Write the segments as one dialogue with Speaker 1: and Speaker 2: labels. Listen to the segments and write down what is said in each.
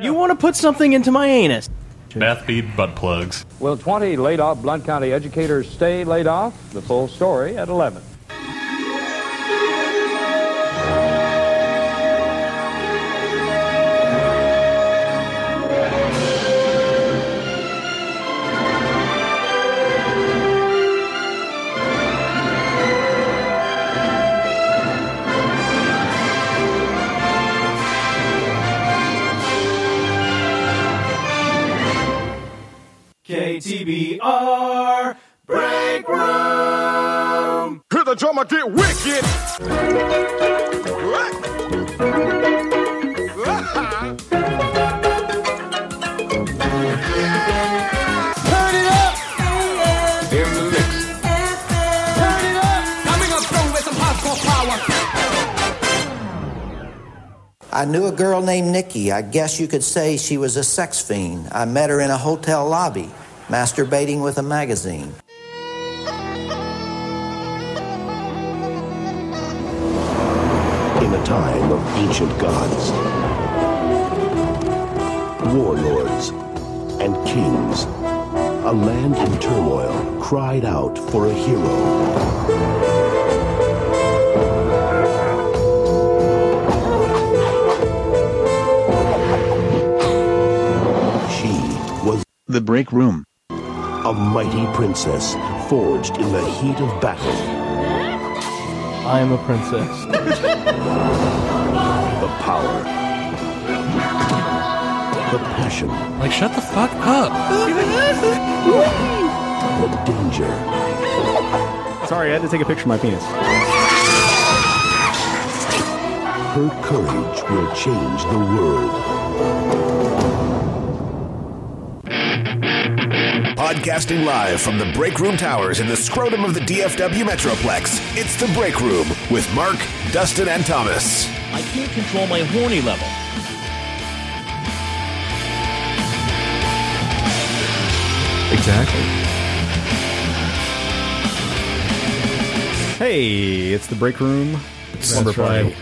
Speaker 1: You want to put something into my anus?
Speaker 2: Bathbead butt plugs.
Speaker 3: Will 20 laid off Blunt County educators stay laid off? The full story at 11.
Speaker 4: KTBR Break Room. Hear the drummer get wicked. Turn it up. In the mix. Turn it up. Coming up strong with some hardcore power.
Speaker 5: I knew a girl named Nikki. I guess you could say she was a sex fiend. I met her in a hotel lobby, masturbating with a magazine.
Speaker 6: In a time of ancient gods, warlords, and kings, a land in turmoil cried out for a hero. She was the break room, a mighty princess forged in the heat of battle.
Speaker 1: I am a princess.
Speaker 6: The power. The passion.
Speaker 2: Like, shut the fuck up.
Speaker 6: The danger.
Speaker 1: Sorry, I had to take a picture of my penis.
Speaker 6: Her courage will change the world.
Speaker 7: Podcasting live from the Break Room Towers in the scrotum of the DFW Metroplex. It's the Break Room with Mark, Dustin, and Thomas.
Speaker 8: I can't control my horny level.
Speaker 9: Exactly.
Speaker 1: Hey, it's the break room.
Speaker 9: slumber party.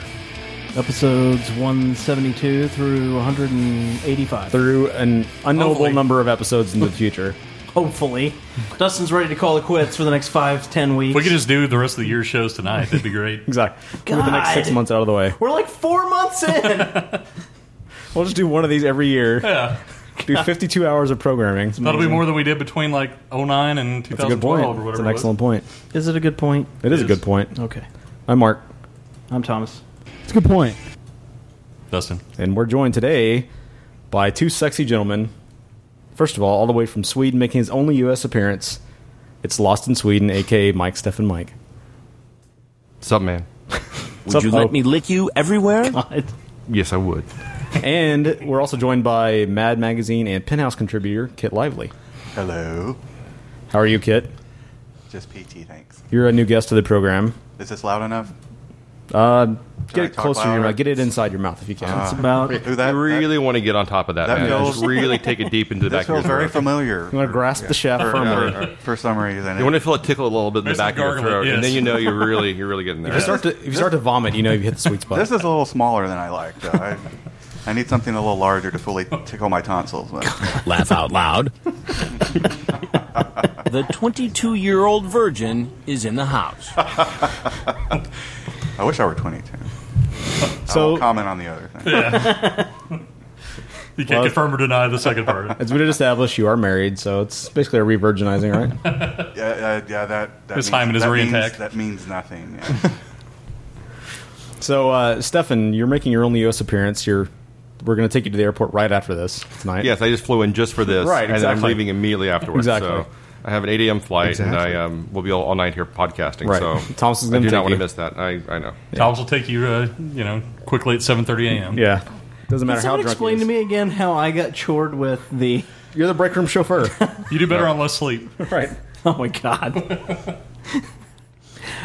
Speaker 1: Episodes 172 through 185.
Speaker 9: Through an unknowable number of episodes in the future.
Speaker 1: Hopefully. Dustin's ready to call it quits for the next five, ten weeks.
Speaker 2: If we could just do the rest of the year shows tonight, that'd be great.
Speaker 9: exactly. We'll Get the next six
Speaker 1: God.
Speaker 9: months out of the way.
Speaker 1: We're like four months in.
Speaker 9: We'll just do one of these every year.
Speaker 2: Yeah.
Speaker 9: Do 52 hours of programming.
Speaker 2: That'll be more than we did between like 09 and
Speaker 9: That's a good point.
Speaker 2: 2012 or whatever.
Speaker 9: That's an
Speaker 2: it was.
Speaker 9: excellent point.
Speaker 1: Is it a good point?
Speaker 9: It is a good point.
Speaker 1: Okay.
Speaker 9: I'm Mark,
Speaker 1: I'm Thomas.
Speaker 10: It's a good point.
Speaker 2: Dustin.
Speaker 9: and we're joined today by two sexy gentlemen. First of all, all the way from Sweden, making his only U.S. appearance. It's Lost in Sweden, aka Mike, Stefan, Mike.
Speaker 10: Sup, man?
Speaker 9: Sup,
Speaker 8: Would you
Speaker 9: oh.
Speaker 8: let me lick you everywhere?
Speaker 1: God.
Speaker 10: Yes, I would.
Speaker 9: And we're also joined by Mad Magazine and Penthouse contributor Kit Lively.
Speaker 11: Hello.
Speaker 9: How are you, Kit?
Speaker 11: Just PT, thanks.
Speaker 9: You're a new guest to the program.
Speaker 11: Is this loud enough?
Speaker 9: Uh,
Speaker 11: Should
Speaker 9: get
Speaker 11: I
Speaker 9: it
Speaker 11: talk
Speaker 9: closer to your
Speaker 11: louder?
Speaker 9: mouth. Get it inside your mouth if you can.
Speaker 11: Ah.
Speaker 1: About
Speaker 11: Wait, who that,
Speaker 10: I
Speaker 11: that-
Speaker 10: really want to get on top of that.
Speaker 11: That
Speaker 10: man.
Speaker 11: feels-
Speaker 10: Just really take it deep into the
Speaker 11: this
Speaker 10: back of your
Speaker 11: feels very
Speaker 10: throat.
Speaker 11: familiar.
Speaker 9: You want to grasp the shaft
Speaker 11: For,
Speaker 9: firmly.
Speaker 11: for- for some reason.
Speaker 10: You want to feel it tickle a little bit in the
Speaker 2: Makes me
Speaker 10: back of your
Speaker 2: gargle,
Speaker 10: throat,
Speaker 2: yes.
Speaker 10: and then you know you're really you're really getting
Speaker 9: If you
Speaker 10: there.
Speaker 9: start to if you start to vomit, you know you've hit the sweet spot.
Speaker 11: this is a little smaller than I like, though. I, I need something a little larger to fully tickle my tonsils. But
Speaker 8: Laugh out loud. the 22 year old virgin is in the house.
Speaker 11: I wish I were 22. I
Speaker 9: so
Speaker 11: won't comment on the other thing.
Speaker 2: You can't
Speaker 9: Well-
Speaker 2: confirm or deny the second part.
Speaker 9: as we did establish, you are married, so it's basically a re-virginizing, right?
Speaker 11: Yeah, uh, yeah that, that
Speaker 2: His
Speaker 11: means,
Speaker 2: hymen is
Speaker 11: that,
Speaker 2: re-intact.
Speaker 11: means, that means nothing. yeah.
Speaker 9: so, uh, Stefan, you're making your only U.S. appearance. You're we're going to take you to the airport right after this tonight.
Speaker 10: Yes, I just flew in just for this,
Speaker 9: Right,
Speaker 10: and I'm
Speaker 9: exactly.
Speaker 10: leaving immediately afterwards.
Speaker 9: Exactly.
Speaker 10: So I have an 8 a.m. flight,
Speaker 9: Exactly.
Speaker 10: and I um, will be all, all night here podcasting.
Speaker 9: Right.
Speaker 10: So
Speaker 9: Thomas is
Speaker 10: I
Speaker 9: gonna
Speaker 10: do
Speaker 9: take
Speaker 10: not want
Speaker 9: you.
Speaker 10: to miss that. I, I know.
Speaker 2: Toms will take you, uh, you know, quickly at 7:30 a.m.
Speaker 9: Yeah. Doesn't
Speaker 1: Can
Speaker 9: matter how
Speaker 1: someone
Speaker 9: drunk.
Speaker 1: explain
Speaker 9: he
Speaker 1: to
Speaker 9: is.
Speaker 1: me again how I got chored with the.
Speaker 9: You're the break room chauffeur,
Speaker 2: You do better on less sleep.
Speaker 9: right?
Speaker 1: Oh my god.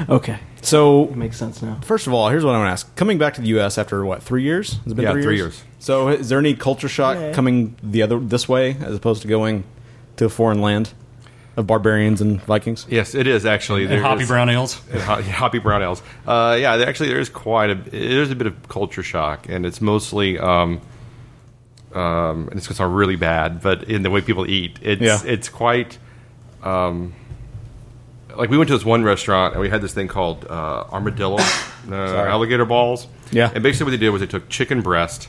Speaker 1: okay.
Speaker 9: So
Speaker 1: Makes sense now.
Speaker 9: First of all, here's what I want to ask. Coming back to the U.S. after what three years? Has it been
Speaker 10: Yeah, three years.
Speaker 9: So, is there any culture shock coming the other this way as opposed to going to a foreign land of barbarians and Vikings?
Speaker 10: Yes, it is actually. There
Speaker 2: Hoppy
Speaker 10: is-
Speaker 2: brown ales.
Speaker 10: and ho- yeah, hoppy brown ales. Uh, yeah, there- actually, there's quite a there's a bit of culture shock, and it's mostly um, um, and it's going to sound really bad, but in the way people eat, it's
Speaker 9: Yeah.
Speaker 10: it's quite. Um, like we went to this one restaurant and we had this thing called uh, armadillo uh, alligator balls.
Speaker 9: Yeah.
Speaker 10: And basically what they did was they took chicken breast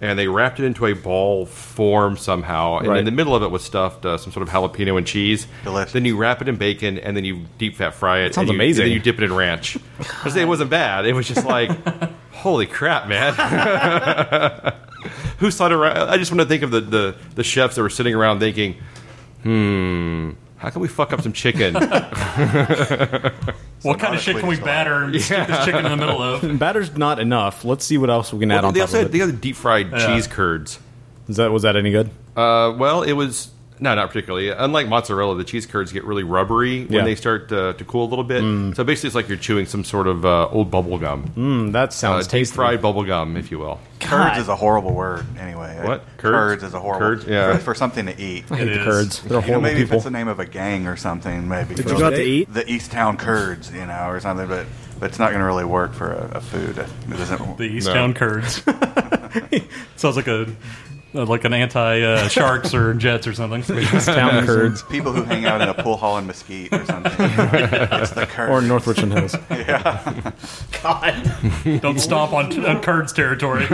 Speaker 10: and they wrapped it into a ball form somehow, and
Speaker 9: Right.
Speaker 10: in the middle of it was stuffed uh, some sort of jalapeno and cheese. Then you wrap it in bacon, and then you deep fat fry it.
Speaker 9: Sounds
Speaker 10: and you-
Speaker 9: amazing.
Speaker 10: and then you dip it in ranch. I say it wasn't bad. It was just like, holy crap, man! Who sat around? I just want to think of the, the the chefs that were sitting around thinking, hmm, how can we fuck up some chicken?
Speaker 2: What kind of shit can we batter and stick this chicken in the middle of?
Speaker 9: Batter's not enough. Let's see what else we can add
Speaker 10: Well,
Speaker 9: on
Speaker 10: they
Speaker 9: top
Speaker 10: also
Speaker 9: of
Speaker 10: had,
Speaker 9: it.
Speaker 10: they had deep fried
Speaker 9: Yeah.
Speaker 10: cheese curds.
Speaker 9: Is that was that any good?
Speaker 10: Uh, well, it was no, not particularly. Unlike mozzarella, the cheese curds get really rubbery when
Speaker 9: Yeah.
Speaker 10: they start uh, to cool a little bit. So basically, it's like you're chewing some sort of uh, old bubble gum.
Speaker 9: Mm, that sounds
Speaker 10: uh,
Speaker 9: tasty.
Speaker 10: Deep fried bubble gum, if you will.
Speaker 11: Curds is a horrible word, anyway.
Speaker 10: What?
Speaker 11: Curds,
Speaker 10: Curds?
Speaker 11: is a horrible
Speaker 10: Curds? Yeah.
Speaker 11: for, for something to eat.
Speaker 9: I hate It the is. curds. They're
Speaker 11: You know,
Speaker 9: horrible
Speaker 11: maybe if
Speaker 9: people.
Speaker 11: it's the name of a gang or something, maybe.
Speaker 9: Did you go out to eat?
Speaker 11: The East Town Curds, you know, or something, but, but it's not going to really work for a, a food. It doesn't,
Speaker 2: The East Town curds. Sounds like a like an anti uh, sharks or jets or something.
Speaker 11: People who hang out in a pool hall in Mesquite or something. you know. It's the curds.
Speaker 9: Or North Richland Hills.
Speaker 11: yeah.
Speaker 2: God, don't stomp on, on Kurds territory.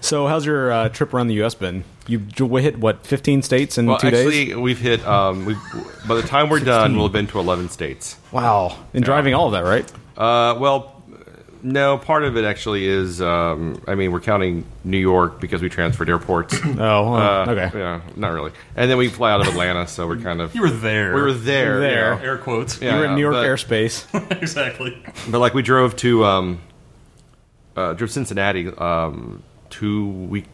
Speaker 9: So, how's your uh, trip around the U.S. been? You j- hit what, 15 states in
Speaker 10: Well,
Speaker 9: two
Speaker 10: actually,
Speaker 9: days?
Speaker 10: we've hit. Um, we've, by the time we're done,
Speaker 9: 16.
Speaker 10: we'll have been to eleven states.
Speaker 9: Wow! And driving all of that, right?
Speaker 10: Uh, well, no. Part of it actually is. Um, I mean, we're counting New York because we transferred airports.
Speaker 9: Oh, well,
Speaker 10: Uh,
Speaker 9: okay.
Speaker 10: Yeah, not really. And then we fly out of Atlanta, so we're kind of
Speaker 2: You were there.
Speaker 10: We were there.
Speaker 2: There.
Speaker 10: you know.
Speaker 2: Air quotes.
Speaker 10: Yeah,
Speaker 9: you were in New York
Speaker 10: but-
Speaker 9: airspace.
Speaker 2: exactly.
Speaker 10: But like we drove to um, uh, drove Cincinnati um, two week.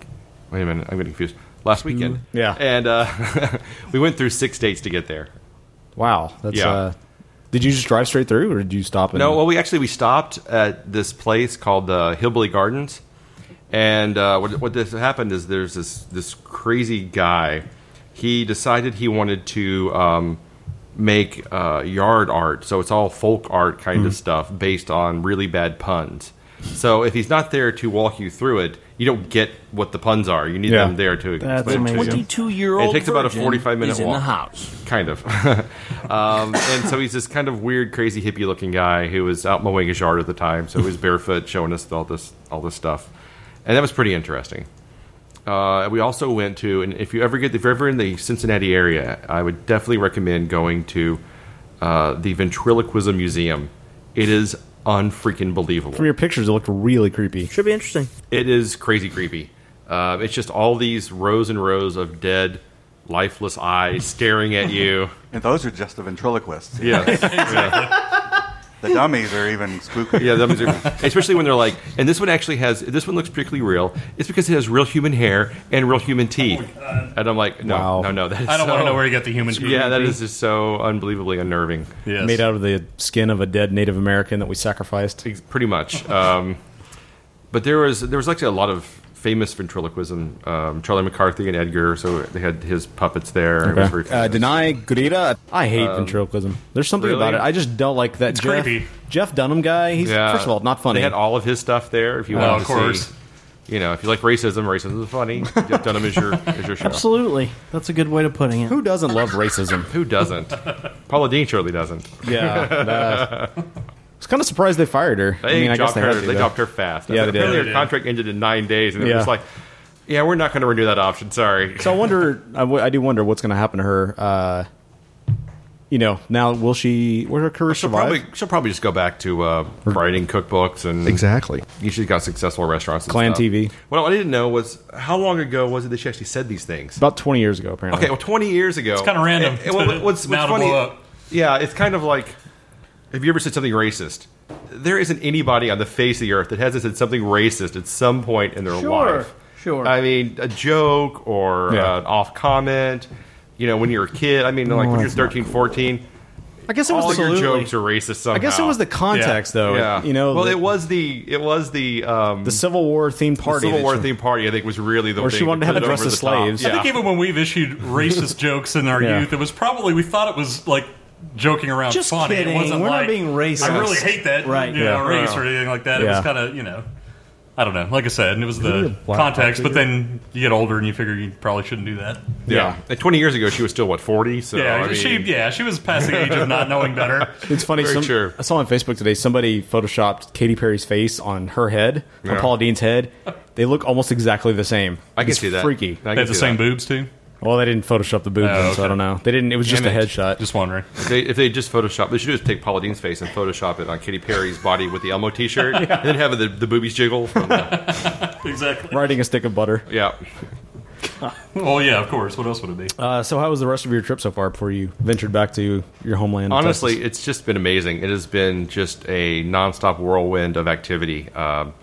Speaker 10: Wait a minute, I'm getting confused. Last weekend,
Speaker 9: Mm-hmm. yeah.
Speaker 10: and uh, we went through six states to get there.
Speaker 9: Wow, that's.
Speaker 10: Yeah.
Speaker 9: Uh, did you just drive straight through, or did you stop? And,
Speaker 10: No, well, we actually we stopped at this place called uh, Hillbilly Gardens, and uh, what, what this happened is there's this this crazy guy. He decided he wanted to um, make uh, yard art, so it's all folk art kind of stuff based on really bad puns. So if he's not there to walk you through it, you don't get what the puns are. You need
Speaker 8: Yeah.
Speaker 10: them there to
Speaker 8: That's
Speaker 10: explain it to you.
Speaker 8: amazing. 22-year-old
Speaker 10: It takes about a
Speaker 8: virgin
Speaker 10: forty-five minute
Speaker 8: is in the
Speaker 10: walk
Speaker 8: house.
Speaker 10: kind of. um, and so he's this kind of weird, crazy hippie looking guy who was out mowing his yard at the time, so he was barefoot, showing us all this all this stuff, and that was pretty interesting. Uh, we also went to, and if you ever get, if you're ever in the Cincinnati area, I would definitely recommend going to uh, the Ventriloquism Museum. It is unfreaking believable.
Speaker 9: From your pictures, it looked really creepy.
Speaker 12: Should be interesting.
Speaker 10: It is crazy creepy. Uh, it's just all these rows and rows of dead, lifeless eyes staring at you.
Speaker 11: And those are just the ventriloquists.
Speaker 10: Yeah.
Speaker 11: The dummies are even spooky.
Speaker 10: Yeah, that was especially when they're like, and this one actually has this one looks particularly real. It's because it has real human hair and real human teeth. and I'm like, no, no, no. That is
Speaker 2: Oh I don't
Speaker 10: so-
Speaker 2: wanna know where you got the human
Speaker 10: Yeah, that
Speaker 2: teeth.
Speaker 10: is just so unbelievably unnerving.
Speaker 9: Made out of the skin of a dead Native American that we sacrificed.
Speaker 10: pretty much. Um, but there was there was actually a lot of famous ventriloquism. Um, Charlie McCarthy and Edgar, so they had his puppets there. It was very
Speaker 9: Uh, deny Gurira. I hate
Speaker 10: Um,
Speaker 9: ventriloquism. There's something
Speaker 10: really?
Speaker 9: about it. I just don't like that.
Speaker 10: It's
Speaker 9: Jeff,
Speaker 10: creepy.
Speaker 9: Jeff Dunham guy. He's
Speaker 10: Yeah.
Speaker 9: first of all not funny.
Speaker 10: They had all of his stuff there. If you
Speaker 9: Oh,
Speaker 10: want
Speaker 9: of
Speaker 10: to
Speaker 9: course.
Speaker 10: see, you know, if you like racism, racism is funny. Jeff Dunham is your is your show.
Speaker 1: Absolutely. That's a good way to putting it.
Speaker 9: Who doesn't love racism?
Speaker 10: Who doesn't? Paula Dean surely doesn't.
Speaker 9: Yeah, that- I was kind of surprised they fired her.
Speaker 10: They
Speaker 9: I mean, I guess
Speaker 10: dropped
Speaker 9: they had to,
Speaker 10: her. they
Speaker 9: though.
Speaker 10: dropped her fast.
Speaker 9: Yeah, they
Speaker 10: Apparently
Speaker 9: did.
Speaker 10: her contract ended in nine days, and it
Speaker 9: Yeah.
Speaker 10: was like, yeah, we're not going to renew that option. Sorry.
Speaker 9: So I wonder. I, w- I do wonder what's going to happen to her. Uh, you know, now will she? Will her career
Speaker 10: She'll
Speaker 9: survive?
Speaker 10: probably she'll probably just go back to uh, writing cookbooks and
Speaker 9: Exactly.
Speaker 10: She's got successful restaurants. And
Speaker 9: Clan
Speaker 10: stuff.
Speaker 9: TV.
Speaker 10: What I didn't know was how long ago was it that she actually said these things?
Speaker 9: About twenty years ago, apparently.
Speaker 10: Okay, well, 20 years ago.
Speaker 2: It's kinda random.
Speaker 10: And- and what- what's, what's
Speaker 2: Now to
Speaker 10: funny?
Speaker 2: blow up.
Speaker 10: Yeah, it's kind of like have you ever said something racist? There isn't anybody on the face of the earth that hasn't said something racist at some point in their
Speaker 1: Sure,
Speaker 10: life.
Speaker 1: sure.
Speaker 10: I mean, a joke or
Speaker 9: Yeah.
Speaker 10: uh, an off comment. You know, when you're a kid, I mean, like
Speaker 9: Oh,
Speaker 10: when you're
Speaker 9: that's not
Speaker 10: 13, 14.
Speaker 9: I guess it was
Speaker 10: all
Speaker 9: the-
Speaker 10: your
Speaker 9: Absolutely.
Speaker 10: jokes are racist somehow.
Speaker 9: I guess it was the context, though.
Speaker 10: Yeah.
Speaker 9: You know,
Speaker 10: well,
Speaker 9: the-
Speaker 10: it was the it was the um,
Speaker 9: the Civil War themed party.
Speaker 10: Civil
Speaker 9: that
Speaker 10: War
Speaker 9: she-
Speaker 10: theme party. I think was really the
Speaker 9: Or
Speaker 10: thing
Speaker 9: she wanted to have
Speaker 10: that put
Speaker 9: it
Speaker 10: it
Speaker 9: dressed
Speaker 10: over
Speaker 9: as
Speaker 10: the top.
Speaker 9: slaves.
Speaker 10: Yeah.
Speaker 2: I think even when we've issued racist jokes in our
Speaker 10: Yeah.
Speaker 2: youth, it was probably we thought it was like joking around
Speaker 1: Just
Speaker 2: funny.
Speaker 1: kidding.
Speaker 2: It wasn't
Speaker 1: We're not
Speaker 2: like,
Speaker 1: being racist.
Speaker 2: I really hate that
Speaker 1: Right.
Speaker 2: you
Speaker 1: Yeah.
Speaker 2: know, race
Speaker 1: Yeah.
Speaker 2: or anything like that. It
Speaker 1: Yeah.
Speaker 2: was kind of you know. I don't know. Like I said, and it was
Speaker 10: Maybe a
Speaker 2: the
Speaker 10: black
Speaker 2: context,
Speaker 10: coffee.
Speaker 2: but then you get older and you figure you probably shouldn't do that.
Speaker 10: Yeah. Like, Twenty years ago, she was still what forty. So
Speaker 2: yeah,
Speaker 10: I mean,
Speaker 2: she yeah she was past the age of not knowing better.
Speaker 9: It's funny.
Speaker 2: Very
Speaker 9: Some,
Speaker 2: true.
Speaker 9: I saw on Facebook today somebody photoshopped Katy Perry's face on her head, on
Speaker 2: Yeah.
Speaker 9: Paula Dean's head. They look almost exactly the same.
Speaker 2: I can
Speaker 9: It's
Speaker 2: see that.
Speaker 9: Freaky.
Speaker 2: I can They have the see same that. boobs too.
Speaker 9: Well, they didn't Photoshop the boobs,
Speaker 2: Oh,
Speaker 9: in, so I
Speaker 2: okay.
Speaker 9: don't know. They didn't. It was just a
Speaker 10: Damn it.
Speaker 9: headshot.
Speaker 2: Just wondering.
Speaker 10: If they, if they just Photoshop, they should just take Paula Dean's face and Photoshop it on Katy Perry's body with the Elmo T-shirt, and then have the, the boobies jiggle. From the,
Speaker 2: exactly.
Speaker 9: Riding a stick of butter.
Speaker 10: yeah.
Speaker 2: Oh yeah, of course. What else would it be?
Speaker 9: Uh, so, how was the rest of your trip so far before you ventured back to your homeland? of
Speaker 10: Honestly,
Speaker 9: Texas?
Speaker 10: it's just been amazing. It has been just a nonstop whirlwind of activity. Um,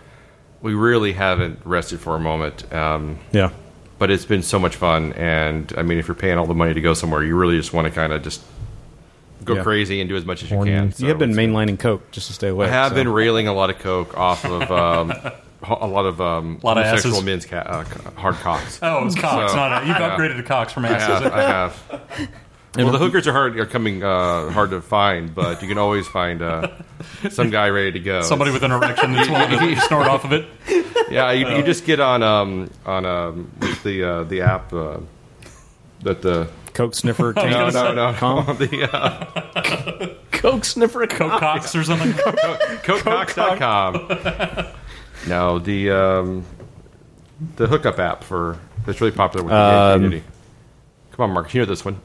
Speaker 10: we really haven't rested for a moment. Um,
Speaker 9: Yeah.
Speaker 10: But it's been so much fun, and I mean, if you're paying all the money to go somewhere, you really just want to kind of just go
Speaker 9: Yeah.
Speaker 10: crazy and do as much as you can.
Speaker 9: you have been mainlining Coke just to stay away.
Speaker 10: I have
Speaker 9: so.
Speaker 10: been railing a lot of coke off of um, ho- a lot of um,
Speaker 2: Lot of
Speaker 10: homosexual
Speaker 2: asses.
Speaker 10: men's ca- uh, c- hard cocks.
Speaker 2: Oh, it's cocks, not a- you've
Speaker 10: yeah.
Speaker 2: upgraded to cocks from
Speaker 10: I
Speaker 2: asses.
Speaker 10: have, I have. Well, the hookers are hard are coming uh, hard to find, but you can always find uh, some guy ready to go.
Speaker 2: Somebody with an erection that's willing to snort off of it.
Speaker 10: Yeah, you, you just get on um, on um, with the uh, the app uh, that the
Speaker 9: Coke sniffer.
Speaker 10: No,
Speaker 9: cam-
Speaker 10: no, no.
Speaker 9: com?
Speaker 10: the uh,
Speaker 1: Coke sniffer, Coke
Speaker 2: cocks or something.
Speaker 10: CokeCocks.com. no, the um, the hookup app for that's really popular with the gay
Speaker 9: Um,
Speaker 10: community. Come on, Mark, you know this one.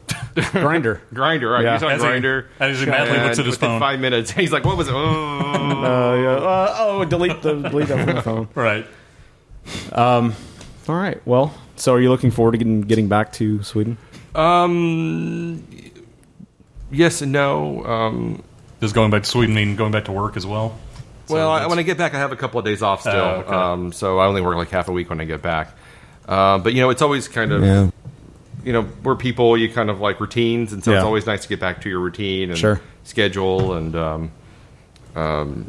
Speaker 9: Grinder.
Speaker 10: Grinder, right?
Speaker 9: Yeah.
Speaker 10: He's on
Speaker 9: As he-
Speaker 10: Grinder.
Speaker 9: as he madly looks at his phone.
Speaker 10: Five minutes. He's like, "What was it?" Oh,
Speaker 9: Uh, yeah. Uh, oh, delete the delete that from the phone.
Speaker 2: Right.
Speaker 9: Um, all right. Well, so are you looking forward to getting getting back to Sweden?
Speaker 10: Uh, Um, yes and no. Um,
Speaker 2: Does going back to Sweden mean going back to work as well? So
Speaker 10: well, I,
Speaker 2: that's-
Speaker 10: when I get back, I have a couple of days off still.
Speaker 2: Oh, okay.
Speaker 10: um, so I only work like half a week when I get back. Uh, but you know, it's always kind of,
Speaker 9: Yeah.
Speaker 10: you know, we're people. You kind of like routines, and so it's
Speaker 9: Yeah.
Speaker 10: always nice to get back to your routine and
Speaker 9: Sure.
Speaker 10: schedule and um, um,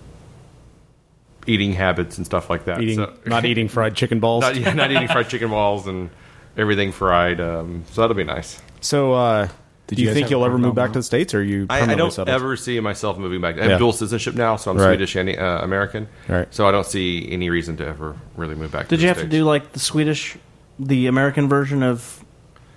Speaker 10: eating habits and stuff like that.
Speaker 9: Eating,
Speaker 10: So-
Speaker 9: not eating fried chicken balls.
Speaker 10: not, yeah, not eating fried chicken balls and everything fried. Um, so that'll be nice.
Speaker 9: So, uh,
Speaker 10: Did
Speaker 9: do
Speaker 10: you
Speaker 9: you
Speaker 10: guys
Speaker 9: think
Speaker 10: have
Speaker 9: you'll
Speaker 10: a
Speaker 9: ever move
Speaker 10: problem
Speaker 9: back to the states, or are you
Speaker 10: I,
Speaker 9: permanently
Speaker 10: I don't
Speaker 9: settled?
Speaker 10: ever see myself moving back. I have
Speaker 9: Yeah.
Speaker 10: dual citizenship now, so I'm
Speaker 9: Right.
Speaker 10: Swedish and uh, American.
Speaker 9: Right.
Speaker 10: So I don't see any reason to ever really move back.
Speaker 1: Did you
Speaker 10: to the
Speaker 1: have
Speaker 10: States.
Speaker 1: to do like the Swedish, the American version of,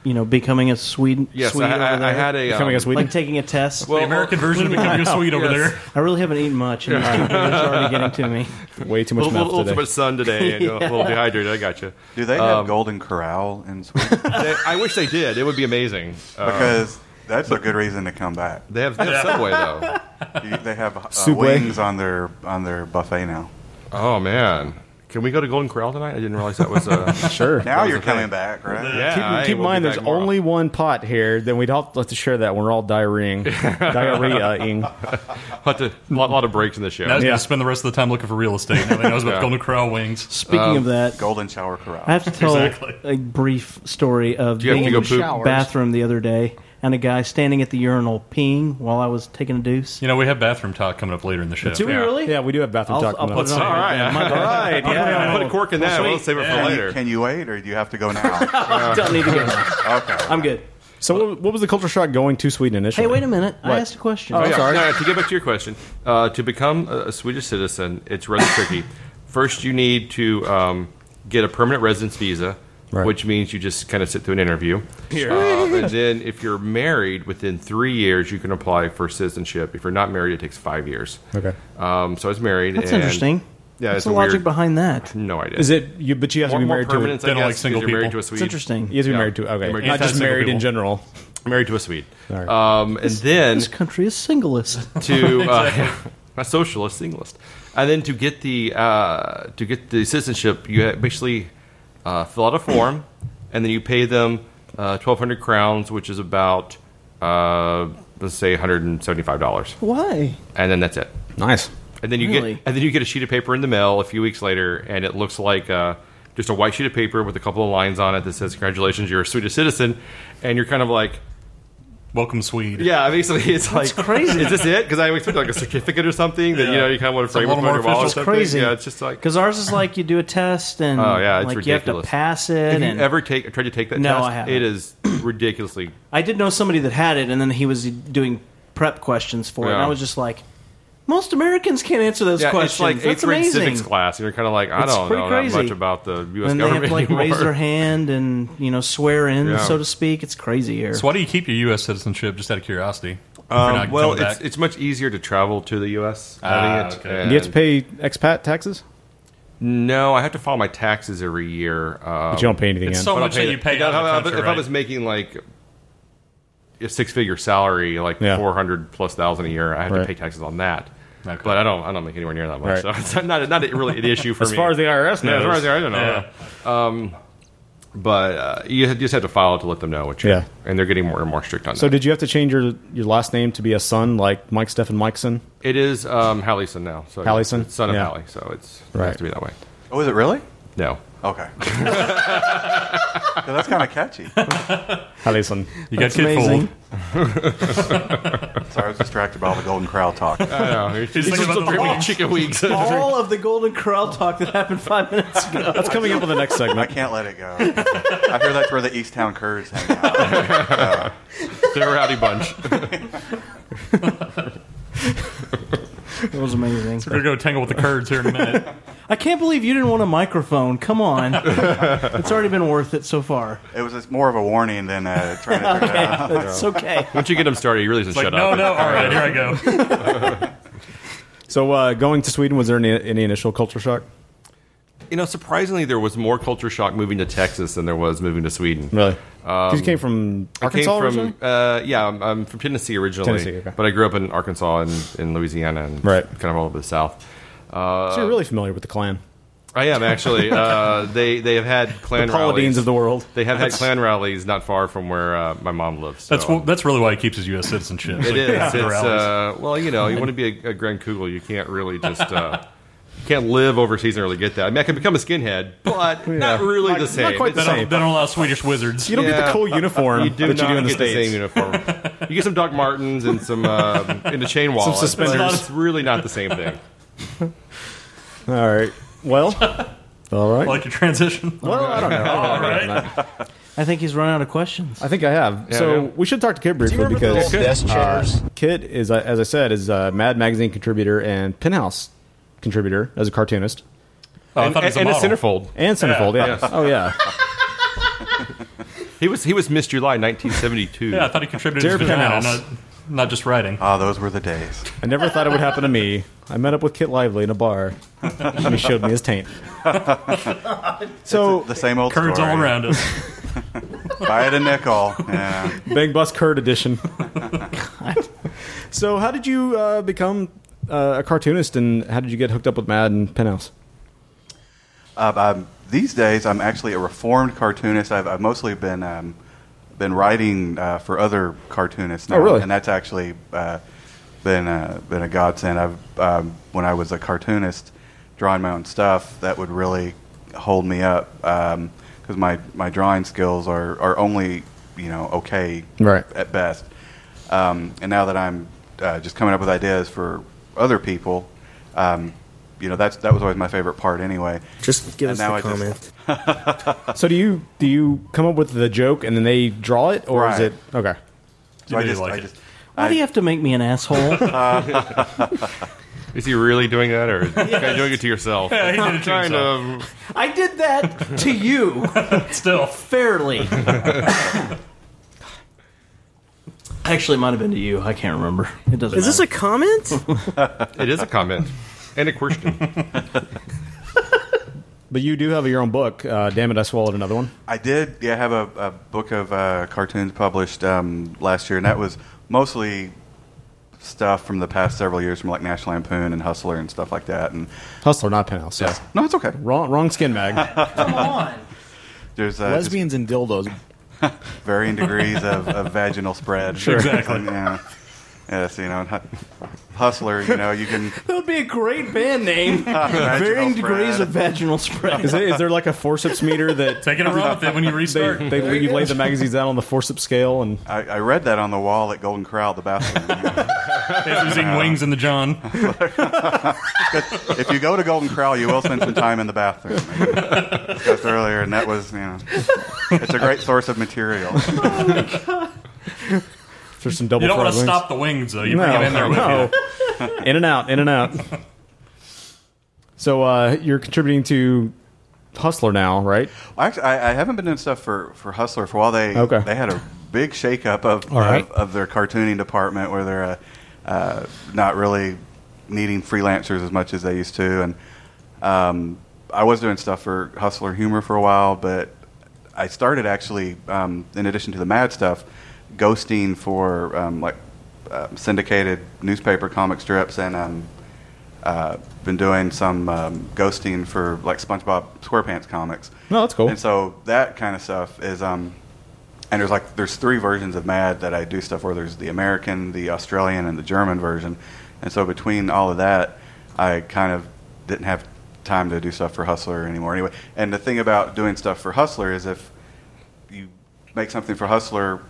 Speaker 1: you know, becoming a Sweden?
Speaker 10: Yes,
Speaker 1: Swede
Speaker 10: I- I-
Speaker 1: over there?
Speaker 10: I had a, Becoming um, a Sweden?
Speaker 1: like taking a test.
Speaker 10: Well, The American well, version of becoming a Swede over yes. there.
Speaker 1: I really haven't eaten much, and these two videos are already getting to me.
Speaker 9: Way too
Speaker 10: A little, little, little too much sun today and a little dehydrated. I Um, got you.
Speaker 11: Do they have
Speaker 10: Golden Corral in Sweden? I wish they did. It would be amazing. Uh,
Speaker 11: Because that's a good reason to come back.
Speaker 10: They have, they have Subway though.
Speaker 11: You- They have uh,
Speaker 10: Subway?
Speaker 11: wings on their on their buffet now.
Speaker 10: Oh man, can we go to Golden Corral tonight? I didn't realize that was uh,
Speaker 9: Sure.
Speaker 10: that
Speaker 11: Now
Speaker 10: was
Speaker 11: you're
Speaker 10: a thing.
Speaker 11: coming back, right?
Speaker 10: Yeah.
Speaker 9: keep
Speaker 10: I
Speaker 9: keep in
Speaker 10: will be
Speaker 9: mind,
Speaker 10: back
Speaker 9: there's
Speaker 10: tomorrow.
Speaker 9: only one pot here. Then we'd all have to share that. We're all diarrheaing, diarrheaing.
Speaker 10: But a lot, lot of breaks in the show.
Speaker 2: Now he's going to spend the rest of the time looking for real estate. Nobody knows about
Speaker 10: Yeah.
Speaker 2: Golden Corral wings. Um,
Speaker 1: Speaking of that,
Speaker 11: Golden Shower Corral.
Speaker 1: I have to tell
Speaker 2: Exactly.
Speaker 1: a brief story of
Speaker 2: Do you have
Speaker 1: being
Speaker 2: to
Speaker 1: in
Speaker 2: go
Speaker 1: the
Speaker 2: poop?
Speaker 1: showers. bathroom the other day and a guy standing at the urinal peeing while I was taking a deuce.
Speaker 2: You know, we have bathroom talk coming up later in the show.
Speaker 1: Do we really?
Speaker 9: Yeah, we do have bathroom
Speaker 1: I'll-
Speaker 9: talk.
Speaker 1: I'll
Speaker 9: coming
Speaker 1: put
Speaker 9: up.
Speaker 1: it on.
Speaker 2: All right.
Speaker 1: Yeah, my bad.
Speaker 2: All right,
Speaker 1: I'll put it on.
Speaker 2: yeah. Put a cork in that. We'll save it for
Speaker 11: Can you-
Speaker 2: later.
Speaker 11: Can you wait, or do you have to go now?
Speaker 1: Don't need to go now.
Speaker 11: Okay.
Speaker 1: I'm good.
Speaker 9: So, what, what was the culture shock going to Sweden initially?
Speaker 1: Hey, wait a minute.
Speaker 9: What?
Speaker 1: I asked a question.
Speaker 9: Oh,
Speaker 10: yeah.
Speaker 9: sorry.
Speaker 10: No, to get back to your question, uh, to become a, a Swedish citizen, it's rather tricky. First, you need to um, get a permanent residence visa,
Speaker 9: Right.
Speaker 10: which means you just kind of sit through an interview.
Speaker 9: Here.
Speaker 10: Uh, and then, if you're married, within three years, you can apply for citizenship. If you're not married, it takes five years.
Speaker 9: Okay.
Speaker 10: Um, so I was married.
Speaker 1: That's
Speaker 10: and-
Speaker 1: interesting.
Speaker 10: Yeah,
Speaker 1: What's
Speaker 10: it's
Speaker 1: the
Speaker 10: a
Speaker 1: logic
Speaker 10: weird-
Speaker 1: behind that?
Speaker 10: No idea.
Speaker 9: Is it you? But you have
Speaker 10: More-
Speaker 9: to be
Speaker 10: more
Speaker 9: married
Speaker 10: permanence,
Speaker 9: to.
Speaker 10: I Then guess, like single because you're married people. to a Swede. It's interesting.
Speaker 9: You have to be
Speaker 10: Yeah.
Speaker 9: married to. Okay,
Speaker 10: You're married
Speaker 9: not
Speaker 10: to
Speaker 9: just
Speaker 10: single
Speaker 9: married in
Speaker 10: people.
Speaker 9: general.
Speaker 10: Married to a Swede. Um, and then
Speaker 1: This country is singlest.
Speaker 10: to uh, a socialist singlist, and then to get the uh, to get the citizenship, you ha- basically uh, fill out a form, and then you pay them uh, twelve hundred crowns, which is about uh, let's say one hundred and seventy five dollars,
Speaker 1: Why?
Speaker 10: and then that's it.
Speaker 9: Nice.
Speaker 10: And then you
Speaker 1: Really?
Speaker 10: get and then you get a sheet of paper in the mail a few weeks later, and it looks like. Uh, just a white sheet of paper with a couple of lines on it that says "Congratulations, you're a Swedish citizen," and you're kind of like,
Speaker 2: Welcome, Swede.
Speaker 10: yeah, basically, it's like
Speaker 1: crazy.
Speaker 10: Is this it? Because I expected like a certificate or something that you know you kind of want to
Speaker 1: It's a
Speaker 10: frame up
Speaker 1: little
Speaker 10: on
Speaker 1: more
Speaker 10: your wall. or
Speaker 1: official. It's
Speaker 10: something.
Speaker 1: crazy.
Speaker 10: Yeah, it's just like
Speaker 1: Because ours is like you do a test and
Speaker 10: oh yeah, it's
Speaker 1: like
Speaker 10: ridiculous.
Speaker 1: you have to pass it.
Speaker 10: Have you
Speaker 1: and
Speaker 10: ever take tried to take that?
Speaker 1: No,
Speaker 10: test?
Speaker 1: I haven't.
Speaker 10: It is ridiculously.
Speaker 1: I did know somebody that had it, and then he was doing prep questions for it. And
Speaker 10: Yeah.
Speaker 1: I was just like, Most Americans can't answer those
Speaker 10: yeah,
Speaker 1: questions.
Speaker 10: it's like eighth
Speaker 1: That's
Speaker 10: grade
Speaker 1: amazing.
Speaker 10: civics class, and you're kind of like, I
Speaker 1: It's
Speaker 10: don't
Speaker 1: pretty
Speaker 10: know
Speaker 1: crazy.
Speaker 10: that much about the U.S.
Speaker 1: and they have
Speaker 10: government
Speaker 1: to like
Speaker 10: anymore.
Speaker 1: raise their hand and you know swear in,
Speaker 10: Yeah.
Speaker 1: so to speak. It's crazy here.
Speaker 2: So why do you keep your U.S. citizenship? Just out of curiosity. If you're
Speaker 10: Um,
Speaker 2: not
Speaker 10: well,
Speaker 2: going back?
Speaker 10: it's, it's much easier to travel to the U.S.
Speaker 2: Ah,
Speaker 10: having it.
Speaker 2: okay.
Speaker 9: Do you have to pay expat taxes?
Speaker 10: No, I have to file my taxes every year. Um,
Speaker 9: But you don't pay anything It's in. so
Speaker 10: But I'll
Speaker 9: much that
Speaker 10: it-
Speaker 9: you pay
Speaker 10: if
Speaker 9: out of
Speaker 10: I-
Speaker 9: the
Speaker 10: if I-
Speaker 9: country,
Speaker 10: if I
Speaker 9: right?
Speaker 10: was making like a six-figure salary, like
Speaker 9: Yeah.
Speaker 10: four hundred plus thousand a year, I have
Speaker 9: Right.
Speaker 10: to pay taxes on that. But I don't, I don't make anywhere near that much,
Speaker 9: Right.
Speaker 10: so it's not, not really an issue for
Speaker 9: As
Speaker 10: me.
Speaker 9: far as the IRS
Speaker 10: Yeah, as far
Speaker 9: knows.
Speaker 10: as the IRS, I don't
Speaker 9: Yeah.
Speaker 10: know. yeah. Um, but uh, you ha- just have to file to let them know what you're.
Speaker 9: Yeah.
Speaker 10: And they're getting more and more strict on
Speaker 9: So
Speaker 10: that.
Speaker 9: did you have to change your your last name to be a son like Mike Stefan Mikeson?
Speaker 10: It is um, Hallison now. So
Speaker 9: Hallison?
Speaker 10: it's son of
Speaker 9: Yeah.
Speaker 10: Hallie, so it's it
Speaker 9: Right.
Speaker 10: has to be that way.
Speaker 11: Oh, is it really?
Speaker 10: No.
Speaker 11: Okay. Yeah, that's kind of catchy.
Speaker 9: Hallison.
Speaker 10: You got That's kid amazing.
Speaker 11: Sorry, I was distracted by all the Golden Corral talk.
Speaker 10: I know. He's He's thinking just about the
Speaker 1: all-
Speaker 11: I
Speaker 1: all of the Golden Corral talk that happened five minutes ago.
Speaker 9: That's coming up in the next segment.
Speaker 11: can't let it go. I hear that's where the East Town Kurds hang out. Uh,
Speaker 10: They're a rowdy bunch.
Speaker 1: That was amazing.
Speaker 2: So we're gonna go tangle with the Kurds here in a minute.
Speaker 1: I can't believe you didn't want a microphone. Come on, it's already been worth it so far.
Speaker 11: It was just more of a warning than uh, trying to figure it out.
Speaker 1: Okay, that's okay.
Speaker 10: Once you get them started, you really just
Speaker 2: It's like,
Speaker 10: shut
Speaker 2: no,
Speaker 10: up.
Speaker 2: no, all right, here I go.
Speaker 9: So uh, going to Sweden was there any, any initial culture shock?
Speaker 10: You know, surprisingly, there was more culture shock moving to Texas than there was moving to Sweden.
Speaker 9: Really?
Speaker 10: Um,
Speaker 9: 'Cause you came from
Speaker 10: I came
Speaker 9: Arkansas
Speaker 10: from-
Speaker 9: originally?
Speaker 10: uh, yeah, I'm, I'm from Tennessee originally,
Speaker 9: Tennessee, okay.
Speaker 10: but I grew up in Arkansas and in Louisiana and
Speaker 9: Right.
Speaker 10: kind of all over the South. Uh,
Speaker 9: so you're really familiar with the Klan.
Speaker 10: I am actually. Uh, they they have had clan
Speaker 9: The Paula
Speaker 10: rallies.
Speaker 9: Deens of the world.
Speaker 10: They have had
Speaker 9: That's-
Speaker 10: clan rallies not far from where uh, my mom lives. So.
Speaker 2: That's wh- that's really why he keeps his U.S. citizenship.
Speaker 10: It
Speaker 2: like,
Speaker 10: is.
Speaker 2: the
Speaker 10: It's,
Speaker 2: rallies.
Speaker 10: uh, well, you know, you want to be a, a Grand Kugel, you can't really just uh, you can't live overseas and really get that. I mean, I can become a skinhead, but not really the same.
Speaker 2: They don't, They don't allow Swedish wizards.
Speaker 10: Yeah.
Speaker 2: You
Speaker 10: You do
Speaker 2: not
Speaker 10: not
Speaker 2: get
Speaker 10: get same uniform. you get some Doc Martens and some um, and a chain wallet. but
Speaker 9: suspenders.
Speaker 10: It's really not the same thing.
Speaker 9: All right. Well, all right.
Speaker 2: Like your transition.
Speaker 9: Well, I don't know.
Speaker 2: All right.
Speaker 1: I think he's run out of questions.
Speaker 9: I think I have.
Speaker 1: Yeah,
Speaker 9: so
Speaker 1: yeah.
Speaker 9: we should talk to Kit briefly
Speaker 1: remember
Speaker 9: because
Speaker 1: those desk chairs?
Speaker 9: uh, Kit is, uh, as I said, is a Mad Magazine contributor and Penthouse contributor as a cartoonist.
Speaker 10: Oh, I And- thought he was a and a model. centerfold.
Speaker 9: And centerfold.
Speaker 10: Yeah.
Speaker 9: Yeah.
Speaker 10: Yes.
Speaker 9: Oh yeah.
Speaker 10: He was he was Miss July 1972.
Speaker 2: Yeah, I thought he contributed
Speaker 9: Dear
Speaker 2: his vagina,
Speaker 9: Penthouse.
Speaker 2: not, not just writing.
Speaker 11: Ah, those were the days.
Speaker 9: I never thought it would happen to me. I met up with Kit Lively in a bar, and he showed me his taint. So
Speaker 11: the same old
Speaker 9: Kurds
Speaker 11: story.
Speaker 9: all around us.
Speaker 11: Buy it a nickel. Yeah.
Speaker 9: Bang Bus Curd edition. So how did you uh, become uh, a cartoonist, and how did you get hooked up with Mad and Penthouse?
Speaker 11: Uh, um, these days, I'm actually a reformed cartoonist. I've, I've mostly been um, been writing uh, for other cartoonists now,
Speaker 9: Oh, really?
Speaker 11: and that's actually uh, been a, been a godsend. I've um, when I was a cartoonist, drawing my own stuff, that would really hold me up because my my drawing skills are are only you know okay
Speaker 9: Right.
Speaker 11: at best. Um, and now that I'm uh, just coming up with ideas for other people, um, you know that's that was always my favorite part anyway. Just
Speaker 12: give us the comment.
Speaker 9: so do you do you come up with the joke and then they draw it, or is
Speaker 11: Right.
Speaker 9: it okay?
Speaker 11: So I just, I just
Speaker 1: Why do you have to make me an asshole?
Speaker 10: Uh, Is he really doing that, or is he kind of doing it to yourself?
Speaker 1: Yeah, he did it to
Speaker 10: kind
Speaker 1: himself.
Speaker 10: of.
Speaker 1: I did that to you.
Speaker 2: Still.
Speaker 1: Fairly. Actually, it might have been to you. I can't remember. It doesn't
Speaker 12: Is this a comment?
Speaker 10: It is a comment and a question.
Speaker 9: But you do have your own book. Uh, Damn it, I swallowed another one.
Speaker 11: I did. Yeah, have a, a book of uh, cartoons published um, last year, and that was mostly stuff from the past several years, from like National Lampoon and Hustler and stuff like that. And
Speaker 9: Hustler, not Penthouse. Yeah.
Speaker 11: No, it's okay.
Speaker 9: Wrong, wrong skin mag.
Speaker 11: there's uh, just
Speaker 12: Lesbians and dildos.
Speaker 11: varying degrees of, of vaginal spread.
Speaker 12: Sure. Exactly.
Speaker 11: yeah. Yes, you know, and hu- Hustler. You know, you can.
Speaker 1: That would be a great band name.
Speaker 11: Vaginal
Speaker 1: Varying degrees of
Speaker 11: spread.
Speaker 1: vaginal spread.
Speaker 9: is, it, is there like a forceps meter that
Speaker 2: taking a run with it when you restart?
Speaker 9: They,
Speaker 11: There
Speaker 9: they
Speaker 11: you
Speaker 9: you
Speaker 11: go.
Speaker 9: lay the magazines out on the forceps scale and
Speaker 11: I, I read that on the wall at Golden Corral, the bathroom.
Speaker 2: He's eating wings in the John.
Speaker 11: Uh-huh. if you go to Golden Corral, you will spend some time in the bathroom. I discussed earlier, and that was, you know, it's a great source of material.
Speaker 9: there's some double.
Speaker 2: you don't
Speaker 9: fried
Speaker 2: want to
Speaker 9: wings.
Speaker 2: stop the wings, though. You
Speaker 9: no,
Speaker 2: bring it in there with
Speaker 9: no.
Speaker 2: you.
Speaker 9: in and out, in and out. So uh, you're contributing to Hustler now, right?
Speaker 11: Actually, I, I haven't been doing stuff for, for Hustler for a while. They
Speaker 9: Okay.
Speaker 11: they had a big shakeup of,
Speaker 9: All right.
Speaker 11: of of their cartooning department where they're uh, uh, not really needing freelancers as much as they used to. And um, I was doing stuff for Hustler Humor for a while, but I started actually, um, in addition to the mad stuff, ghosting for um, like uh, syndicated newspaper comic strips and. Um, uh, been doing some um, ghosting for like SpongeBob SquarePants comics.
Speaker 9: No, that's cool.
Speaker 11: And so that kind of stuff is, um, and there's like there's three versions of Mad that I do stuff for. There's the American, the Australian, and the German version. And so between all of that, I kind of didn't have time to do stuff for Hustler anymore. Anyway, and the thing about doing stuff for Hustler is if you make something for Hustler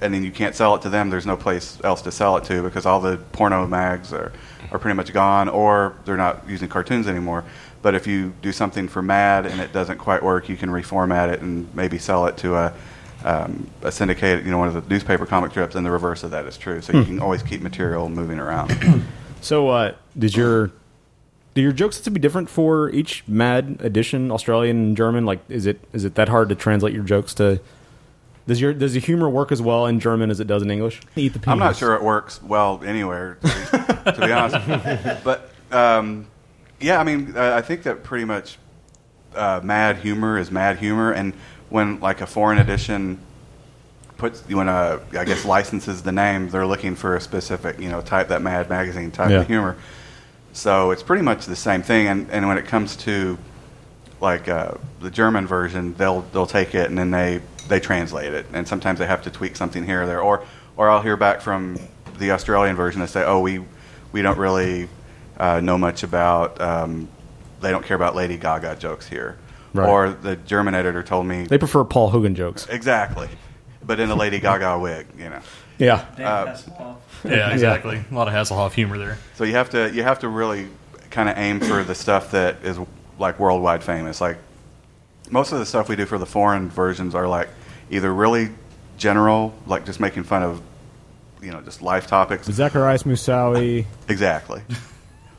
Speaker 11: and then you can't sell it to them, there's no place else to sell it to because all the porno mags are, are pretty much gone or they're not using cartoons anymore. But if you do something for Mad and it doesn't quite work, you can reformat it and maybe sell it to a, um, a syndicated, you know, one of the newspaper comic strips, and the reverse of that is true. So you
Speaker 9: Hmm.
Speaker 11: can always keep material moving around.
Speaker 9: So uh, did your do your jokes have to be different for each Mad edition, Australian and German? Like, is it is it that hard to translate your jokes to? Does your does the humor work as well in German as it does in English? Eat the
Speaker 11: I'm not sure it works well anywhere, to be, to be honest. But um, yeah, I mean, uh, I think that pretty much uh, mad humor is mad humor, and when like a foreign edition puts when uh, I guess licenses the name, they're looking for a specific you know type that Mad magazine type
Speaker 9: Yeah.
Speaker 11: of humor. So it's pretty much the same thing, and, and when it comes to like uh, the German version, they'll they'll take it and then they they translate it, and sometimes they have to tweak something here or there, or or I'll hear back from the Australian version and say, oh, we we don't really uh, know much about, um, they don't care about Lady Gaga jokes here,
Speaker 9: Right.
Speaker 11: or the German editor told me
Speaker 9: They prefer Paul Hogan jokes.
Speaker 11: exactly, but in a Lady Gaga wig, you know.
Speaker 9: Yeah.
Speaker 11: Uh,
Speaker 2: Yeah, exactly. A lot of Hasselhoff humor there.
Speaker 11: So you have to you have to really kind of aim for the stuff that is like worldwide famous. Like most of the stuff we do for the foreign versions are like either really general, like just making fun of you know just life topics,
Speaker 12: Zacharias Musawi.
Speaker 11: exactly,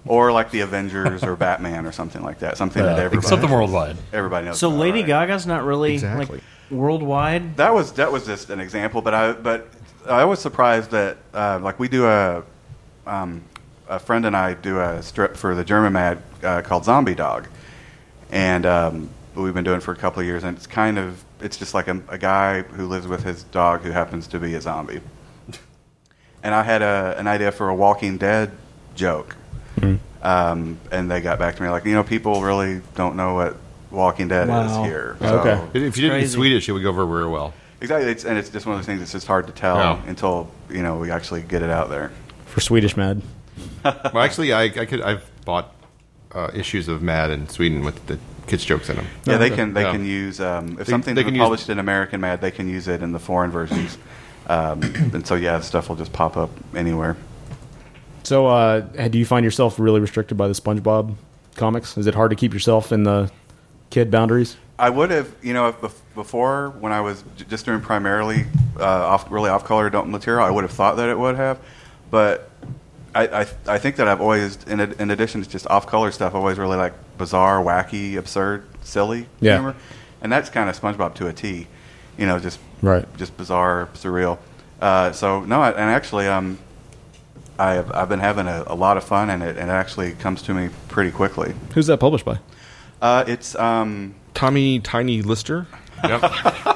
Speaker 11: or like the Avengers or Batman or something like that, something that
Speaker 2: Yeah.
Speaker 11: everybody
Speaker 2: Something worldwide.
Speaker 11: Everybody knows.
Speaker 1: So
Speaker 11: about,
Speaker 1: Lady
Speaker 11: right?
Speaker 1: Gaga's not really
Speaker 11: Exactly.
Speaker 1: like worldwide.
Speaker 11: That was that was just an example, but I but I was surprised that uh, like we do a um, a friend and I do a strip for the German Mad uh, called Zombie Dog, and um, we've been doing it for a couple of years, and it's kind of it's just like a, a guy who lives with his dog who happens to be a zombie, and I had a, an idea for a Walking Dead joke. Um, and they got back to me like, you know, people really don't know what Walking Dead
Speaker 10: Wow.
Speaker 11: is here.
Speaker 10: Okay. If you did
Speaker 11: It's
Speaker 10: it in Swedish, it would go over very well.
Speaker 11: Exactly, it's, and it's just one of those things that's just hard to tell
Speaker 10: Yeah.
Speaker 11: until you know we actually get it out there.
Speaker 9: for Swedish Mad.
Speaker 10: well, actually, I, I could. I've bought uh, issues of Mad in Sweden with the kids' jokes in them.
Speaker 11: Yeah, they can they can use um, if
Speaker 10: They-
Speaker 11: something's
Speaker 10: they can use-
Speaker 11: published in American Mad, they can use it in the foreign versions, um, and so yeah, stuff will just pop up anywhere.
Speaker 9: So uh, do you find yourself really restricted by the SpongeBob comics? Is it hard to keep yourself in the kid boundaries?
Speaker 11: I would have, you know, if bef- before when I was j- just doing primarily uh, off, really off-color adult material, I would have thought that it would have, but I, I, I think that I've always, in, ad- in addition to just off-color stuff, I always really like bizarre, wacky, absurd, silly
Speaker 9: Yeah.
Speaker 11: humor, and that's kind of SpongeBob to a T, you know, just
Speaker 9: Right.
Speaker 11: just bizarre, surreal. Uh, so no, I, and actually, um, I've I've been having a, a lot of fun, and it and it actually comes to me pretty quickly.
Speaker 9: Who's that published by?
Speaker 11: Uh, it's um,
Speaker 10: Tommy Tiny Lister.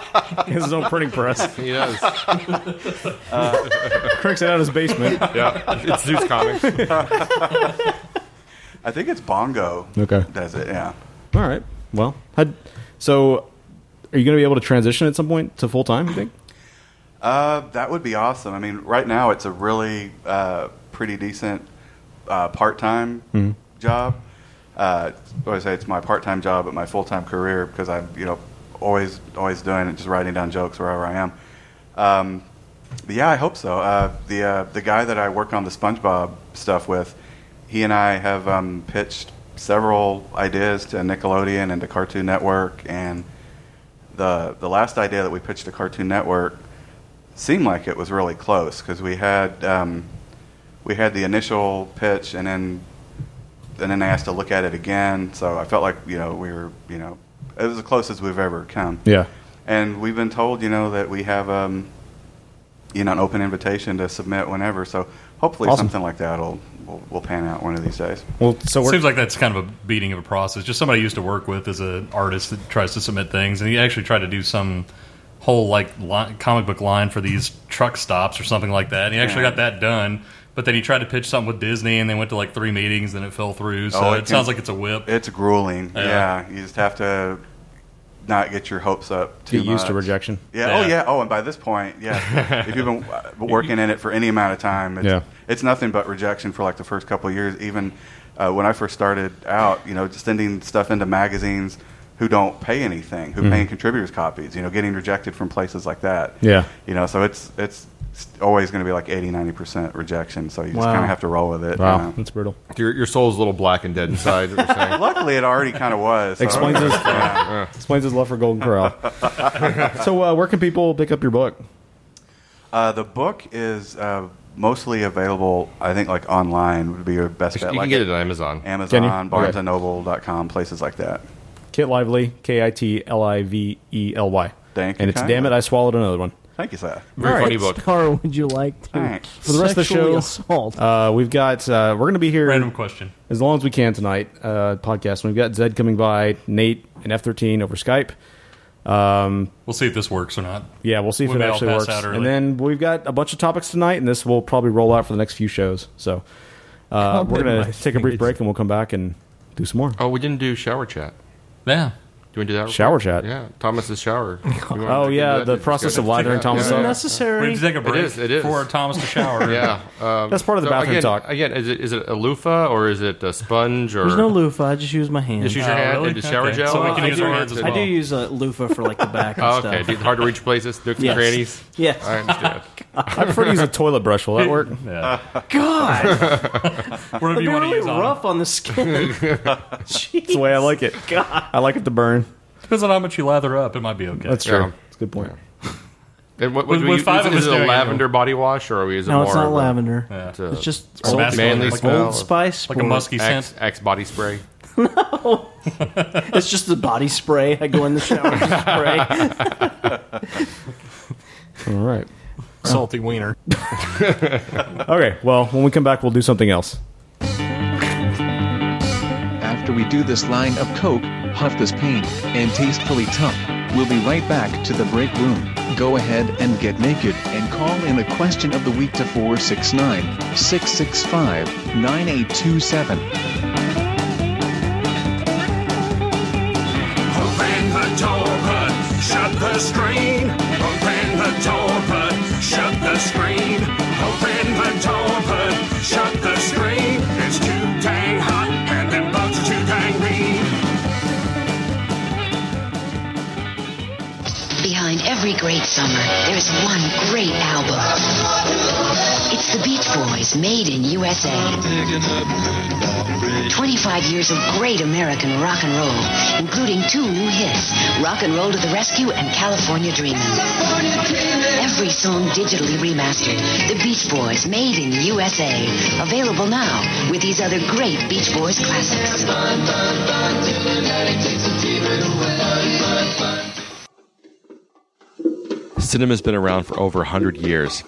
Speaker 9: He has his own printing press.
Speaker 10: He does.
Speaker 9: Cranks it out of his basement.
Speaker 10: Yeah, it's Zeus Comics.
Speaker 11: I think it's Bongo.
Speaker 9: Okay.
Speaker 11: Does it? Yeah.
Speaker 9: All right. Well, had, so are you going to be able to transition at some point to full time? You think?
Speaker 11: Uh, that would be awesome. I mean, right now it's a really uh, pretty decent uh, part-time
Speaker 9: Mhm.
Speaker 11: job. Uh, I always say it's my part-time job, but my full-time career because I'm, you know, always always doing it, just writing down jokes wherever I am. Um, but yeah, I hope so. Uh, the uh, the guy that I work on the SpongeBob stuff with, he and I have um, pitched several ideas to Nickelodeon and to Cartoon Network, and the the last idea that we pitched to Cartoon Network seemed like it was really close because we had um, we had the initial pitch, and then and then they asked to look at it again. So I felt like you know we were you know it was the closest we've ever come.
Speaker 9: Yeah.
Speaker 11: And we've been told you know that we have um, you know an open invitation to submit whenever. So hopefully
Speaker 9: Awesome.
Speaker 11: something like that will will will pan out one of these days.
Speaker 9: Well, so we're-
Speaker 2: seems like that's kind of a beating of a process. Just somebody I used to work with as an artist that tries to submit things, and he actually tried to do some whole like li comic book line for these truck stops or something like that. And he actually
Speaker 11: Yeah.
Speaker 2: got that done, but then he tried to pitch something with Disney, and they went to like three meetings, and it fell through. So
Speaker 11: Oh,
Speaker 2: it,
Speaker 11: can-
Speaker 2: sounds like it's a whip.
Speaker 11: It's grueling.
Speaker 2: Yeah.
Speaker 11: Yeah. you just have to not get your hopes up. Too
Speaker 9: Get used to
Speaker 11: much.
Speaker 9: rejection.
Speaker 11: Yeah. Oh
Speaker 9: Yeah.
Speaker 11: yeah. Oh, and by this point, yeah, if you've been uh, working in it for any amount of time, it's,
Speaker 9: Yeah.
Speaker 11: it's nothing but rejection for like the first couple of years. Even uh, when I first started out, you know, just sending stuff into magazines who don't pay anything, who
Speaker 9: Mhm.
Speaker 11: pay contributors copies, you know, getting rejected from places like that.
Speaker 9: Yeah.
Speaker 11: You know, so it's it's always going to be like 80 90% rejection so you just
Speaker 9: Wow.
Speaker 11: kind of have to roll with it
Speaker 9: Wow,
Speaker 11: you know.
Speaker 9: that's brutal
Speaker 10: Your, your soul's a little black and dead inside. what you're saying.
Speaker 11: Luckily, it already kind of was. so-
Speaker 9: Explains his-
Speaker 11: Yeah.
Speaker 9: explains his love for Golden Corral. so uh, where can people pick up your book?
Speaker 11: Uh, the book is uh, mostly available, I think, like online would be your best bet.
Speaker 10: You can
Speaker 11: like
Speaker 10: get it on Amazon.
Speaker 9: Can
Speaker 11: Amazon,
Speaker 9: you? Okay.
Speaker 11: barnesandnoble.com, places like that.
Speaker 9: Kit Lively, K I T L I V E L Y.
Speaker 11: Thank you
Speaker 9: And it's
Speaker 11: kindly.
Speaker 9: damn it, I swallowed another one.
Speaker 11: Thank you, sir.
Speaker 1: All right, Scar, would you like to
Speaker 9: Thanks. For the rest of the
Speaker 1: sexually
Speaker 9: show,
Speaker 1: assault?
Speaker 9: Uh, we've got uh, we're going to be here.
Speaker 2: Random question.
Speaker 9: As long as we can tonight, uh, podcast. We've got Zed coming by, Nate and F thirteen over Skype. Um,
Speaker 2: We'll see if this works or not.
Speaker 9: yeah, we'll see if
Speaker 2: We
Speaker 9: it
Speaker 2: may all
Speaker 9: actually
Speaker 2: pass
Speaker 9: works.
Speaker 2: out early.
Speaker 9: And then we've got a bunch of topics tonight, and this will probably roll out for the next few shows. So uh,
Speaker 2: Comment
Speaker 9: we're
Speaker 2: my
Speaker 9: going to take a brief break, and we'll come back and do some more.
Speaker 10: Oh, we didn't do shower chat.
Speaker 2: Yeah.
Speaker 10: Do we do that? real
Speaker 9: Shower
Speaker 10: quick?
Speaker 9: chat.
Speaker 10: Yeah, Thomas's shower.
Speaker 9: Oh, yeah, the process of lathering Thomas up.
Speaker 1: necessary?
Speaker 2: We need to take a break
Speaker 10: It is. It is
Speaker 2: for Thomas to shower.
Speaker 10: yeah, um,
Speaker 9: That's part of the bathroom
Speaker 10: again,
Speaker 9: talk.
Speaker 10: Again, is it is it a loofah or is it a sponge or
Speaker 1: There's no loofah. I just use my hands.
Speaker 10: Just use your
Speaker 2: Oh,
Speaker 10: hand
Speaker 2: really?
Speaker 10: and just shower
Speaker 2: Okay.
Speaker 10: gel.
Speaker 2: So we can
Speaker 10: I
Speaker 2: use
Speaker 10: do-
Speaker 2: our hands as
Speaker 1: I
Speaker 2: well.
Speaker 1: do use a loofah for like the back and
Speaker 10: Oh,
Speaker 1: stuff.
Speaker 10: okay, Do- hard to reach places, nooks
Speaker 1: Yes.
Speaker 10: and crannies.
Speaker 1: Yes.
Speaker 10: I understand.
Speaker 9: I prefer to use a toilet brush. Will that work?
Speaker 2: Yeah.
Speaker 1: God,
Speaker 10: Uh.
Speaker 2: Whatever
Speaker 1: they're
Speaker 2: you want to
Speaker 1: really
Speaker 2: use on. 'em.
Speaker 1: rough on the skin.
Speaker 9: That's the way I like it.
Speaker 1: God.
Speaker 9: I like it to burn.
Speaker 2: Depends on how much you lather up. It might be okay.
Speaker 9: That's true.
Speaker 10: Yeah.
Speaker 9: That's a good point.
Speaker 10: And what,
Speaker 2: With-
Speaker 10: what do we
Speaker 2: with
Speaker 10: use?
Speaker 2: five of
Speaker 10: is
Speaker 2: us
Speaker 10: it a
Speaker 2: doing it,
Speaker 10: lavender body wash or are we using
Speaker 1: No,
Speaker 10: more?
Speaker 1: it's not
Speaker 10: of a-
Speaker 1: lavender.
Speaker 2: Yeah.
Speaker 10: a-
Speaker 1: It's just
Speaker 10: a
Speaker 1: old-
Speaker 10: manly
Speaker 1: like
Speaker 10: smell.
Speaker 1: Old Spice,
Speaker 2: Like a
Speaker 1: or-
Speaker 2: musky
Speaker 10: Axe,
Speaker 2: scent.
Speaker 10: axe body spray.
Speaker 1: It's just the body spray. I go in the shower and spray.
Speaker 9: All right.
Speaker 12: Salty wiener.
Speaker 9: Okay. Well, when we come back, we'll do something else.
Speaker 13: After we do this line of coke, huff this paint, and tastefully tump, we'll be right back to the break room. Go ahead and get naked and call in a question of the week to 469 665 9827.
Speaker 4: Open the door, but shut the screen. Open the door, but shut the screen. Open the door, but shut the screen. It's too dang hot, and them bugs are too dang mean.
Speaker 14: Behind every great summer, there's one great album. It's the Beach Boys, made in USA. 25 years of great American rock and roll, including two new hits, Rock and Roll to the Rescue and California Dreamin'. Every song digitally remastered. The Beach Boys, made in USA. Available now with these other great Beach Boys classics.
Speaker 10: Cinema's been around for over 100 years.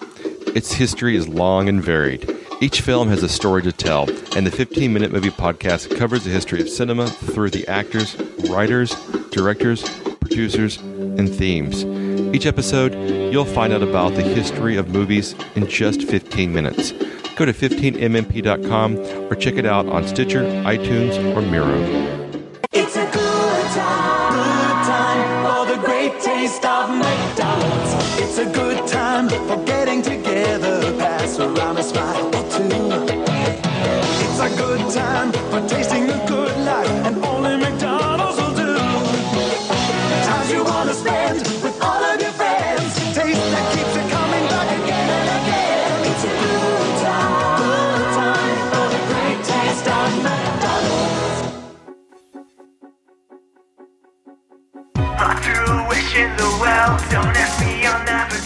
Speaker 10: Its history is long and varied. Each film has a story to tell, and the 15 Minute Movie Podcast covers the history of cinema through the actors, writers, directors, producers, and themes. Each episode, you'll find out about the history of movies in just 15 minutes. Go to 15mmp.com or check it out on Stitcher, iTunes, or Miro.
Speaker 4: It's a good time, good time for the great taste of McDonald's. It's a good time for getting together, pass around a smile or two. It's a good time for tasting the good life, and only McDonald's will do. Times you wanna spend with all of your friends, taste that keeps it coming back again and again. It's a good time, good time for the great taste of McDonald's.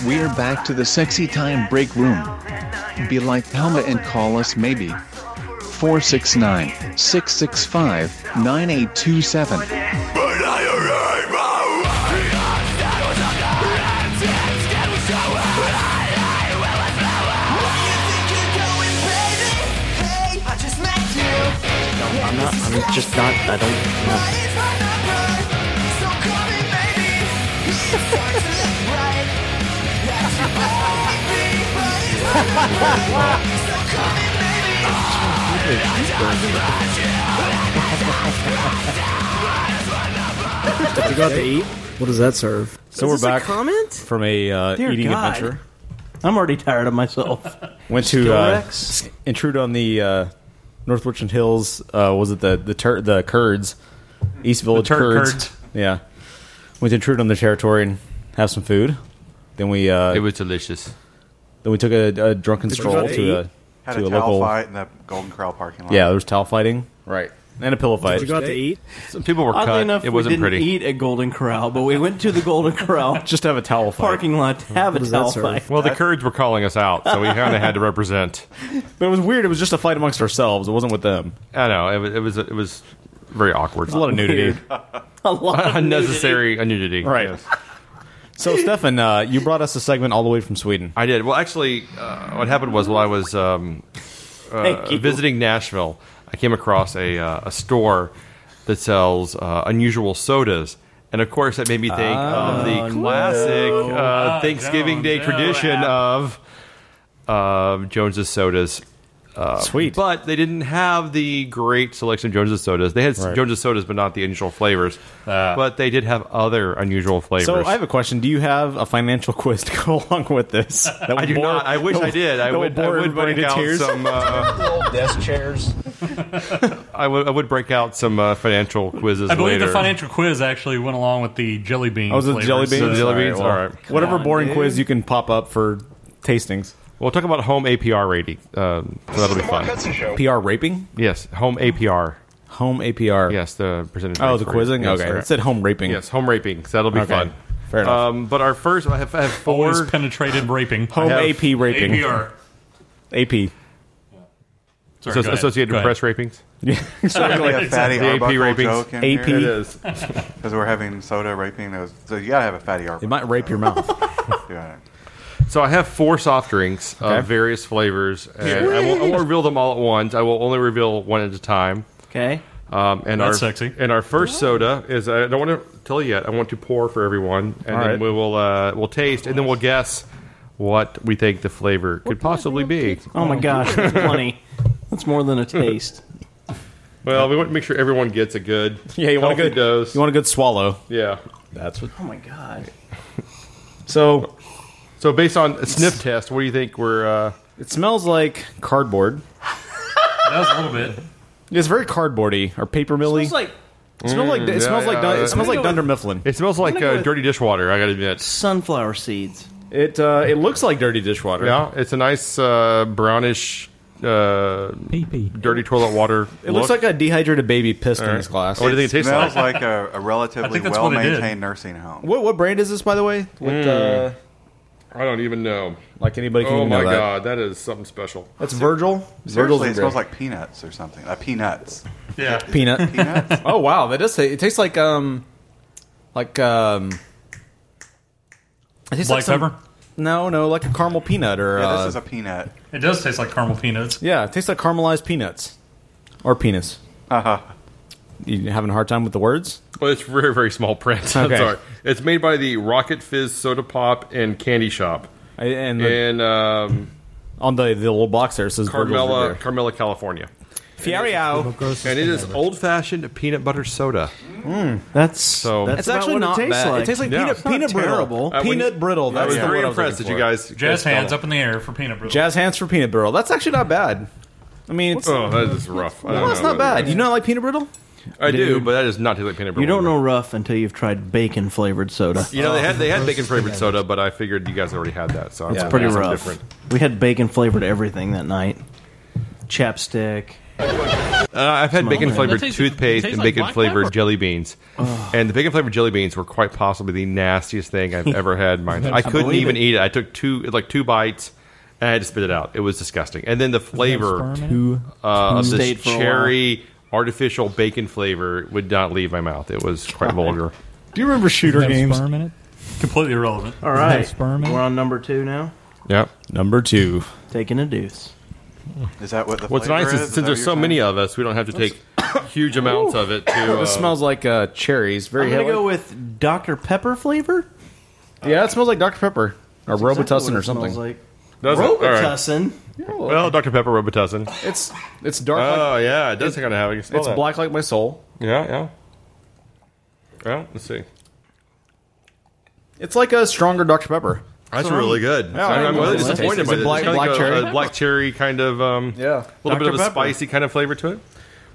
Speaker 13: We're back to the sexy time break room. Be like Thelma and call us maybe. 469 665 9827.
Speaker 12: I'm not. I'm just not. I don't. know.
Speaker 15: Did you go out to eat?
Speaker 1: What does that serve?
Speaker 9: So we're back from a uh,
Speaker 1: Dear
Speaker 9: eating
Speaker 1: God.
Speaker 9: adventure.
Speaker 1: I'm already tired of myself.
Speaker 9: Went to
Speaker 1: Skill
Speaker 9: uh,
Speaker 1: Rex?
Speaker 9: intrude on the uh, North Richmond Hills. Uh, was it the the tur- the Kurds, East Village
Speaker 2: Turk
Speaker 9: Kurds?
Speaker 2: Kurds.
Speaker 9: Yeah, went to intrude on their territory and have some food. Then we uh,
Speaker 10: It was delicious.
Speaker 9: Then we took a, a drunken
Speaker 11: Did you
Speaker 9: stroll
Speaker 11: go to
Speaker 9: to
Speaker 11: eat?
Speaker 9: a
Speaker 11: Had
Speaker 9: to
Speaker 11: a
Speaker 9: a,
Speaker 11: towel
Speaker 9: local
Speaker 11: fight in the Golden Corral parking lot.
Speaker 9: Yeah, there was towel fighting. Right, and a pillow fight.
Speaker 10: Some people were
Speaker 1: Oddly
Speaker 10: cut.
Speaker 1: Enough,
Speaker 10: it wasn't
Speaker 1: we didn't
Speaker 10: pretty.
Speaker 1: Eat at Golden Corral, but we went to the Golden Corral
Speaker 9: just to have a towel fight.
Speaker 1: Parking lot, to have a towel fight.
Speaker 10: Well, the Kurds were calling us out, so we kind of had to represent.
Speaker 9: But it was weird. It was just a fight amongst ourselves. It wasn't with them.
Speaker 10: I know it was it was, it was very awkward.
Speaker 9: There's a lot of nudity. Weird.
Speaker 1: a lot of
Speaker 10: unnecessary nudity.
Speaker 9: Right. So, Stefan, uh, you brought us a segment all the way from Sweden.
Speaker 10: I did. Well, actually, uh, what happened was while I was um,
Speaker 9: Thank
Speaker 10: uh,
Speaker 9: you.
Speaker 10: visiting Nashville, I came across a, uh, a store that sells uh, unusual sodas. And of course, that made me think of
Speaker 9: Oh,
Speaker 10: the classic
Speaker 9: no.
Speaker 10: uh,
Speaker 9: Ah, Jones,
Speaker 10: Thanksgiving Day
Speaker 9: no,
Speaker 10: tradition of um, Jones's sodas. Uh, Sweet, but they didn't have the great selection of Jones's sodas. They had
Speaker 9: Right. Uh.
Speaker 10: Jones's sodas, but not the unusual flavors. but they did have other unusual flavors.
Speaker 9: So, I have a question. Do you have a financial quiz to go along with this? That
Speaker 10: I
Speaker 9: would
Speaker 10: do
Speaker 9: bore-
Speaker 10: not. I wish I did. I
Speaker 9: that
Speaker 10: would. I
Speaker 9: bore
Speaker 10: would
Speaker 9: everybody
Speaker 10: break
Speaker 9: to
Speaker 10: out
Speaker 9: tears?
Speaker 10: some. Uh,
Speaker 15: desk chairs.
Speaker 10: I would. I would break out some uh, financial quizzes
Speaker 2: I believe
Speaker 10: later.
Speaker 2: the financial quiz actually went along with the jelly bean.
Speaker 9: I was with
Speaker 2: flavors,
Speaker 9: Oh, jelly beans.
Speaker 2: so-
Speaker 10: jelly beans? All right.
Speaker 9: Whatever
Speaker 10: Come on,
Speaker 9: boring
Speaker 10: dude.
Speaker 9: quiz you can pop up for tastings.
Speaker 10: we'll talk about home APR rating. Um, so that'll be fun.
Speaker 9: PR raping?
Speaker 10: Yes, home APR.
Speaker 9: Home APR.
Speaker 10: Yes, the percentage.
Speaker 9: Oh,
Speaker 10: rates
Speaker 9: the
Speaker 10: for
Speaker 9: quizzing?
Speaker 10: it. Yes,
Speaker 9: okay.
Speaker 10: right.
Speaker 9: It said home raping.
Speaker 10: Yes, home raping. So that'll be
Speaker 9: Okay.
Speaker 10: fun.
Speaker 9: Fair enough.
Speaker 10: Um, but our first, I have, I have four
Speaker 2: Always penetrated raping.
Speaker 10: Home
Speaker 2: I have-
Speaker 10: AP raping.
Speaker 2: APR.
Speaker 9: AP.
Speaker 2: Sorry,
Speaker 10: So-
Speaker 2: go ahead.
Speaker 10: Associated
Speaker 2: Go ahead.
Speaker 10: Press rapings.
Speaker 9: Yeah,
Speaker 11: Certainly a fatty
Speaker 10: The AP
Speaker 11: Arbuckle
Speaker 10: rapings.
Speaker 11: joke in
Speaker 10: AP.
Speaker 11: here.
Speaker 10: It is.
Speaker 11: because we're having soda raping those. So you gotta have a fatty Arbuckle.
Speaker 9: It might rape your mouth.
Speaker 11: Yeah.
Speaker 10: So I have four soft drinks
Speaker 11: Okay.
Speaker 10: of various flavors, and I won't, I won't reveal them all at once. I will only reveal one at a time.
Speaker 1: Okay.
Speaker 10: Um, and
Speaker 2: That's
Speaker 10: our
Speaker 2: sexy.
Speaker 10: and our first soda is I don't want to tell you yet. I want to pour for everyone, and
Speaker 2: All
Speaker 10: then
Speaker 2: right.
Speaker 10: we will uh, we'll taste, and then we'll guess what we think the flavor could possibly be.
Speaker 1: Oh my gosh, that's plenty. That's more than a taste.
Speaker 10: Well, we want to make sure everyone gets a good
Speaker 9: Yeah, you want a
Speaker 10: healthy
Speaker 9: good
Speaker 10: dose.
Speaker 9: You want a good swallow.
Speaker 10: yeah,
Speaker 9: that's what.
Speaker 1: Oh my god.
Speaker 9: So,
Speaker 10: so based on a sniff test, what do you think we're? Uh,
Speaker 9: it smells like cardboard.
Speaker 2: That was a little bit.
Speaker 9: It's very cardboardy or paper milly.
Speaker 1: Smells like
Speaker 9: It smells like- it smells like Dun- it smells like Dunder Mifflin.
Speaker 10: Mm, It smells like
Speaker 9: gonna go
Speaker 10: uh,
Speaker 9: with-
Speaker 10: dirty dishwater. I got to admit.
Speaker 1: sunflower seeds.
Speaker 9: It uh, it looks like dirty dishwater.
Speaker 10: Yeah, it's a nice uh, brownish, uh, dirty toilet water.
Speaker 9: It looks like a dehydrated baby pissed in his glass.
Speaker 10: What do you think it tastes
Speaker 11: smells
Speaker 10: like?
Speaker 11: like? a, a relatively
Speaker 10: that's
Speaker 11: well
Speaker 10: what it did.
Speaker 11: maintained nursing home.
Speaker 9: What what brand is this by the way? uh, What,
Speaker 10: Mm.
Speaker 9: uh,
Speaker 10: I don't even know.
Speaker 9: Like anybody can
Speaker 10: Oh
Speaker 9: even
Speaker 10: my
Speaker 9: know that.
Speaker 10: god, that is something special.
Speaker 9: That's Virgil. Virgil's
Speaker 11: Seriously, it
Speaker 9: in
Speaker 11: smells
Speaker 9: there.
Speaker 11: like peanuts or something. Uh, peanuts.
Speaker 10: Yeah.
Speaker 9: peanut.
Speaker 11: Peanuts?
Speaker 9: oh wow, that does. Say, it tastes like um, like um, it tastes
Speaker 2: Black
Speaker 9: some-
Speaker 2: pepper?
Speaker 9: No, no, like a caramel peanut or
Speaker 2: Yeah, this
Speaker 9: uh,
Speaker 2: is a
Speaker 11: peanut.
Speaker 2: It does taste like caramel peanuts.
Speaker 9: Yeah, it tastes like caramelized peanuts or penis.
Speaker 11: Uh
Speaker 10: Uh-huh.
Speaker 11: huh.
Speaker 9: You having a hard time with the words?
Speaker 10: Well, it's very very small print. I'm
Speaker 9: Okay.
Speaker 10: sorry. It's made by the Rocket Fizz Soda Pop and Candy Shop.
Speaker 9: And the-
Speaker 10: in um,
Speaker 9: on the the little box there it says Virgil's in
Speaker 10: Carmela,
Speaker 9: there.
Speaker 10: Carmela, California.
Speaker 9: Fiorio.
Speaker 10: And it is old fashioned peanut butter soda.
Speaker 1: That's
Speaker 10: so.
Speaker 9: That's Hmm. actually not bad. It tastes like peanut, peanut brittle.
Speaker 10: Uh, when-
Speaker 9: Peanut brittle.
Speaker 10: I
Speaker 9: That's
Speaker 10: was
Speaker 9: the
Speaker 10: very
Speaker 9: word I
Speaker 10: impressed that
Speaker 9: looking
Speaker 10: you
Speaker 9: for.
Speaker 10: guys
Speaker 2: Jazz hands up in the air for peanut brittle.
Speaker 9: Jazz hands for peanut brittle. That's actually not bad. I mean, it's,
Speaker 10: Oh, that is rough. I
Speaker 9: No,
Speaker 10: don't
Speaker 9: it's
Speaker 10: know
Speaker 9: not
Speaker 10: about
Speaker 9: bad. You know, I like peanut brittle.
Speaker 10: I do,
Speaker 1: Dude.
Speaker 10: but that is not too like peanut
Speaker 1: You
Speaker 10: brittle.
Speaker 1: don't know rough until you've tried bacon flavored soda.
Speaker 10: You know they had they had bacon flavored soda, but I figured you guys already had that, so I'm
Speaker 1: It's
Speaker 10: gonna
Speaker 1: pretty
Speaker 10: do something
Speaker 1: rough. We had bacon flavored everything that night. Chapstick.
Speaker 10: Uh, I've had
Speaker 1: Smell
Speaker 10: bacon
Speaker 1: it.
Speaker 10: flavored
Speaker 1: That tastes-
Speaker 10: toothpaste
Speaker 1: tastes
Speaker 10: and
Speaker 1: like
Speaker 10: bacon
Speaker 1: black
Speaker 10: flavored
Speaker 1: pepper.
Speaker 10: jelly beans,
Speaker 1: Ugh.
Speaker 10: and the bacon flavored jelly beans were quite possibly the nastiest thing I've ever had. in My
Speaker 1: I
Speaker 10: I couldn't
Speaker 1: believe
Speaker 10: even
Speaker 1: it.
Speaker 10: eat it. I took two like two bites, I had to spit it out. It was disgusting. And then the flavor
Speaker 9: sperm in
Speaker 10: uh, of
Speaker 9: Two.
Speaker 10: this
Speaker 9: Stayed for a while.
Speaker 10: cherry artificial bacon flavor would not leave my mouth. It was quite vulgar.
Speaker 9: Do you remember shooter
Speaker 1: Does it have
Speaker 9: games?
Speaker 1: sperm
Speaker 16: in it?
Speaker 2: Completely irrelevant.
Speaker 1: All
Speaker 9: Does it have
Speaker 1: right,
Speaker 9: sperm in it?
Speaker 1: we're on number two now.
Speaker 10: Yep.
Speaker 9: Number two.
Speaker 1: Taking a deuce.
Speaker 11: Is that what the
Speaker 10: What's nice is, since there's so many of us, we don't have to take huge amounts of it. To
Speaker 9: this smells like uh, cherries. Very
Speaker 1: I'm gonna
Speaker 9: heavily.
Speaker 1: go with Dr Pepper flavor.
Speaker 9: yeah, it smells like Dr Pepper or
Speaker 1: That's exactly
Speaker 9: Robitussin
Speaker 1: what it
Speaker 9: or something.
Speaker 1: smells like.
Speaker 10: Does it? All right.
Speaker 1: Robitussin.
Speaker 10: Well, Dr Pepper Robitussin.
Speaker 9: It's it's dark.
Speaker 10: Oh,
Speaker 9: like,
Speaker 10: yeah, it does kinda have- I can
Speaker 9: It's
Speaker 10: smell that.
Speaker 9: black like my soul.
Speaker 10: Yeah, yeah. Well, let's see.
Speaker 9: It's like a stronger Dr Pepper.
Speaker 10: That's really good.
Speaker 9: Yeah,
Speaker 10: I'm, I'm
Speaker 9: I
Speaker 10: really
Speaker 9: don't know.
Speaker 10: disappointed
Speaker 9: Is
Speaker 10: by
Speaker 9: it
Speaker 10: this.
Speaker 9: black,
Speaker 10: It's kinda
Speaker 9: black
Speaker 10: like a-
Speaker 9: cherry.
Speaker 10: a black cherry kind of, um,
Speaker 9: Yeah.
Speaker 10: a little bit
Speaker 9: Dr.
Speaker 10: of a
Speaker 9: Pepper.
Speaker 10: spicy kind of flavor to it.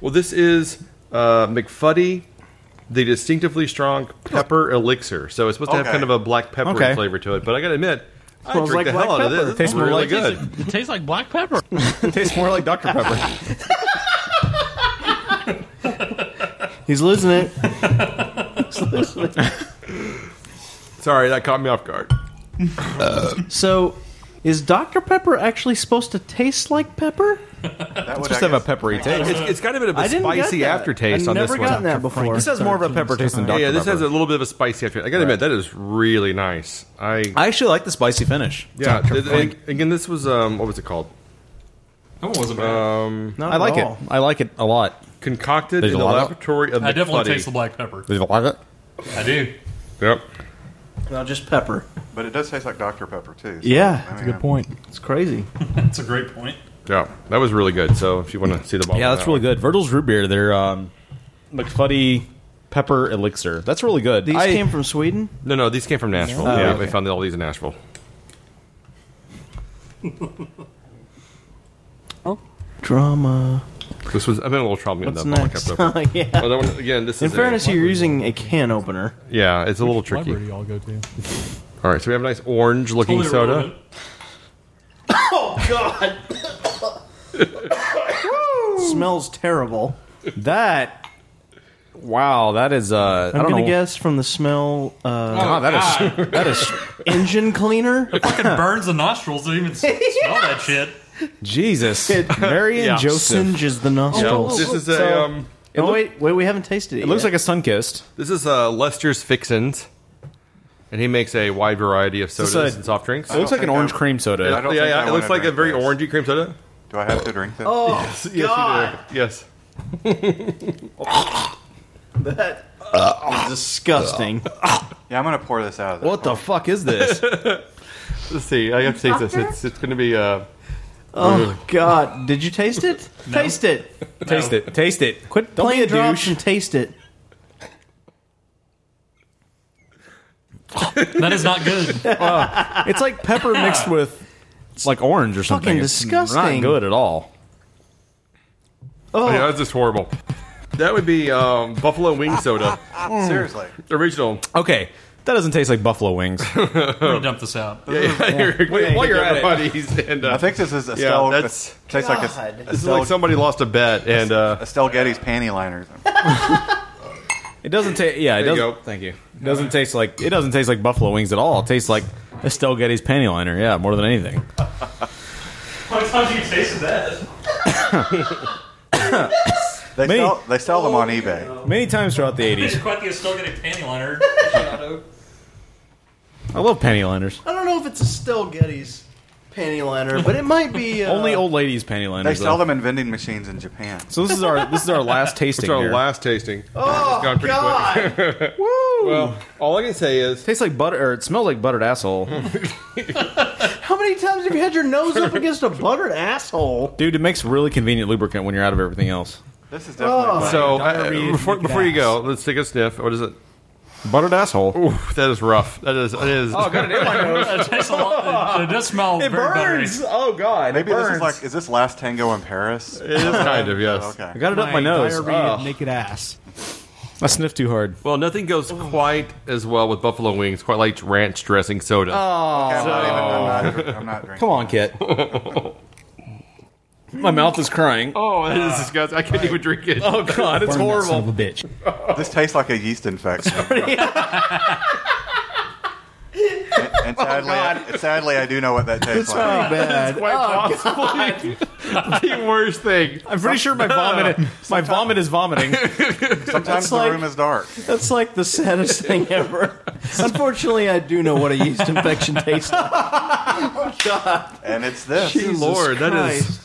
Speaker 10: Well, this is uh, McFuddy, the distinctively strong pepper elixir. So it's supposed to have
Speaker 2: Okay.
Speaker 10: kind of a black pepper
Speaker 2: Okay.
Speaker 10: flavor to it. But I got to admit, I
Speaker 2: Smells
Speaker 10: drink
Speaker 2: like
Speaker 10: the
Speaker 2: black
Speaker 10: hell out
Speaker 2: pepper.
Speaker 10: of this. It's
Speaker 2: Tastes more
Speaker 10: really
Speaker 2: like-
Speaker 10: good.
Speaker 16: It tastes like black pepper.
Speaker 9: it tastes more like Dr Pepper. He's losing it.
Speaker 10: Sorry, that caught me off guard.
Speaker 1: so, is Dr Pepper actually supposed to taste like pepper?
Speaker 10: That
Speaker 9: supposed to have a peppery taste.
Speaker 10: It's, it's got a bit of
Speaker 1: I
Speaker 10: a
Speaker 1: didn't get
Speaker 10: spicy
Speaker 1: that.
Speaker 10: aftertaste
Speaker 1: I've
Speaker 10: on this
Speaker 1: never
Speaker 10: one.
Speaker 1: gotten that Dr. Frank before.
Speaker 9: This has more of a pepper taste than Dr.
Speaker 10: Yeah, yeah, this
Speaker 9: Pepper.
Speaker 10: has a little bit of a spicy aftertaste. I got to admit, that is really nice. I
Speaker 9: I actually like the spicy finish.
Speaker 10: Yeah,
Speaker 9: Dr.
Speaker 10: th-
Speaker 9: Frank.
Speaker 10: ag- again, this was um, what was it called?
Speaker 2: That one wasn't bad.
Speaker 10: Um,
Speaker 2: Not I at like it. all.
Speaker 9: I like it a lot.
Speaker 10: Concocted
Speaker 9: There's
Speaker 10: in
Speaker 9: a
Speaker 10: the
Speaker 9: lot of-
Speaker 10: laboratory of
Speaker 2: I definitely
Speaker 10: McFuddy.
Speaker 2: taste the black pepper.
Speaker 9: Did you like it?
Speaker 2: I do.
Speaker 10: Yep.
Speaker 1: No, just pepper.
Speaker 11: But it does taste like Dr. Pepper, too. so,
Speaker 1: Yeah,
Speaker 11: I mean, I'm-
Speaker 1: It's crazy.
Speaker 2: That's a great point.
Speaker 10: Yeah, that was really good. So if you want to see the bottle,
Speaker 9: Yeah, that's really good. Virgil's root beer. Their um, McFuddy pepper elixir. That's really good.
Speaker 1: These
Speaker 9: I-
Speaker 1: came from Sweden.
Speaker 10: No, no, these came from Nashville.
Speaker 9: Oh,
Speaker 10: yeah,
Speaker 9: okay.
Speaker 10: we found all these in Nashville.
Speaker 1: Drama.
Speaker 10: This was I've been a little trouble with
Speaker 1: What's
Speaker 10: that bottle I
Speaker 1: next?
Speaker 9: Oh,
Speaker 10: kept open.
Speaker 1: yeah.
Speaker 10: Well, Oh, that one- again, this
Speaker 1: In
Speaker 10: is a-
Speaker 1: fairness, you're using a can opener.
Speaker 10: Yeah, it's a little tricky.
Speaker 16: Library y'all go to.
Speaker 10: All right, so we have a nice orange looking
Speaker 16: Totally
Speaker 10: soda.
Speaker 16: relevant.
Speaker 1: Oh God! Smells terrible.
Speaker 9: That. Wow, that is. Uh, I
Speaker 1: I'm
Speaker 9: don't
Speaker 1: gonna
Speaker 9: know.
Speaker 1: guess from the smell. Uh,
Speaker 2: Oh,
Speaker 10: Oh,
Speaker 9: God, that is that is.
Speaker 1: engine cleaner.
Speaker 2: It fucking burns the nostrils to even s- smell that shit.
Speaker 9: Jesus, Mary and
Speaker 2: Yeah.
Speaker 9: Joseph
Speaker 1: singes the nostrils.
Speaker 10: This is a, um,
Speaker 1: oh, wait, wait, we haven't tasted it.
Speaker 10: it looks
Speaker 1: yet.
Speaker 10: like
Speaker 9: a sun kissed.
Speaker 10: This is uh, Lester's Fixins, and he makes a wide variety of
Speaker 9: It's
Speaker 10: sodas
Speaker 9: a-
Speaker 10: and soft drinks.
Speaker 9: it looks like an orange cream soda.
Speaker 10: Yeah,
Speaker 9: I don't think
Speaker 10: yeah, yeah,
Speaker 9: I
Speaker 10: it
Speaker 9: wanna
Speaker 10: looks like a
Speaker 9: drink
Speaker 10: very orangey cream soda.
Speaker 11: Do I have to drink that?
Speaker 1: Oh,
Speaker 10: yes, yes, you do. yes.
Speaker 1: that is disgusting.
Speaker 11: Uh, yeah, I'm gonna pour this out. Of
Speaker 9: What the fuck is this?
Speaker 10: Let's see. I have to taste this. It's, it's going to be. Uh,
Speaker 1: Oh God! Did you taste it? Taste it.
Speaker 9: Taste it. Taste it. Quit don't
Speaker 1: Plain
Speaker 9: be a
Speaker 1: drops
Speaker 9: douche.
Speaker 1: and taste it.
Speaker 2: That is not good.
Speaker 9: Oh, It's like pepper mixed with it's like orange or something.
Speaker 1: fucking
Speaker 9: It's Not
Speaker 1: disgusting.
Speaker 9: good at all.
Speaker 1: Oh,
Speaker 10: yeah, that's just horrible. That would be um, buffalo wing soda.
Speaker 11: Seriously.
Speaker 10: Original.
Speaker 9: Okay, that doesn't taste like buffalo wings.
Speaker 2: We're gonna dump this out.
Speaker 10: Yeah, yeah, you're-
Speaker 9: Wait,
Speaker 10: while you're
Speaker 9: yeah,
Speaker 10: at it.
Speaker 9: buddies,
Speaker 10: And, uh,
Speaker 11: I think this is Estelle.
Speaker 10: yeah, that's,
Speaker 11: it tastes like
Speaker 1: God.
Speaker 11: a,
Speaker 10: this is like somebody lost a bet and uh,
Speaker 11: Estelle Getty's panty liners.
Speaker 9: It doesn't taste. Yeah, it
Speaker 10: There you
Speaker 9: doesn't.
Speaker 10: go. Thank you.
Speaker 9: It doesn't taste like it doesn't taste like buffalo wings at all. It tastes like Estelle Getty's panty liner. Yeah, more than anything.
Speaker 2: How many times have you tasted that?
Speaker 11: They
Speaker 9: Many-
Speaker 11: sell, they sell them on eBay.
Speaker 9: Many times throughout the '80s,
Speaker 2: quite the still getting panty liner.
Speaker 9: I love panty liners.
Speaker 1: I don't know if it's Estelle Getty's panty liner, but it might be uh,
Speaker 9: Only old ladies panty
Speaker 11: They
Speaker 9: liners.
Speaker 11: sell
Speaker 9: though.
Speaker 11: them in vending machines in Japan.
Speaker 9: So this is our this is our last tasting.
Speaker 10: It's our
Speaker 9: here.
Speaker 10: last tasting.
Speaker 1: Oh,
Speaker 10: It's gone pretty
Speaker 1: God.
Speaker 10: quick.
Speaker 9: Woo!
Speaker 10: well, all I can say is
Speaker 9: tastes like butter. Or it smells like buttered asshole,
Speaker 1: How many times have you had your nose up against a buttered asshole?
Speaker 9: dude. It makes really convenient lubricant when you're out of everything else.
Speaker 11: This is definitely.
Speaker 1: Oh.
Speaker 10: so.
Speaker 9: uh,
Speaker 1: Dr.
Speaker 10: I-
Speaker 1: Reed,
Speaker 10: before
Speaker 1: look at
Speaker 10: before you
Speaker 1: that.
Speaker 10: go, let's take a sniff. What is it?
Speaker 9: Buttered asshole. Oh,
Speaker 10: Oof, that is rough. That is. That is.
Speaker 2: it tastes a lot. It, does smell very buttery.
Speaker 9: Oh god,
Speaker 11: Maybe this is like—is this Last Tango in Paris?
Speaker 10: It is kind of yes.
Speaker 11: Okay.
Speaker 9: I got it up my nose. Ugh.
Speaker 16: naked ass.
Speaker 9: I sniffed too hard.
Speaker 10: Well, nothing goes quite as well with buffalo wings, quite like ranch dressing soda.
Speaker 11: I'm, not even, I'm, not,
Speaker 10: Oh.
Speaker 11: even- I'm not drinking.
Speaker 9: Come on, Kit. my mouth is crying.
Speaker 10: oh, that is disgusting. I couldn't even drink it.
Speaker 9: Oh god, it's
Speaker 16: Burn that son
Speaker 9: horrible.
Speaker 16: of a bitch.
Speaker 11: This tastes like a yeast infection. and, and sadly, sadly, I do know what that tastes
Speaker 9: Oh, It's
Speaker 11: like.
Speaker 9: pretty bad. It's quite Oh,
Speaker 11: possible.
Speaker 10: the worst thing.
Speaker 9: I'm pretty sure my vomit, my vomit is vomiting.
Speaker 1: That's like- That's like the saddest thing ever. Unfortunately, I do know what a yeast infection tastes like. God.
Speaker 11: And it's this.
Speaker 1: Jesus
Speaker 10: Lord, that is-
Speaker 1: Christ.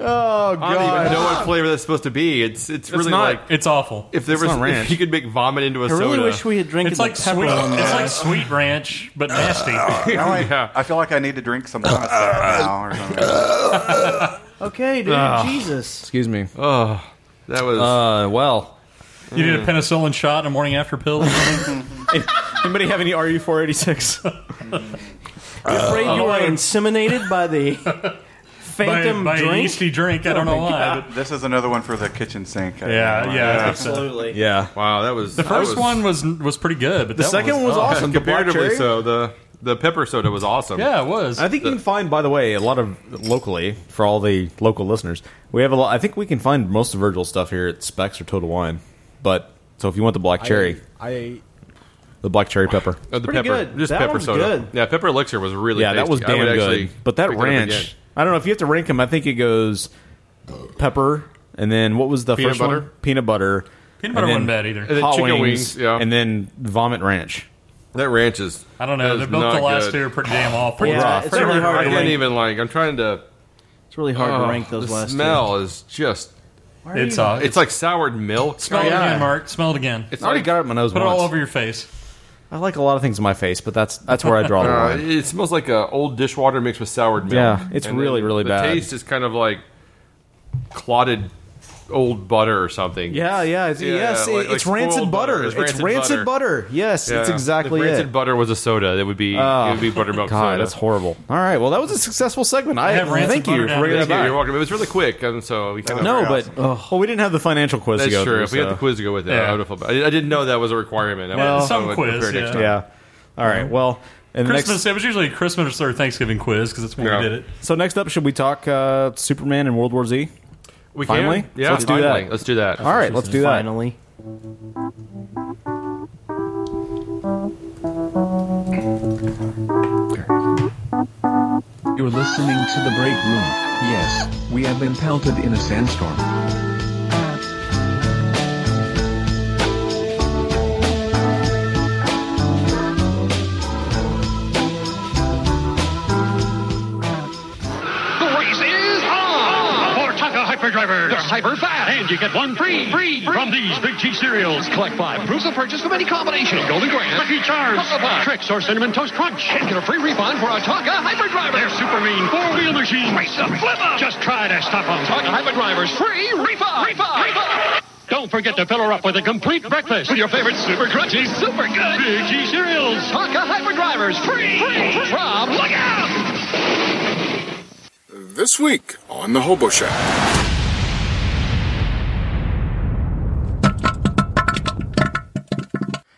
Speaker 9: Oh
Speaker 10: I
Speaker 9: god!
Speaker 10: don't even know what flavor that's supposed to be. It's it's,
Speaker 2: It's
Speaker 10: really
Speaker 2: not-
Speaker 10: like
Speaker 2: it's awful.
Speaker 10: If there
Speaker 2: It's
Speaker 10: was,
Speaker 2: not ranch.
Speaker 10: if you could make vomit into a
Speaker 2: I
Speaker 10: soda.
Speaker 2: really wish we had drinking It's like the pepper sweet- on it's that. like
Speaker 11: sweet ranch, but
Speaker 2: nasty.
Speaker 11: Uh, now I, I feel like I need to drink some kind of stuff now or something.
Speaker 1: Okay, dude.
Speaker 2: Ah.
Speaker 10: Ugh.
Speaker 1: Jesus.
Speaker 9: Excuse me.
Speaker 10: Oh, that was. Mm.
Speaker 9: Uh, well.
Speaker 2: You
Speaker 9: Mm.
Speaker 2: need a penicillin shot and a morning after pill.
Speaker 9: Anybody have any RU486?
Speaker 1: I'm afraid you
Speaker 2: Oh.
Speaker 1: are inseminated by the phantom drink.
Speaker 11: I
Speaker 1: Oh my God.
Speaker 11: This is another one for the kitchen sink. I
Speaker 2: Yeah,
Speaker 11: don't know.
Speaker 2: yeah, absolutely.
Speaker 9: Yeah.
Speaker 10: Wow, that was
Speaker 2: The
Speaker 10: that
Speaker 2: first
Speaker 10: was-
Speaker 2: one was was pretty good, but
Speaker 10: that
Speaker 2: that oh.
Speaker 10: Comparatively, so the the pepper soda was awesome.
Speaker 2: Yeah, it was.
Speaker 9: I think you can find, by the way, a lot of locally for all the local listeners. We have a lot. I think we can find most of Virgil's stuff here at Specs or Total Wine. But so if you want the black cherry,
Speaker 1: I
Speaker 9: the black cherry pepper,
Speaker 10: Oh, the pepper, just pepper soda. Yeah, pepper elixir was really.
Speaker 9: yeah, that was
Speaker 10: tasty. I
Speaker 9: damn
Speaker 10: would actually
Speaker 9: good. But that
Speaker 10: pick it up again.
Speaker 9: ranch, I don't know if you have to rank them. I think it goes pepper, and then what was the
Speaker 10: Peanut
Speaker 9: first
Speaker 10: butter?
Speaker 9: one? Peanut butter.
Speaker 2: Peanut
Speaker 9: and
Speaker 2: butter
Speaker 9: then
Speaker 2: wasn't bad either. And then
Speaker 9: hot
Speaker 2: chicken
Speaker 9: wings,
Speaker 2: wings, yeah.
Speaker 9: and then vomit ranch.
Speaker 10: That ranch is.
Speaker 2: I don't know.
Speaker 10: that
Speaker 2: They
Speaker 10: is
Speaker 2: both
Speaker 10: not
Speaker 2: the last
Speaker 10: good.
Speaker 2: two are pretty damn awful.
Speaker 10: Pretty rough.
Speaker 2: Pretty
Speaker 10: I can't even like. I'm trying to.
Speaker 1: It's really hard to
Speaker 10: Oh,
Speaker 1: rank those
Speaker 10: the
Speaker 1: last two.
Speaker 10: Smell is just.
Speaker 1: Why are It's, you- uh,
Speaker 10: it's like soured milk.
Speaker 2: Smell it again, Mark. Smell it again.
Speaker 10: It's I already like- got it in my nose
Speaker 2: Put it all
Speaker 10: once.
Speaker 2: over your face.
Speaker 9: I like a lot of things in my face, but that's that's where I draw the
Speaker 10: Uh,
Speaker 9: line.
Speaker 10: It smells like a old dishwater mixed with soured milk.
Speaker 9: Yeah, it's really,
Speaker 10: the-
Speaker 9: really
Speaker 10: the
Speaker 9: bad.
Speaker 10: taste is kind of like clotted old butter or something.
Speaker 9: Yeah, yeah, it's, yes,
Speaker 10: like-
Speaker 9: it-
Speaker 10: like
Speaker 9: it's rancid
Speaker 10: spoiled
Speaker 9: butter. It's rancid, butter. Yes, it's exactly
Speaker 10: if rancid
Speaker 9: it.
Speaker 10: butter was a soda, that would be
Speaker 9: Oh,
Speaker 10: it would be buttermilk
Speaker 9: God,
Speaker 10: soda.
Speaker 9: that's horrible. All right, well, that was a successful segment. I, thank you for bringing that
Speaker 10: Thank you,
Speaker 9: back.
Speaker 10: You're welcome. It was really quick, and so we kind of
Speaker 9: No, but oh, well, we didn't have the financial quiz
Speaker 10: that's
Speaker 9: to go
Speaker 10: true.
Speaker 9: through, uh,
Speaker 10: If we had
Speaker 9: so-
Speaker 10: the quiz to go with that, I
Speaker 9: Yeah.
Speaker 10: would have. I, I didn't know that was a requirement. I would-
Speaker 9: Well,
Speaker 10: I would prepare next time.
Speaker 9: Yeah. All right. Well, and the
Speaker 2: Christmas.
Speaker 9: next
Speaker 2: It was usually a Christmas or Thanksgiving quiz because that's when we did it.
Speaker 9: So next up, should we talk uh, Superman and World War Z?
Speaker 2: We can.
Speaker 9: finally.
Speaker 2: Yeah,
Speaker 9: So let's do
Speaker 2: finally.
Speaker 9: that.
Speaker 2: Let's do that.
Speaker 9: All right, let's do that.
Speaker 1: Finally.
Speaker 17: You're listening to The Break Room. Yes, we have been pelted in a sandstorm.
Speaker 18: The race is on! For Taka Hyper Drivers, they're hyper fast, and you get one free, free, free from these Big Cheese cereals. Collect five proofs of purchase from any combination: Golden Grand, Lucky Charms, Cocoa Puffs, Tricks, or Cinnamon Toast Crunch, and get a free refund for our Taka Hyper Driver. They're super mean four-wheel machines. Race up, flip up. Just try to stop them. Taka Hyper Drivers, free refund, refund, refund. Don't forget to fill her up with a complete breakfast with your favorite super crunchy, super good Big Cheese cereals. Taka Hyper Drivers, free, free, free from Look Out!
Speaker 19: This week on the Hobo Shack.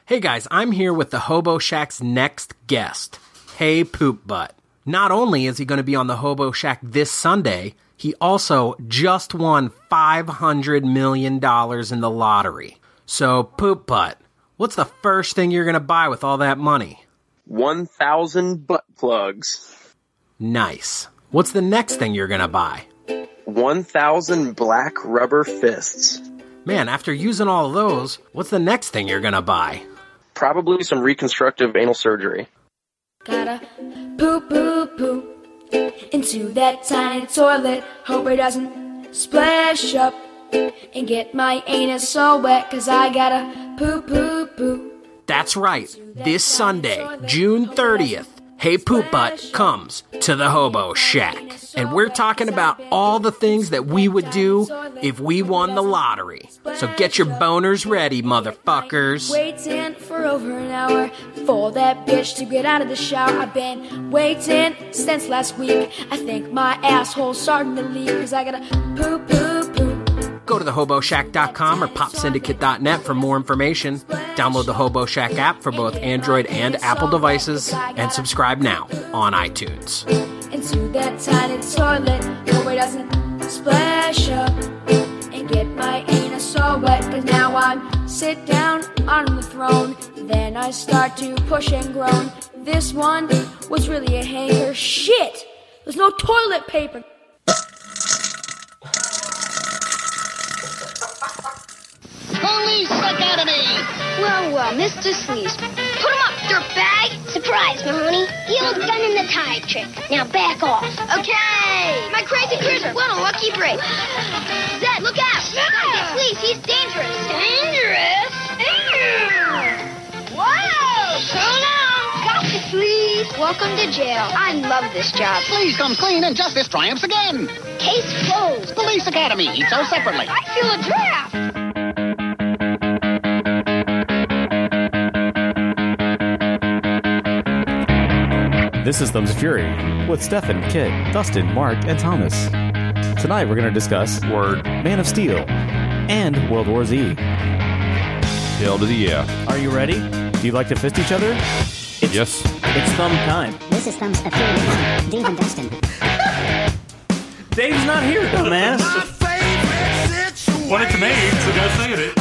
Speaker 20: Hey guys, I'm here with the Hobo Shack's next guest. Hey Poop Butt. Not only is he going to be on the Hobo Shack this Sunday, he also just won $500 million in the lottery. So, Poop Butt, what's the first thing you're going to buy with all that money?
Speaker 21: 1,000 butt plugs,
Speaker 20: Nice. What's the next thing you're going to buy?
Speaker 21: 1,000 black rubber fists,
Speaker 20: Man, after using all of those, what's the next thing you're going to buy?
Speaker 21: probably some reconstructive anal surgery.
Speaker 22: Gotta poo poo poo into that tiny toilet. Hope it doesn't splash up and get my anus so wet. Cause I gotta poo poo poo.
Speaker 20: That's right. This Sunday, June 30th, Hey Poop Butt comes to the Hobo Shack. And we're talking about all the things that we would do if we won the lottery. So get your boners ready, motherfuckers.
Speaker 22: Waiting for over an hour for that bitch to get out of the shower. I've been waiting since last week. I think my asshole's starting to leak. Cause I gotta poo poo poo.
Speaker 20: Go to thehoboshack.com or popsyndicate.net for more information. Download the Hobo Shack app for both Android and Apple devices and subscribe now on iTunes.
Speaker 22: into that tiny toilet where it doesn't splash up and get my anus all wet. Cause now I'm sit down on the throne. Then I start to push and groan. This one was really a hanger. Shit! There's no toilet paper.
Speaker 3: Holy psychotomy! Well, well, Mr. Sleaze. Put him up, dirtbag! Surprise, Mahoney. The old gun in the tie trick. Now back off. Okay! My crazy cruiser, what a lucky break. Zed, look out! Don't get Sleaze, he's dangerous. Dangerous? Whoa! So long! Gotcha, Sleaze. Welcome to jail. I love this job.
Speaker 5: Please come clean and justice triumphs again.
Speaker 3: Case closed.
Speaker 5: Police Academy, each so separately.
Speaker 3: I feel a draft!
Speaker 9: This is Thumbs of Fury with Stefan, Kit, Dustin, Mark, and Thomas. Tonight we're going to discuss Word, Man of Steel, and World War Z.
Speaker 10: Hell to the yeah.
Speaker 1: Are you ready?
Speaker 9: Do you like to fist each other?
Speaker 10: yes.
Speaker 1: It's thumb time.
Speaker 23: This is Thumbs of Fury with Dave and Dustin.
Speaker 1: Dave's not here, dumbass.
Speaker 2: But it's me, so go say it.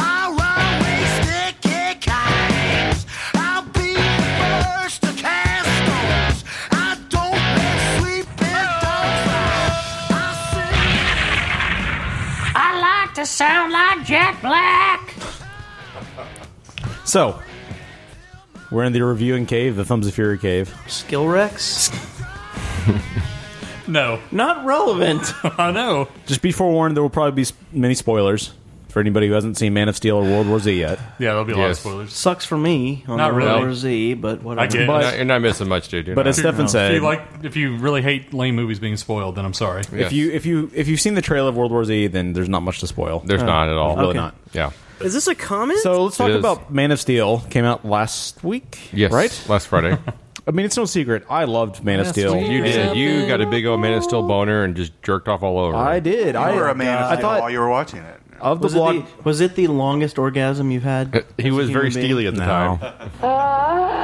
Speaker 12: I like to sound like Jack Black.
Speaker 9: So, we're in the reviewing cave, the Thumbs of Fury cave.
Speaker 1: Skill Rex?
Speaker 2: No.
Speaker 1: Not relevant.
Speaker 2: I know.
Speaker 9: Just be forewarned, there will probably be s- many spoilers for anybody who hasn't seen Man of Steel or World War Z yet.
Speaker 2: Yeah, there'll be a lot of
Speaker 10: Yes.
Speaker 2: spoilers.
Speaker 1: Sucks for me on
Speaker 2: Not
Speaker 1: World
Speaker 2: really.
Speaker 1: War Z, but whatever.
Speaker 2: get it.
Speaker 10: You're not- you're not missing much, dude. You're
Speaker 9: But
Speaker 10: not.
Speaker 9: as Stefan
Speaker 2: If
Speaker 9: said,
Speaker 2: you like, if you really hate lame movies being spoiled, then I'm sorry.
Speaker 9: if you if you if you've seen the trailer of World War Z, then there's not much to spoil.
Speaker 10: There's not at all.
Speaker 9: Really
Speaker 10: Okay.
Speaker 9: not.
Speaker 10: Yeah.
Speaker 23: Is this a comment?
Speaker 9: So Oh. let's talk
Speaker 10: It is.
Speaker 9: about Man of Steel. Came out last week.
Speaker 10: Yes.
Speaker 9: Right.
Speaker 10: Last Friday.
Speaker 9: I mean, it's no secret. I loved Man of Steel.
Speaker 10: You did. You got a big old Man of Steel boner and just jerked off all over.
Speaker 9: I did.
Speaker 1: oh
Speaker 11: You
Speaker 9: I uh,
Speaker 11: were a man of
Speaker 9: I
Speaker 11: steel
Speaker 9: thought
Speaker 11: while you were watching it.
Speaker 9: of the
Speaker 1: was,
Speaker 9: blog.
Speaker 1: it the, was it the longest orgasm you've had?
Speaker 10: He
Speaker 1: as a
Speaker 10: was very
Speaker 1: human being?
Speaker 10: steely at the
Speaker 9: No.
Speaker 10: time.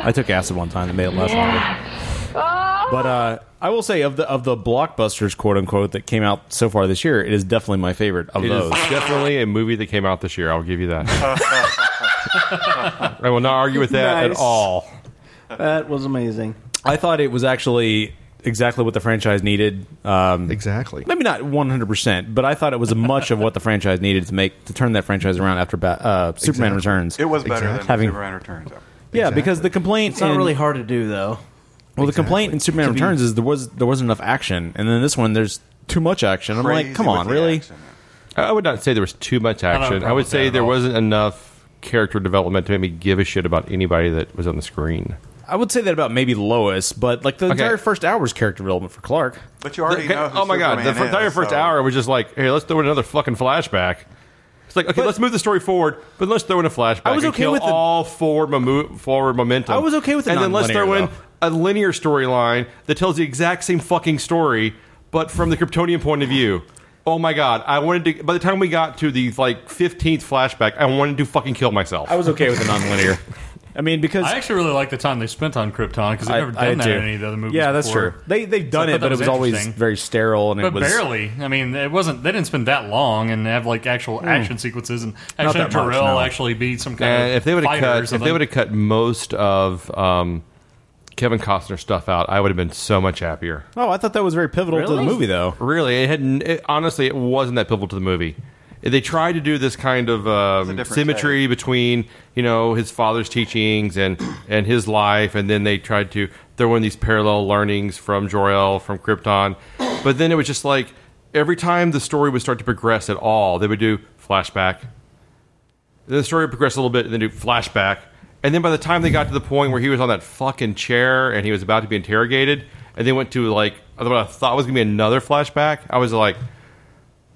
Speaker 9: I took acid one time that made it last longer. But uh, I will say of the of the blockbusters, quote unquote, that came out so far this year, it is definitely my favorite of
Speaker 10: It is
Speaker 9: those.
Speaker 10: definitely a movie that came out this year. I'll give you that. I will not argue with that at
Speaker 1: Nice.
Speaker 10: all.
Speaker 1: That was amazing.
Speaker 9: I thought it was actually exactly what the franchise needed. Um,
Speaker 10: exactly.
Speaker 9: Maybe not 100%, but I thought it was much of what the franchise needed to make to turn that franchise around after ba- uh, Superman
Speaker 11: Exactly.
Speaker 9: Returns.
Speaker 11: It was better than
Speaker 9: Having-
Speaker 11: Superman Returns.
Speaker 9: Yeah, because the complaint
Speaker 1: It's not
Speaker 9: in-
Speaker 1: really hard to do though.
Speaker 9: Well, the complaint in Superman
Speaker 1: To be-
Speaker 9: Returns is there was there wasn't enough action, and then this one there's too much action. I'm like,
Speaker 11: Crazy
Speaker 9: come
Speaker 11: with
Speaker 9: on,
Speaker 11: the
Speaker 9: really?
Speaker 10: I would not say there was too much
Speaker 9: have a
Speaker 10: action. I,
Speaker 9: problem
Speaker 10: would
Speaker 9: with that
Speaker 10: say
Speaker 9: at
Speaker 10: there
Speaker 9: all.
Speaker 10: wasn't enough character development to make me give a shit about anybody that was on the screen.
Speaker 9: I would say that about maybe Lois, but like the
Speaker 10: Okay.
Speaker 9: entire first hour's character development for Clark.
Speaker 11: But you already
Speaker 10: Okay,
Speaker 11: know. Who
Speaker 10: oh my god, the
Speaker 11: Superman
Speaker 10: entire
Speaker 11: is,
Speaker 10: first
Speaker 11: so-
Speaker 10: hour was just like, hey, let's throw in another fucking flashback. It's like, okay, let's move the story forward, but let's throw in a flashback.
Speaker 9: I was
Speaker 10: and
Speaker 9: okay
Speaker 10: kill
Speaker 9: with the-
Speaker 10: all forward mo- forward momentum.
Speaker 9: I was okay with the
Speaker 10: and then let's throw in
Speaker 9: nonlinear,
Speaker 10: a linear storyline that tells the exact same fucking story, but from the Kryptonian point of view. Oh my god, I wanted to. By the time we got to the like fifteenth flashback, I wanted to fucking kill myself.
Speaker 9: I was okay with the nonlinear. I mean, because
Speaker 2: I actually really like the time they spent on Krypton because they've never done that in any of the other movies.
Speaker 9: Yeah, that's
Speaker 2: before.
Speaker 9: true. They they've done
Speaker 2: So I
Speaker 9: it,
Speaker 2: thought
Speaker 9: but
Speaker 2: that
Speaker 9: it was always
Speaker 2: interesting.
Speaker 9: very sterile and it
Speaker 2: But
Speaker 9: was
Speaker 2: barely. I mean, it wasn't. They didn't spend that long and have like actual
Speaker 9: Hmm.
Speaker 2: action sequences and
Speaker 9: Not
Speaker 2: actually have
Speaker 9: that much,
Speaker 2: Terrell
Speaker 9: no.
Speaker 2: actually be some kind
Speaker 10: And
Speaker 2: of
Speaker 10: Uh, if they would have
Speaker 2: fighter or
Speaker 10: cut, if
Speaker 2: something.
Speaker 10: they would have cut most of um, Kevin Costner stuff out, I would have been so much happier.
Speaker 9: Oh, I thought that was very pivotal to the
Speaker 10: Really?
Speaker 9: movie, though.
Speaker 10: Really, it had n- it, honestly, it wasn't that pivotal to the movie. They tried to do this kind of um,
Speaker 11: different
Speaker 10: symmetry between you know his father's teachings and and his life, and then they tried to throw in these parallel learnings from Jor El from Krypton, but then it was just like every time the story would start to progress at all, they would do flashback. Then the story would progress a little bit, and then do flashback, and then by the time they got to the point where he was on that fucking chair and he was about to be interrogated, and they went to like what I thought was gonna be another flashback, I was like,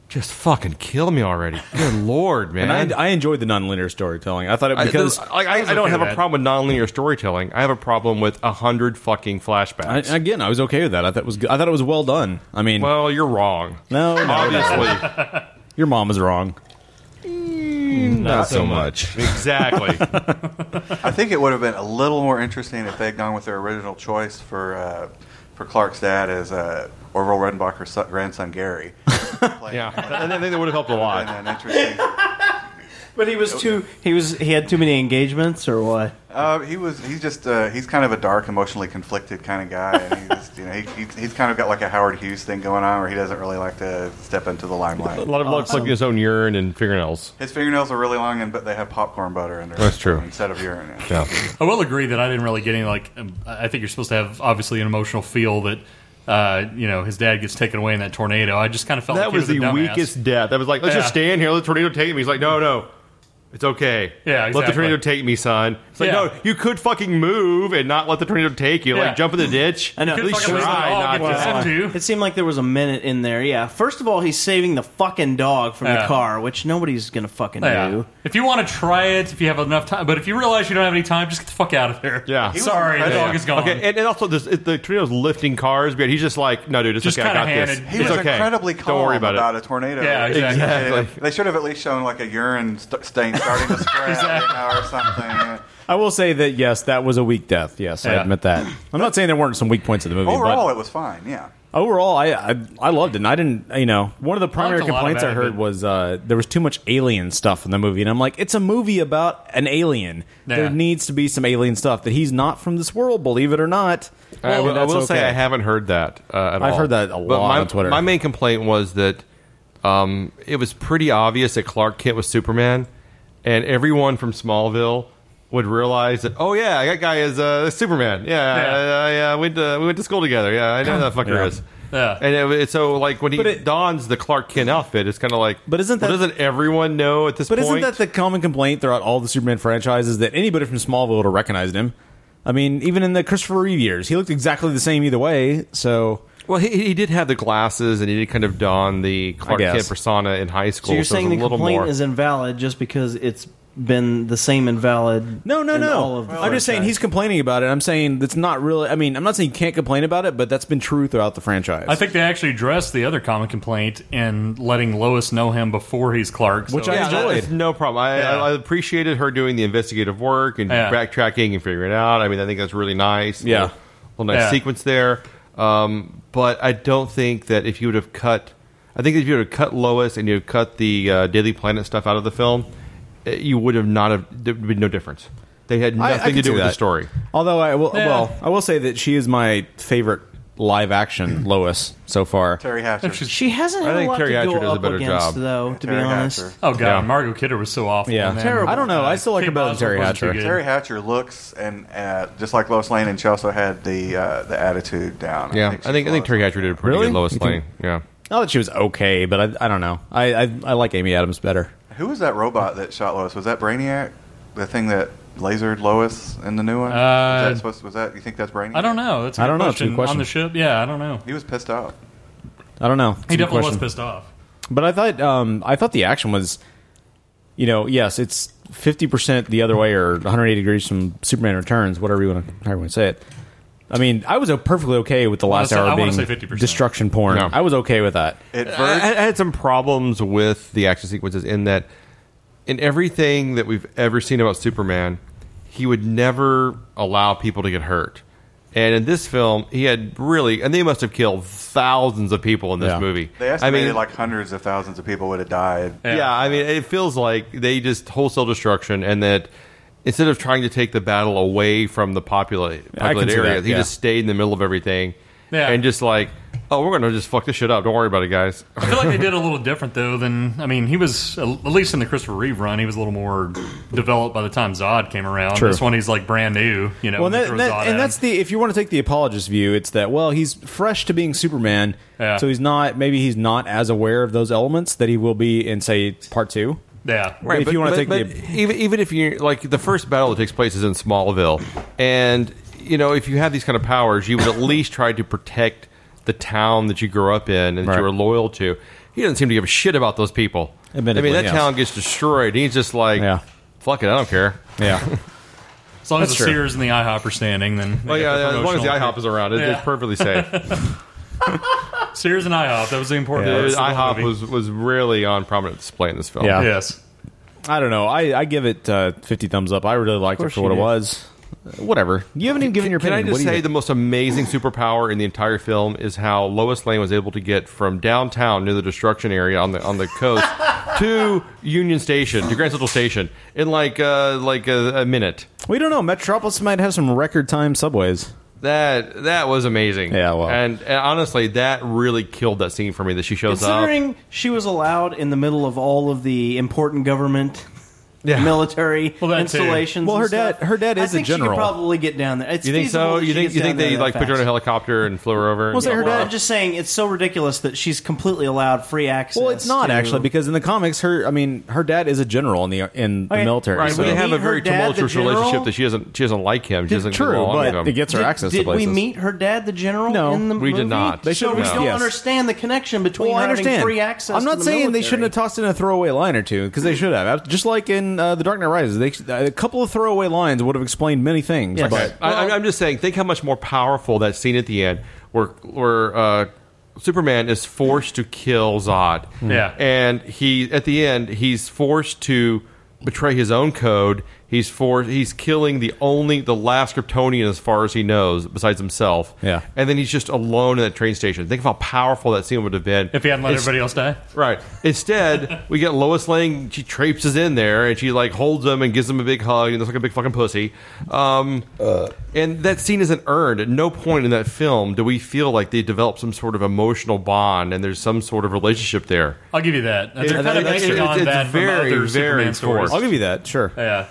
Speaker 10: just fucking kill me already, good lord, man.
Speaker 9: And I, I enjoyed the nonlinear storytelling. I thought it
Speaker 10: I-
Speaker 9: because
Speaker 10: there's- like, I, I don't have a problem with nonlinear storytelling. I have a problem with a hundred fucking
Speaker 9: I,
Speaker 10: flashbacks.
Speaker 9: again, I was okay with that. I thought it was good. I thought it was well done. I mean,
Speaker 10: well, you're wrong.
Speaker 9: No, no, no.
Speaker 10: Obviously,
Speaker 9: your mom is wrong.
Speaker 10: not so much. Exactly.
Speaker 11: I think it would have been a little more interesting if they had gone with their original choice for uh, for Clark's dad as uh, Orville Redenbacher's son, grandson Gary.
Speaker 10: yeah, I think that would have helped a lot.
Speaker 11: And an interesting.
Speaker 1: But he was too. He was. He had too many engagements, or what?
Speaker 11: Uh, he was. He's just. Uh, he's kind of a dark, emotionally conflicted kind of guy, and he just, you know, he, he, he's kind of got like a Howard Hughes thing going on, where he doesn't really like to step into the limelight.
Speaker 10: A lot of looks like his own urine and fingernails.
Speaker 11: His fingernails are really long, and but they have popcorn butter in there.
Speaker 10: That's true.
Speaker 11: Instead of urine. yeah.
Speaker 2: I will agree that I didn't really get any like. Um, I think you're supposed to have obviously an emotional feel that. Uh, you know, his dad gets taken away in that tornado. I just kind of felt
Speaker 10: that
Speaker 2: like he
Speaker 10: was
Speaker 2: a
Speaker 10: the
Speaker 2: dumbass.
Speaker 10: weakest death. I was like, let's
Speaker 2: Yeah.
Speaker 10: just stand here. Let the tornado take me. He's like, no, no, it's okay.
Speaker 2: Yeah,
Speaker 10: let the
Speaker 2: exactly.
Speaker 10: tornado take me, son. It's like,
Speaker 2: Yeah.
Speaker 10: no, you could fucking move and not let the tornado take you.
Speaker 1: Yeah.
Speaker 10: Like jump in the ditch.
Speaker 1: I know.
Speaker 10: At least try
Speaker 2: oh,
Speaker 10: not to.
Speaker 1: It seemed like there was a minute in there. Yeah. First of all, he's saving the fucking dog from the
Speaker 2: Yeah.
Speaker 1: car, which nobody's gonna fucking
Speaker 2: Yeah.
Speaker 1: do.
Speaker 2: If you want to try it, if you have enough time, but if you realize you don't have any time, just get the fuck out of there. Yeah, sorry, the dog is gone.
Speaker 10: Okay, and, and also this, it, the tornado's lifting cars, but he's just like, no, dude, it's
Speaker 2: Just
Speaker 10: okay. I got
Speaker 2: kinda
Speaker 10: this.
Speaker 2: handed-
Speaker 11: He
Speaker 10: it's
Speaker 11: was
Speaker 10: okay.
Speaker 11: incredibly calm
Speaker 10: Don't worry about,
Speaker 11: about
Speaker 10: it.
Speaker 11: a tornado.
Speaker 10: Yeah, exactly.
Speaker 11: They, they should have at least shown like a urine st- stain starting to spread you know, or something.
Speaker 9: I will say that yes, that was a weak death. Yes, I
Speaker 11: Yeah.
Speaker 9: admit that. I'm not saying there weren't some weak points of the movie.
Speaker 11: Overall,
Speaker 9: but
Speaker 11: it was fine. Yeah.
Speaker 9: overall, I, I I loved it. And I didn't, you know, one of the primary
Speaker 11: a lot
Speaker 9: complaints
Speaker 11: about
Speaker 9: I
Speaker 11: it,
Speaker 9: heard was uh, there was too much alien stuff in the movie, and I'm like, it's a movie about an alien. There
Speaker 10: Yeah.
Speaker 9: needs to be some alien stuff that he's not from this world, believe it or not.
Speaker 10: I
Speaker 9: And
Speaker 10: will, I
Speaker 9: Uh, that's
Speaker 10: will say
Speaker 9: okay.
Speaker 10: I haven't heard that uh, at all.
Speaker 9: I've heard that a
Speaker 10: But
Speaker 9: lot
Speaker 10: my,
Speaker 9: on Twitter.
Speaker 10: My main complaint was that um, it was pretty obvious that Clark Kent was Superman, and everyone from Smallville would realize that. Oh yeah, that guy is uh, Superman. Yeah,
Speaker 2: Yeah.
Speaker 10: yeah, uh, yeah. We went to, we went to school together. Yeah, I know who that fucker
Speaker 2: Yeah.
Speaker 10: is.
Speaker 2: Yeah.
Speaker 10: and it, was- so like when he
Speaker 9: But it-
Speaker 10: dons the Clark Kent outfit, it's kind of like. But isn't
Speaker 9: that-
Speaker 10: doesn't everyone know at this
Speaker 9: But
Speaker 10: point?
Speaker 9: isn't that the common complaint throughout all the Superman franchises that anybody from Smallville would have recognized him? I mean, even in the Christopher Reeve years, he looked exactly the same either way. So,
Speaker 10: well, he, he did have the glasses, and he did kind of don the Clark
Speaker 9: guess.
Speaker 10: Kent persona in high school.
Speaker 1: So you're
Speaker 10: it was
Speaker 1: saying the
Speaker 10: a little
Speaker 1: complaint
Speaker 10: more.
Speaker 1: is invalid just because it's been the same invalid?
Speaker 9: No, no,
Speaker 1: in
Speaker 9: no.
Speaker 1: all of the
Speaker 9: I'm just saying
Speaker 1: franchise.
Speaker 9: he's complaining about it. I'm saying that's not really. I mean, I'm not saying you can't complain about it, but that's been true throughout the franchise.
Speaker 2: I think they actually addressed the other common complaint in letting Lois know him before he's Clark, so-
Speaker 10: Yeah, that is No problem. I,
Speaker 2: Yeah.
Speaker 10: I, I appreciated her doing the investigative work and
Speaker 2: Yeah.
Speaker 10: backtracking and figuring it out. I mean, I think that's really nice.
Speaker 2: Yeah.
Speaker 10: little, little nice
Speaker 2: Yeah.
Speaker 10: sequence there. Um, but I don't think that if you would have cut, I think if you would have cut Lois and you would have cut the uh, Daily Planet stuff out of the film, eh, you would have not have. There would be no difference. They had
Speaker 9: I- I
Speaker 10: nothing
Speaker 9: can
Speaker 10: to do
Speaker 9: see
Speaker 10: with the
Speaker 9: that.
Speaker 10: story.
Speaker 9: Although I will,
Speaker 10: Yeah.
Speaker 9: well, I will say that she is my favorite live action Lois so far.
Speaker 11: Terry Hatcher.
Speaker 1: She hasn't had a lot to go up against, though. To be honest,
Speaker 2: Oh god,
Speaker 9: Yeah.
Speaker 2: Margot Kidder was so awful.
Speaker 9: Yeah.
Speaker 2: in that.
Speaker 9: Terrible. I don't know. I still like
Speaker 2: Kate
Speaker 9: her better than
Speaker 2: Bosworth
Speaker 9: Terry
Speaker 2: wasn't too
Speaker 9: Hatcher.
Speaker 2: good.
Speaker 11: Terry Hatcher looks and uh, just like Lois Lane, and she also had the uh, the attitude down.
Speaker 10: Yeah, I think I think, Terry Hatcher did a pretty good Lois
Speaker 9: You think-
Speaker 10: Lane. Yeah,
Speaker 9: Not that she was okay, but I, I don't know. I, I I like Amy Adams better.
Speaker 11: Who was that robot that shot Lois? Was that Brainiac? The thing that lasered Lois in the new one?
Speaker 2: Uh,
Speaker 11: was, that supposed, was that? You think that's Brainiac?
Speaker 2: I don't know. That's a
Speaker 9: I
Speaker 2: good
Speaker 9: don't know. It's a
Speaker 2: Question.
Speaker 9: good question.
Speaker 2: On the ship, yeah, I don't know.
Speaker 11: He was pissed off.
Speaker 9: I don't know. It's a
Speaker 2: He
Speaker 9: good
Speaker 2: definitely was
Speaker 9: question.
Speaker 2: pissed off.
Speaker 9: But I thought um, I thought the action was, you know, yes, it's fifty percent the other way or 180 degrees from Superman Returns, whatever you want to, however you want to say it. I mean, I was uh, perfectly okay with the
Speaker 10: Well,
Speaker 9: last
Speaker 10: I say- I
Speaker 9: hour
Speaker 10: wanna
Speaker 9: being
Speaker 10: say 50%.
Speaker 9: destruction porn.
Speaker 10: No.
Speaker 9: I was okay with that.
Speaker 10: I, I had some problems with the action sequences in that in everything that we've ever seen about Superman, he would never allow people to get hurt. And in this film, he had really, and they must have killed thousands of people in this
Speaker 11: Yeah.
Speaker 10: movie.
Speaker 11: They estimated
Speaker 10: I mean,
Speaker 11: like hundreds of thousands of people would have died.
Speaker 10: yeah. I mean, it feels like they just wholesale destruction, and that instead of trying to take the battle away from the popula-
Speaker 9: I can
Speaker 10: populated
Speaker 9: see
Speaker 10: area,
Speaker 9: that,
Speaker 10: he
Speaker 9: yeah.
Speaker 10: just stayed in the middle of everything,
Speaker 2: Yeah.
Speaker 10: and just like, oh, we're gonna just fuck this shit up. Don't worry about it, guys.
Speaker 2: I feel like they did a little different though than I mean he was at least in the Christopher Reeve run he was a little more developed by the time Zod came around.
Speaker 9: True.
Speaker 2: This one he's like brand new, you know.
Speaker 9: well, and,
Speaker 2: when
Speaker 9: that,
Speaker 2: you throw
Speaker 9: that-
Speaker 2: Zod
Speaker 9: and
Speaker 2: at him.
Speaker 9: that's the if you want to take the apologist view, it's that well, he's fresh to being Superman,
Speaker 2: Yeah.
Speaker 9: so he's not maybe he's not as aware of those elements that he will be in say part two.
Speaker 2: Yeah,
Speaker 9: If you want to take the
Speaker 10: even even if you like the first battle that takes place is in Smallville, and you know if you have these kind of powers, you would at least try to protect the town that you grew up in and that you were loyal to. He doesn't seem to give a shit about those people.
Speaker 9: Admittedly,
Speaker 10: I mean that
Speaker 9: yes.
Speaker 10: town gets destroyed. He's just like, fuck it, I don't care.
Speaker 9: Yeah.
Speaker 2: as long as the
Speaker 10: That's true.
Speaker 2: Sears and the IHOP are standing, then
Speaker 10: Well,
Speaker 2: they
Speaker 10: Oh, yeah,
Speaker 2: got the
Speaker 10: yeah, as long as the
Speaker 2: promotional-
Speaker 10: IHOP is around, it- it's perfectly safe.
Speaker 2: Sears and IHOP, that was the important.
Speaker 10: Dude,
Speaker 2: parts of the
Speaker 10: IHOP
Speaker 2: movie.
Speaker 10: was was really on prominent display in this film.
Speaker 9: Yeah. I don't know. I, I give it uh, 50 thumbs up. I really liked it
Speaker 1: course
Speaker 9: for what it
Speaker 1: you did.
Speaker 9: was. Whatever. You haven't even given your
Speaker 10: Can
Speaker 9: opinion.
Speaker 10: I
Speaker 9: What
Speaker 10: just
Speaker 9: do you
Speaker 10: say
Speaker 9: think?
Speaker 10: the most amazing superpower in the entire film is how Lois Lane was able to get from downtown near the destruction area on the on the coast to Union Station, to Grand Central Station, in like uh, like a, a minute.
Speaker 9: we don't know. Metropolis might have some record time subways.
Speaker 10: That that was amazing.
Speaker 9: Yeah, well.
Speaker 10: and, and honestly, that really killed that scene for me. That she shows up.
Speaker 1: Considering she was allowed in the middle of all of the important government, military
Speaker 9: that too.
Speaker 1: installations.
Speaker 9: Well,
Speaker 1: and
Speaker 9: her dad-
Speaker 1: stuff,
Speaker 9: her dad
Speaker 1: I
Speaker 9: is a
Speaker 1: think she could
Speaker 9: general.
Speaker 1: probably get down there. It's
Speaker 10: You think
Speaker 1: feasible
Speaker 10: so?
Speaker 1: that
Speaker 10: You
Speaker 1: she
Speaker 10: think
Speaker 1: gets
Speaker 10: you
Speaker 1: down
Speaker 10: think
Speaker 1: there
Speaker 10: they
Speaker 1: that
Speaker 10: like put her in a
Speaker 1: fast.
Speaker 10: helicopter and flew her over?
Speaker 1: Well,
Speaker 10: and-
Speaker 1: I'm just saying it's so ridiculous that she's completely allowed free access.
Speaker 9: Well, it's not
Speaker 1: to-
Speaker 9: actually because in the comics, her I mean, her dad is a general in the in the
Speaker 1: Okay,
Speaker 9: military.
Speaker 10: Right,
Speaker 9: so-
Speaker 10: but they have a very tumultuous relationship that she doesn't. She doesn't like him. She doesn't
Speaker 9: True,
Speaker 10: go along
Speaker 9: but
Speaker 10: with him.
Speaker 9: it gets her
Speaker 1: Did-
Speaker 9: access to
Speaker 1: Did we
Speaker 9: places.
Speaker 1: meet her dad, the general? No, in the
Speaker 10: we did
Speaker 1: movie?
Speaker 10: not. They
Speaker 1: so
Speaker 10: should
Speaker 1: we
Speaker 10: have.
Speaker 1: don't
Speaker 9: Yes.
Speaker 1: understand the connection between
Speaker 9: Well, I
Speaker 1: her having
Speaker 9: understand.
Speaker 1: free access.
Speaker 9: I'm not
Speaker 1: to the
Speaker 9: saying they
Speaker 1: military.
Speaker 9: shouldn't have tossed in a throwaway line or two because they should have. Just like in uh, The Dark Knight Rises, they, a couple of throwaway lines would have explained many things.
Speaker 10: Okay.
Speaker 9: But
Speaker 10: I, I'm just saying, think how much more powerful that scene at the end where where uh, Superman is forced to kill Zod.
Speaker 2: Hmm. Yeah.
Speaker 10: and he at the end he's forced to betray his own code. He's forced. He's killing the only the last Kryptonian as far as he knows, besides himself.
Speaker 9: Yeah.
Speaker 10: and then he's just alone in that train station. Think of how powerful that scene would have been
Speaker 2: If he hadn't let
Speaker 10: It's-
Speaker 2: everybody else die.
Speaker 10: Right. Instead, we get Lois Lane. She traipses in there and she like holds him and gives him a big hug and looks like a big fucking pussy. Um,
Speaker 9: Uh.
Speaker 10: and that scene isn't earned. At no point in that film do we feel like they develop some sort of emotional bond and there's some sort of relationship there.
Speaker 2: I'll give you that. They're
Speaker 10: It-
Speaker 2: kind of
Speaker 10: it's-
Speaker 2: basing
Speaker 10: it's-
Speaker 2: on
Speaker 10: it's
Speaker 2: that from
Speaker 10: very,
Speaker 2: other
Speaker 10: very
Speaker 2: Superman stories.
Speaker 10: forced. I'll
Speaker 9: give you that. Sure.
Speaker 2: Yeah.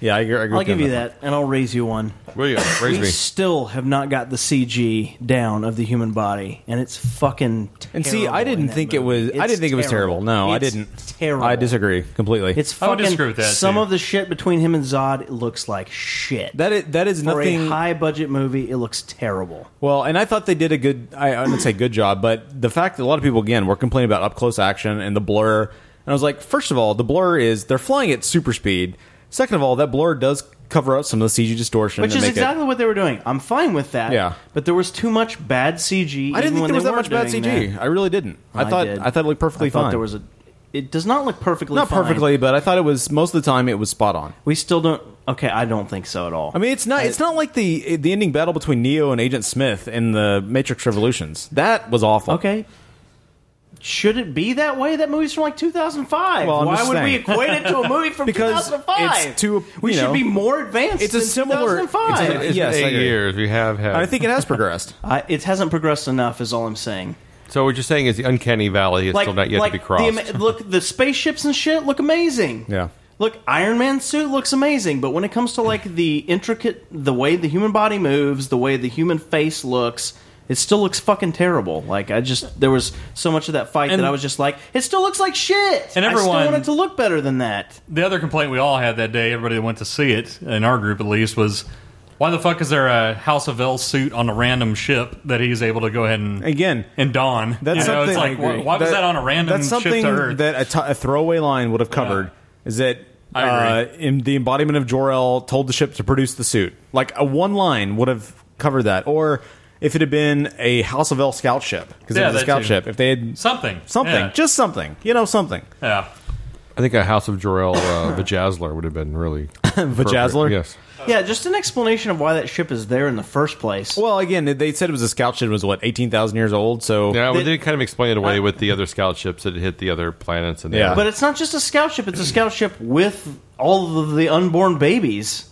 Speaker 9: Yeah, I agree. I agree
Speaker 1: I'll
Speaker 9: with
Speaker 1: give
Speaker 9: you
Speaker 1: you
Speaker 9: on that.
Speaker 1: that, and I'll raise you one.
Speaker 10: Will you? Raise
Speaker 1: we
Speaker 10: me.
Speaker 1: still have not got the CG down of the human body, and it's fucking. Terrible
Speaker 9: And see, I
Speaker 1: in
Speaker 9: didn't
Speaker 1: that
Speaker 9: think it was.
Speaker 1: movie.
Speaker 9: I
Speaker 1: It's
Speaker 9: didn't think it was terrible. No, I
Speaker 1: It's
Speaker 9: didn't.
Speaker 1: Terrible.
Speaker 9: I disagree completely.
Speaker 1: It's fucking. Some of the shit between him and Zod looks like shit.
Speaker 9: That is, that is
Speaker 1: For
Speaker 9: nothing-
Speaker 1: a high budget movie, it looks terrible.
Speaker 9: Well, and I thought they did a good. I, I wouldn't say good job, but the fact that a lot of people again were complaining about up close action and the blur, and I was like, first of all, the blur is they're flying at super speed. Second of all, that blur does cover up some of the CG distortion,
Speaker 1: Which
Speaker 9: and
Speaker 1: is
Speaker 9: make
Speaker 1: exactly what they were doing. I'm fine with that.
Speaker 9: Yeah.
Speaker 1: But there was too much bad CG.
Speaker 9: It, I didn't think
Speaker 1: even when
Speaker 9: there was
Speaker 1: they
Speaker 9: that much bad
Speaker 1: weren't doing
Speaker 9: CG.
Speaker 1: that.
Speaker 9: I really didn't. I, thought
Speaker 1: did.
Speaker 9: I thought it looked perfectly
Speaker 1: I thought
Speaker 9: fine.
Speaker 1: There was a. It does not look perfectly.
Speaker 9: not
Speaker 1: fine.
Speaker 9: perfectly, but I thought it was most of the time it was spot on.
Speaker 1: We still don't. Okay, I don't think so at all.
Speaker 9: I mean, it's not. it's not like the the ending battle between Neo and Agent Smith in the Matrix Revolutions. That was awful.
Speaker 1: Okay. Should it be that way? That movie's from like 2005.
Speaker 9: Well, I'm
Speaker 1: Why
Speaker 9: just
Speaker 1: would we
Speaker 9: saying.
Speaker 1: equate it to a movie from
Speaker 9: Because
Speaker 1: 2005?
Speaker 9: it's too-
Speaker 1: we
Speaker 9: you
Speaker 1: should
Speaker 9: know,
Speaker 1: be more advanced.
Speaker 9: it's a
Speaker 1: than
Speaker 9: similar-
Speaker 1: 2005.
Speaker 9: it's a- it's Yes, I
Speaker 10: eight
Speaker 9: agree.
Speaker 10: years we have had.
Speaker 9: I think it has progressed.
Speaker 1: I, it hasn't progressed enough, is all I'm saying.
Speaker 10: So what you're saying is the uncanny valley is still not yet
Speaker 1: like
Speaker 10: to be crossed.
Speaker 1: The, ama- look, the spaceships and shit look amazing.
Speaker 9: yeah.
Speaker 1: Look, Iron Man's suit looks amazing, but when it comes to like the intricate, the way the human body moves, the way the human face looks, it still looks fucking terrible. Like I just there was so much of that fight
Speaker 2: And-
Speaker 1: that I was just like, it still looks like shit.
Speaker 2: And
Speaker 1: I still
Speaker 2: everyone-
Speaker 1: want it to look better than that.
Speaker 2: The other complaint we all had that day, everybody that went to see it, in our group at least, was why the fuck is there a House of L suit on a random ship that he's able to go ahead and
Speaker 9: again
Speaker 2: and don?
Speaker 9: That's
Speaker 2: you know,
Speaker 9: something.
Speaker 2: it's like why, why was that on a random
Speaker 9: That's something
Speaker 2: ship to Earth?
Speaker 9: that a, t- a throwaway line would have covered. Is that
Speaker 2: I
Speaker 9: uh,
Speaker 2: agree.
Speaker 9: in the embodiment of Jor El told the ship to produce the suit? Like a one line would have covered that, or if it had been a House of El scout ship because
Speaker 2: Yeah,
Speaker 9: it was a
Speaker 2: that
Speaker 9: scout
Speaker 2: too.
Speaker 9: ship. If they had
Speaker 2: Something.
Speaker 9: something,
Speaker 2: Yeah.
Speaker 9: just something, you know, something.
Speaker 2: Yeah.
Speaker 10: I think a House of Jor-El uh, Vajazzler would have been really
Speaker 9: Vajazzler?
Speaker 10: Yes.
Speaker 1: Yeah, just an explanation of why that ship is there in the first place.
Speaker 9: Well, again, they said it was a scout ship. It was what eighteen thousand years old. So
Speaker 10: Yeah, we
Speaker 1: They-
Speaker 10: did kind of explain it away with the other scout ships that hit the other planets and the
Speaker 1: But it's not just a scout ship; it's a scout ship with all of the unborn babies.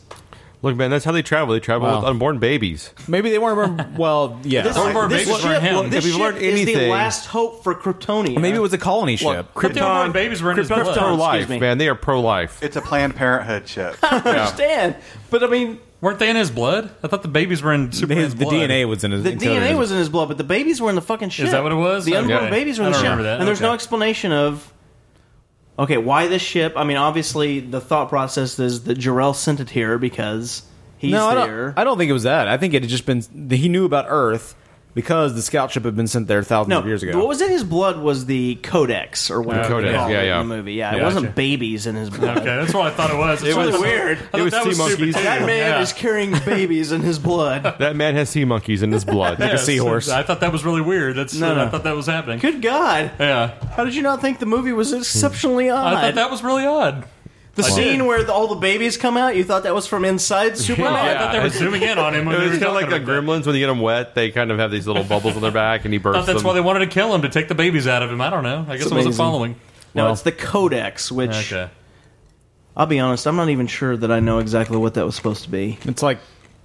Speaker 10: Look, man, that's how they travel. They travel
Speaker 1: Wow.
Speaker 10: with unborn babies.
Speaker 9: maybe they weren't. well, yeah,
Speaker 1: This, this ship, this
Speaker 10: if you've
Speaker 1: ship
Speaker 10: learned
Speaker 1: is the
Speaker 10: anything,
Speaker 1: last hope for Kryptonia.
Speaker 9: Maybe it was a colony ship.
Speaker 1: But they
Speaker 10: Krypton
Speaker 1: weren't babies were in his
Speaker 10: Krypton's
Speaker 1: blood.
Speaker 10: pro-life,
Speaker 1: Excuse me.
Speaker 10: man. They are pro-life.
Speaker 11: It's a Planned Parenthood ship.
Speaker 1: I understand, but I mean,
Speaker 2: weren't they in his blood? I thought the babies were in Superman's
Speaker 9: the
Speaker 2: blood.
Speaker 9: DNA was in his.
Speaker 1: The
Speaker 9: into
Speaker 1: DNA
Speaker 9: his-
Speaker 1: was in his blood, but the babies were in the fucking ship.
Speaker 2: that what it was?
Speaker 1: The unborn
Speaker 2: Okay.
Speaker 1: babies were
Speaker 2: I
Speaker 1: in the
Speaker 2: don't
Speaker 1: ship,
Speaker 2: remember that.
Speaker 1: and there's no
Speaker 2: Okay.
Speaker 1: explanation of. Okay, why this ship? I mean, obviously the thought process is that Jarrell sent it here because he's
Speaker 9: no, I don't,
Speaker 1: there.
Speaker 9: I don't think it was that. I think it had just been he knew about Earth because the scout ship had been sent there thousands
Speaker 1: No,
Speaker 9: of years ago.
Speaker 1: what was in his blood was the codex or whatever.
Speaker 9: codex,
Speaker 1: they call
Speaker 9: yeah,
Speaker 1: it
Speaker 9: yeah.
Speaker 1: In the movie, yeah, it
Speaker 9: Yeah,
Speaker 1: wasn't
Speaker 9: gotcha.
Speaker 1: babies in his blood.
Speaker 2: Okay, that's what I thought it was.
Speaker 1: It
Speaker 2: That's
Speaker 1: was
Speaker 2: what I thought.
Speaker 1: weird.
Speaker 2: I
Speaker 1: It
Speaker 2: thought
Speaker 1: was
Speaker 2: that
Speaker 1: sea
Speaker 2: stupid,
Speaker 1: monkeys.
Speaker 2: too.
Speaker 1: That man
Speaker 2: Yeah.
Speaker 1: is carrying babies in his blood.
Speaker 10: that man has sea monkeys in his blood,
Speaker 2: Yeah, so I thought that was really weird. That's
Speaker 1: No,
Speaker 2: uh,
Speaker 1: no.
Speaker 2: I thought that was happening.
Speaker 1: Good God!
Speaker 2: Yeah,
Speaker 1: How did you not think the movie was exceptionally odd?
Speaker 2: I thought that was really odd.
Speaker 1: The
Speaker 2: I
Speaker 1: scene
Speaker 2: did.
Speaker 1: where the, all the babies come out, you thought that was from inside Superman?
Speaker 10: It was kind of like the gremlins when you get them wet; they kind of have these little bubbles on their back, and he bursts.
Speaker 2: Thought that's
Speaker 10: them.
Speaker 2: why they wanted to kill him to take the babies out of him. I don't know. I guess I wasn't following.
Speaker 1: No, it's the Codex, which
Speaker 2: Okay.
Speaker 1: I'll be honest, I'm not even sure that I know exactly what that was supposed to be.
Speaker 9: It's like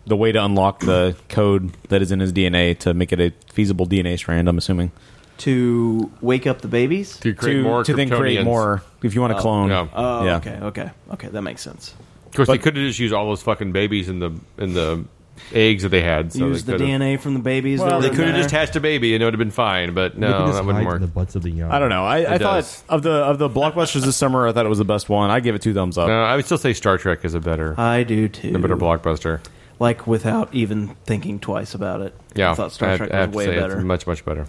Speaker 9: the way to unlock the code that is in his DNA to make it a feasible DNA strand. I'm assuming
Speaker 1: to wake up the babies
Speaker 9: to to, then create more. If you want to
Speaker 10: Oh,
Speaker 9: clone,
Speaker 10: yeah.
Speaker 1: Oh,
Speaker 10: Yeah.
Speaker 1: okay, okay, okay. That makes sense.
Speaker 10: Of course, they could have just used all those fucking babies in the in the eggs that they had. So
Speaker 1: Use
Speaker 10: they
Speaker 1: the
Speaker 10: could've-
Speaker 1: DNA from the babies. that
Speaker 10: Well,
Speaker 1: were
Speaker 10: they
Speaker 1: in
Speaker 10: could have
Speaker 1: there.
Speaker 10: just hatched a baby and it would have been fine, but
Speaker 9: They could
Speaker 10: no,
Speaker 9: just
Speaker 10: that wouldn't
Speaker 9: hide
Speaker 10: work.
Speaker 9: in the
Speaker 10: butts of the young.
Speaker 9: I don't know. I, I
Speaker 10: does.
Speaker 9: thought of the of the blockbusters this summer, I thought it was the best one. I give it two thumbs up.
Speaker 10: No, I would still say Star Trek is a better.
Speaker 1: I do too.
Speaker 10: A better blockbuster.
Speaker 1: like without even thinking twice about it.
Speaker 10: Yeah,
Speaker 1: I thought Star
Speaker 10: I-
Speaker 1: Trek
Speaker 10: I have
Speaker 1: was
Speaker 10: to
Speaker 1: way
Speaker 10: say it's
Speaker 1: better.
Speaker 10: much much better.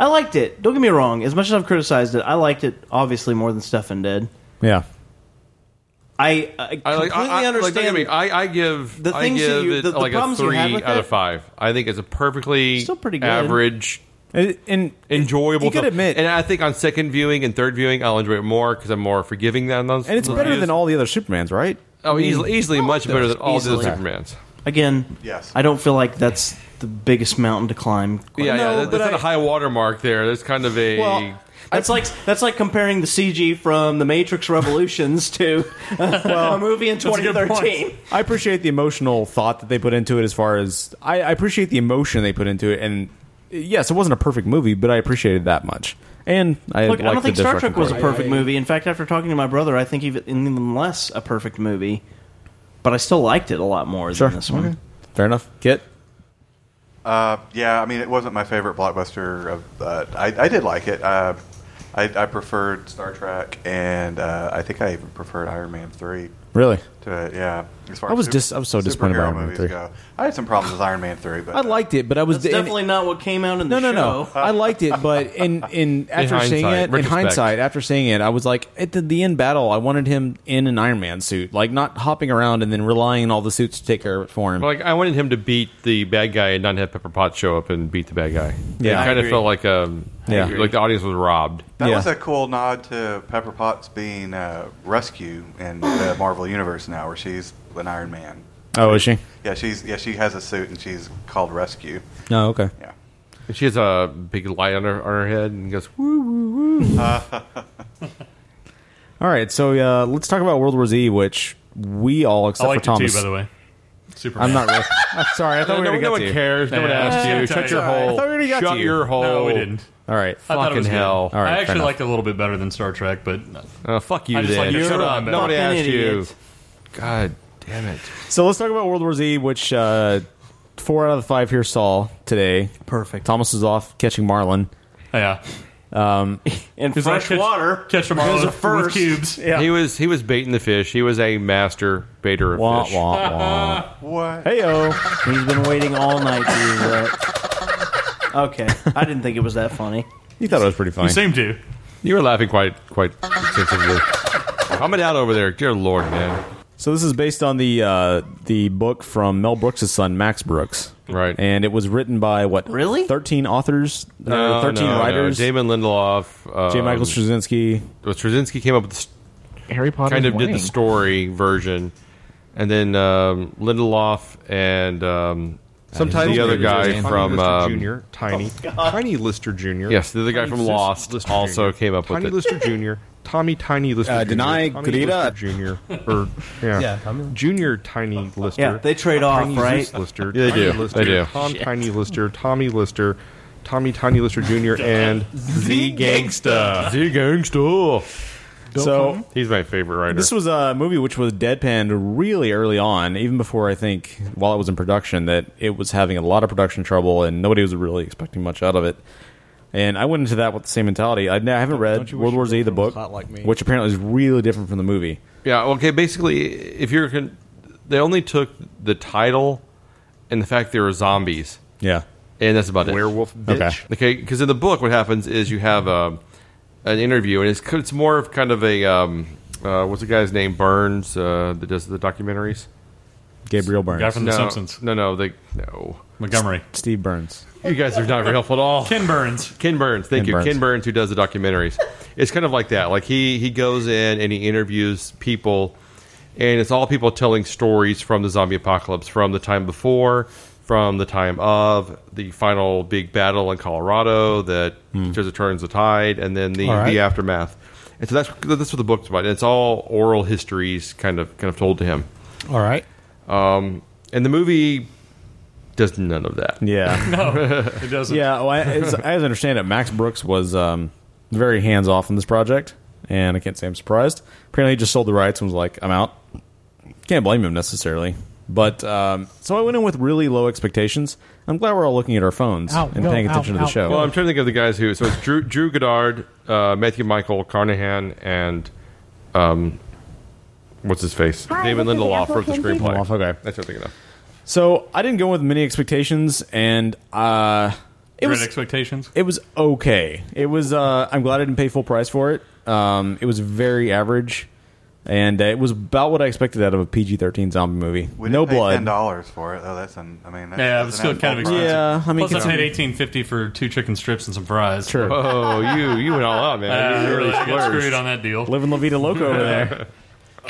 Speaker 1: I liked it. Don't get me wrong. As much as I've criticized it, I liked it obviously more than Stefan did.
Speaker 9: Yeah.
Speaker 1: I, I completely
Speaker 10: I like. I, I, like, don't
Speaker 1: understand.
Speaker 10: get me- I, I give
Speaker 1: The
Speaker 10: I
Speaker 1: things that
Speaker 10: give
Speaker 1: you-
Speaker 10: it
Speaker 1: the- the
Speaker 10: like a
Speaker 1: problems you
Speaker 10: three
Speaker 1: had with
Speaker 10: out
Speaker 1: it-
Speaker 10: of five. I think it's a perfectly
Speaker 1: Still pretty good.
Speaker 10: average.
Speaker 9: And
Speaker 10: enjoyable.
Speaker 9: you could
Speaker 10: film.
Speaker 9: admit-
Speaker 10: and I think on second viewing and third viewing, I'll enjoy it more because I'm more forgiving than those.
Speaker 9: and it's
Speaker 10: those
Speaker 9: better
Speaker 10: views.
Speaker 9: than all the other Supermans, right?
Speaker 10: Oh, easily, easily much better than all
Speaker 1: Easily.
Speaker 10: the other Supermans.
Speaker 1: Again,
Speaker 10: Yes.
Speaker 1: I don't feel like that's the biggest mountain to climb.
Speaker 10: Yeah, yeah. That, that's not a high water mark there. That's kind of a.
Speaker 1: Well, that's like that's like comparing the CG from The Matrix Revolutions to uh, a movie in
Speaker 4: That's a good point.
Speaker 1: 2013.
Speaker 9: I appreciate the emotional thought that they put into it. As far as I, I appreciate the emotion they put into it, and yes, it wasn't a perfect movie, but I appreciated that much. And I
Speaker 1: Look,
Speaker 9: liked
Speaker 1: I don't
Speaker 9: the
Speaker 1: think Star
Speaker 9: destruction
Speaker 1: Trek was a
Speaker 9: part.
Speaker 1: perfect movie. In fact, after talking to my brother, I think even even less a perfect movie. But I still liked it a lot more
Speaker 9: Sure.
Speaker 1: than this one.
Speaker 9: Okay. Fair enough. Kit.
Speaker 11: Uh, yeah, I mean, it wasn't my favorite blockbuster. Of, uh, I, I did like it. Uh, I, I preferred Star Trek, and uh, I think I even preferred Iron Man three.
Speaker 9: Really?
Speaker 11: To it, yeah. As far
Speaker 9: I
Speaker 11: as
Speaker 9: was
Speaker 11: sup-
Speaker 9: dis- I was so disappointed by
Speaker 11: superhero
Speaker 9: Iron Man
Speaker 11: movies
Speaker 9: 3.
Speaker 11: Go. I had some problems with Iron Man three, but uh,
Speaker 9: I liked it, but I was
Speaker 1: That's definitely not what came out in the
Speaker 9: no, no,
Speaker 1: show.
Speaker 9: no. I liked it, but in in after seeing
Speaker 1: hindsight,
Speaker 9: it, in
Speaker 1: retrospect.
Speaker 9: hindsight, after seeing it, I was like, at the, the end battle, I wanted him in an Iron Man suit, like not hopping around and then relying on all the suits to take care of it for him.
Speaker 10: Like I wanted him to beat the bad guy and not have Pepper Potts show up and beat the bad guy.
Speaker 9: Yeah.
Speaker 10: it
Speaker 9: I
Speaker 10: kind of
Speaker 9: agree.
Speaker 10: felt like um,
Speaker 9: I
Speaker 10: yeah,
Speaker 9: agree.
Speaker 10: like the audience was robbed.
Speaker 11: That was a cool nod to Pepper Potts being uh, rescue in the Marvel universe now, where she's an Iron Man.
Speaker 9: Oh, is she?
Speaker 11: Yeah, she's yeah she has a suit and she's called Rescue.
Speaker 9: No, okay.
Speaker 11: Yeah.
Speaker 10: And she has a big light on her on her head and goes. Woo.
Speaker 2: Uh,
Speaker 9: All right, so uh, let's talk about World War Z, which we all except
Speaker 2: I liked
Speaker 9: for
Speaker 2: it
Speaker 9: Thomas.
Speaker 2: too, by the way. Superman.
Speaker 9: I'm not. Really, I'm sorry, I thought we
Speaker 10: no,
Speaker 9: were
Speaker 10: no
Speaker 9: gonna
Speaker 10: one
Speaker 9: get to you.
Speaker 10: cares. No one
Speaker 9: Yeah.
Speaker 10: asked
Speaker 9: Yeah.
Speaker 10: you.
Speaker 9: Sorry.
Speaker 10: Shut your
Speaker 9: I thought
Speaker 10: hole.
Speaker 9: we already got
Speaker 10: Shut
Speaker 9: to you.
Speaker 10: your hole.
Speaker 2: No, we didn't.
Speaker 9: All right,
Speaker 2: I thought it
Speaker 10: fucking
Speaker 2: was good.
Speaker 10: hell. All right,
Speaker 2: I
Speaker 10: fair
Speaker 2: actually
Speaker 10: enough.
Speaker 2: liked it a little bit better than Star Trek, but
Speaker 9: Oh,
Speaker 10: Uh, fuck you.
Speaker 2: I just
Speaker 10: then.
Speaker 2: like it.
Speaker 10: Shut
Speaker 2: Shut
Speaker 10: up.
Speaker 2: up.
Speaker 10: Nobody
Speaker 2: Fucking
Speaker 10: asked you.
Speaker 2: idiot.
Speaker 10: God damn it.
Speaker 9: So let's talk about World War Z, which uh, four out of the five here saw today.
Speaker 1: Perfect.
Speaker 9: Thomas is off catching marlin.
Speaker 2: Oh, Yeah.
Speaker 9: Um,
Speaker 1: In
Speaker 2: It's like
Speaker 1: fresh
Speaker 2: catch-
Speaker 1: water,
Speaker 2: catch them all
Speaker 1: goes a
Speaker 2: with
Speaker 1: first.
Speaker 2: cubes.
Speaker 1: Yeah.
Speaker 10: He was he was baiting the fish. He was a master baiter of
Speaker 9: Wah,
Speaker 10: fish.
Speaker 9: wah, wah.
Speaker 11: What?
Speaker 9: Heyo.
Speaker 1: He's been waiting all night to use that. Okay, I didn't think it was that funny.
Speaker 9: You thought it was pretty funny.
Speaker 2: You seem to.
Speaker 10: You were laughing quite quite extensively. Calm it out over there, dear lord, man.
Speaker 9: So this is based on the uh, the book from Mel Brooks' son Max Brooks,
Speaker 10: right?
Speaker 9: And it was written by what?
Speaker 1: Really?
Speaker 9: Thirteen authors, uh,
Speaker 10: No,
Speaker 9: thirteen
Speaker 10: no, no.
Speaker 9: writers.
Speaker 10: Damon Lindelof, um,
Speaker 9: J. Michael Straczynski.
Speaker 10: Well, Straczynski came up with the
Speaker 17: Harry Potter.
Speaker 10: kind of did the story version, and then um, Lindelof and um, sometimes the other guy from um,
Speaker 17: Junior, Tiny, Tiny Lister Junior.
Speaker 10: Yes, the other guy
Speaker 17: Tiny
Speaker 10: from
Speaker 17: Sis-
Speaker 10: Lost
Speaker 17: Lister
Speaker 10: also
Speaker 17: Jr..
Speaker 10: came up with
Speaker 17: Tiny
Speaker 10: it.
Speaker 17: Lister Junior, Tommy Tiny Lister.
Speaker 10: Uh,
Speaker 17: Jr.,
Speaker 10: deny
Speaker 17: Tommy
Speaker 10: Gurira.
Speaker 17: Lister Junior, or yeah,
Speaker 10: Yeah,
Speaker 17: Junior Tiny Lister.
Speaker 1: Yeah, they trade off,
Speaker 17: Tiny
Speaker 1: right?
Speaker 17: Zeus Lister,
Speaker 10: Yeah, they
Speaker 17: Tiny
Speaker 10: do.
Speaker 17: Lister,
Speaker 10: They do.
Speaker 17: Tom
Speaker 10: Shit.
Speaker 17: Tiny Lister, Tommy Lister, Tommy Tiny Lister Junior, and the Gangsta.
Speaker 10: The Gangsta.
Speaker 9: So-
Speaker 10: he's my favorite writer.
Speaker 9: This was a movie which was deadpanned really early on, even before I think while it was in production that it was having a lot of production trouble and nobody was really expecting much out of it. And I went into that with the same mentality. I, I haven't read World War Z the book, which apparently is really different from the movie.
Speaker 10: Yeah. Okay. Basically, if you're, con- they only took the title and the fact there were zombies.
Speaker 9: Yeah.
Speaker 10: And that's about
Speaker 17: Werewolf
Speaker 10: it.
Speaker 17: bitch. Okay.
Speaker 10: Okay. Because in the book, what happens is you have um an interview, and it's c- it's more of kind of a um, uh, what's the guy's name? Burns uh, that does the documentaries.
Speaker 9: Gabriel Burns.
Speaker 2: Guy from The
Speaker 10: no,
Speaker 2: Simpsons.
Speaker 10: No, no, they no
Speaker 2: Montgomery.
Speaker 9: Steve Burns.
Speaker 10: You guys are not very helpful at all.
Speaker 2: Ken Burns.
Speaker 10: Ken Burns. Thank
Speaker 9: Ken
Speaker 10: you.
Speaker 9: Burns.
Speaker 10: Ken Burns, who does the documentaries. it's kind of like that. Like he he goes in and he interviews people, and it's all people telling stories from the zombie apocalypse, from the time before, from the time of the final big battle in Colorado that just turns the tide, and then the
Speaker 17: All right.
Speaker 10: the aftermath. And so that's that's what the book's about. And it's all oral histories, kind of kind of told to him.
Speaker 6: All right.
Speaker 10: Um, and the movie does none of that.
Speaker 9: Yeah.
Speaker 2: No, it doesn't.
Speaker 9: Yeah, well, I, as, as I understand it, Max Brooks was um, very hands off in this project, and I can't say I'm surprised. Apparently, he just sold the rights and was like, "I'm out." Can't blame him necessarily, but um, so I went in with really low expectations. I'm glad we're all looking at our phones
Speaker 10: Out,
Speaker 9: and
Speaker 10: go,
Speaker 9: paying
Speaker 10: out,
Speaker 9: attention to the
Speaker 10: out,
Speaker 9: show.
Speaker 10: Well, I'm trying to think of the guys who. So it's Drew, Drew Goddard, uh, Matthew Michael Carnahan, and um, what's his face? David Lindelof wrote the screenplay.
Speaker 9: Lindelof, okay,
Speaker 10: that's what I'm thinking of.
Speaker 9: So I didn't go with many expectations, and uh, it
Speaker 2: Great
Speaker 9: was
Speaker 2: expectations.
Speaker 9: It was okay. It was. Uh, I'm glad I didn't pay full price for it. Um, it was very average, and uh, it was about what I expected out of a PG-13 zombie movie.
Speaker 11: We
Speaker 9: no
Speaker 11: didn't pay
Speaker 9: blood.
Speaker 11: Ten dollars for it. though. that's an. I mean, that
Speaker 2: Yeah,
Speaker 11: doesn't
Speaker 2: it's still
Speaker 11: have
Speaker 2: kind of
Speaker 11: bulk price.
Speaker 2: expensive.
Speaker 9: I mean,
Speaker 2: plus I
Speaker 9: consider-
Speaker 2: paid eighteen fifty for two chicken strips and some fries. Uh,
Speaker 9: Sure.
Speaker 10: Oh, you you went all out, man.
Speaker 2: I
Speaker 10: You
Speaker 2: really,
Speaker 10: really
Speaker 2: got
Speaker 10: splurged.
Speaker 2: screwed on that deal.
Speaker 9: Living La Vida Loca over there.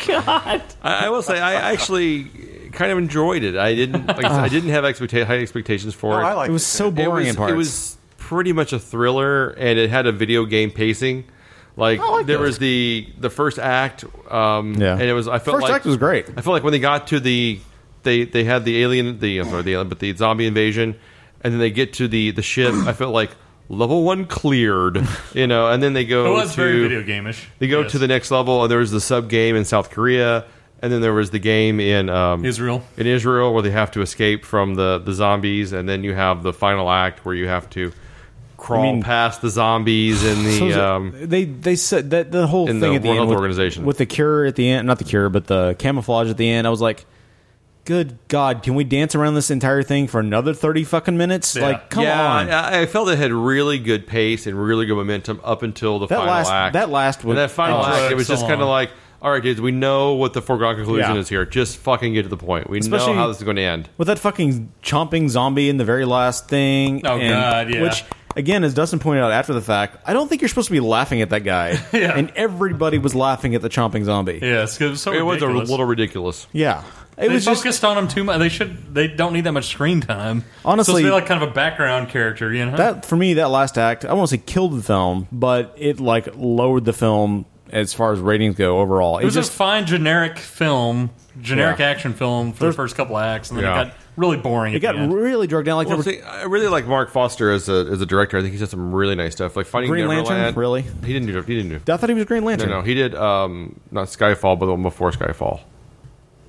Speaker 6: God.
Speaker 10: I, I will say I actually kind of enjoyed it. I didn't. Like I, said, I didn't have expecta- high expectations for
Speaker 9: No,
Speaker 10: it.
Speaker 9: I liked It was it, so too. boring
Speaker 10: It was,
Speaker 9: in parts.
Speaker 10: It was pretty much a thriller, and it had a video game pacing. Like there
Speaker 9: it.
Speaker 10: was the the first act, um,
Speaker 9: Yeah.
Speaker 10: and it was I felt
Speaker 9: First
Speaker 10: like
Speaker 9: act was great.
Speaker 10: I felt like when they got to the they they had the alien the I'm sorry the alien but the zombie invasion, and then they get to the the ship. I felt like level one cleared, you know, and then they go
Speaker 2: It was
Speaker 10: to,
Speaker 2: very video game-ish.
Speaker 10: They go
Speaker 2: Yes.
Speaker 10: to the next level, and there was the sub game in South Korea, and then there was the game in um,
Speaker 2: Israel.
Speaker 10: In Israel, where they have to escape from the the zombies, and then you have the final act where you have to crawl
Speaker 9: I mean-
Speaker 10: past the zombies and
Speaker 9: So is
Speaker 10: the
Speaker 9: it-
Speaker 10: um,
Speaker 9: they they said that the whole
Speaker 10: in
Speaker 9: thing
Speaker 10: the
Speaker 9: at the
Speaker 10: World
Speaker 9: end
Speaker 10: Health
Speaker 9: with,
Speaker 10: Organization.
Speaker 9: with the cure at the end, not the cure, but the camouflage at the end. I was like, "Good God, can we dance around this entire thing for another thirty fucking minutes? Like, come
Speaker 10: yeah,
Speaker 9: on!"
Speaker 10: I, I felt it had really good pace and really good momentum up until the
Speaker 9: That
Speaker 10: final
Speaker 9: last-
Speaker 10: act.
Speaker 9: that last
Speaker 10: and
Speaker 9: was-
Speaker 10: that final
Speaker 9: Oh,
Speaker 10: act, it was
Speaker 9: so
Speaker 10: just kind
Speaker 9: long.
Speaker 10: of like, all right, dudes, we know what the foregone conclusion
Speaker 9: Yeah.
Speaker 10: is here. Just fucking get to the point. We
Speaker 9: Especially-
Speaker 10: know how this is going to end.
Speaker 9: with that fucking chomping zombie in the very last thing.
Speaker 10: Oh,
Speaker 9: and-
Speaker 10: God, yeah.
Speaker 9: Which, again, as Dustin pointed out after the fact, I don't think you're supposed to be laughing at that guy. yeah. And everybody was laughing at the chomping zombie.
Speaker 2: Yes, 'cause it was so
Speaker 10: It was a
Speaker 2: ridiculous.
Speaker 10: little ridiculous.
Speaker 9: Yeah.
Speaker 2: It
Speaker 9: It
Speaker 2: they
Speaker 9: was just
Speaker 2: focused on him too much. They should. They don't need that much screen time.
Speaker 9: Honestly-
Speaker 2: so they're like kind of a background character, you know.
Speaker 9: that for me that last act. I won't say killed the film, but it like lowered the film as far as ratings go overall.
Speaker 2: it was a fine generic film, generic
Speaker 9: Yeah.
Speaker 2: action film for
Speaker 9: There's-
Speaker 2: the first couple acts, and then
Speaker 10: Yeah.
Speaker 2: it got really boring.
Speaker 9: It got really drugged down. Like
Speaker 10: Well,
Speaker 9: there were-
Speaker 10: see, I really like Mark Foster as a as a director. I think he's done some really nice stuff, like Finding
Speaker 9: Green
Speaker 10: Neverland.
Speaker 9: Lantern? Really?
Speaker 10: He didn't do. He didn't do.
Speaker 9: I thought he was Green Lantern.
Speaker 10: No, no, he did. Um, not Skyfall, but the one before Skyfall.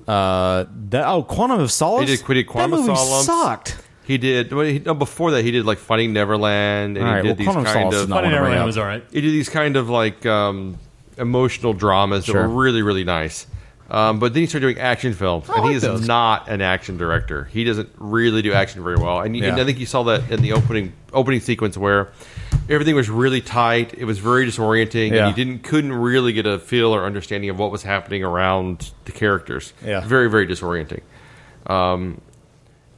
Speaker 9: Uh, that oh, Quantum of Solace.
Speaker 10: He did Quitty Quantum
Speaker 9: that
Speaker 10: of
Speaker 9: movie
Speaker 10: Solace.
Speaker 9: sucked.
Speaker 10: He did. Well, he, no, before that, he did like Finding Neverland, and
Speaker 9: All right,
Speaker 10: he
Speaker 9: well,
Speaker 10: did these
Speaker 9: Quantum of
Speaker 10: kind
Speaker 9: Solace
Speaker 10: of.
Speaker 9: is not one I Finding wanna bring Neverland up. was
Speaker 2: all right.
Speaker 10: He did these kind of like um, emotional dramas
Speaker 9: Sure.
Speaker 10: that were really, really nice. Um, but then he started doing action films, and
Speaker 9: like
Speaker 10: he is
Speaker 9: those.
Speaker 10: not an action director. He doesn't really do action very well, and, and
Speaker 9: Yeah.
Speaker 10: I think you saw that in the opening opening sequence where everything was really tight. It was very disorienting,
Speaker 9: Yeah.
Speaker 10: and you didn't couldn't really get a feel or understanding of what was happening around the characters.
Speaker 9: Yeah.
Speaker 10: very, very disorienting. Um,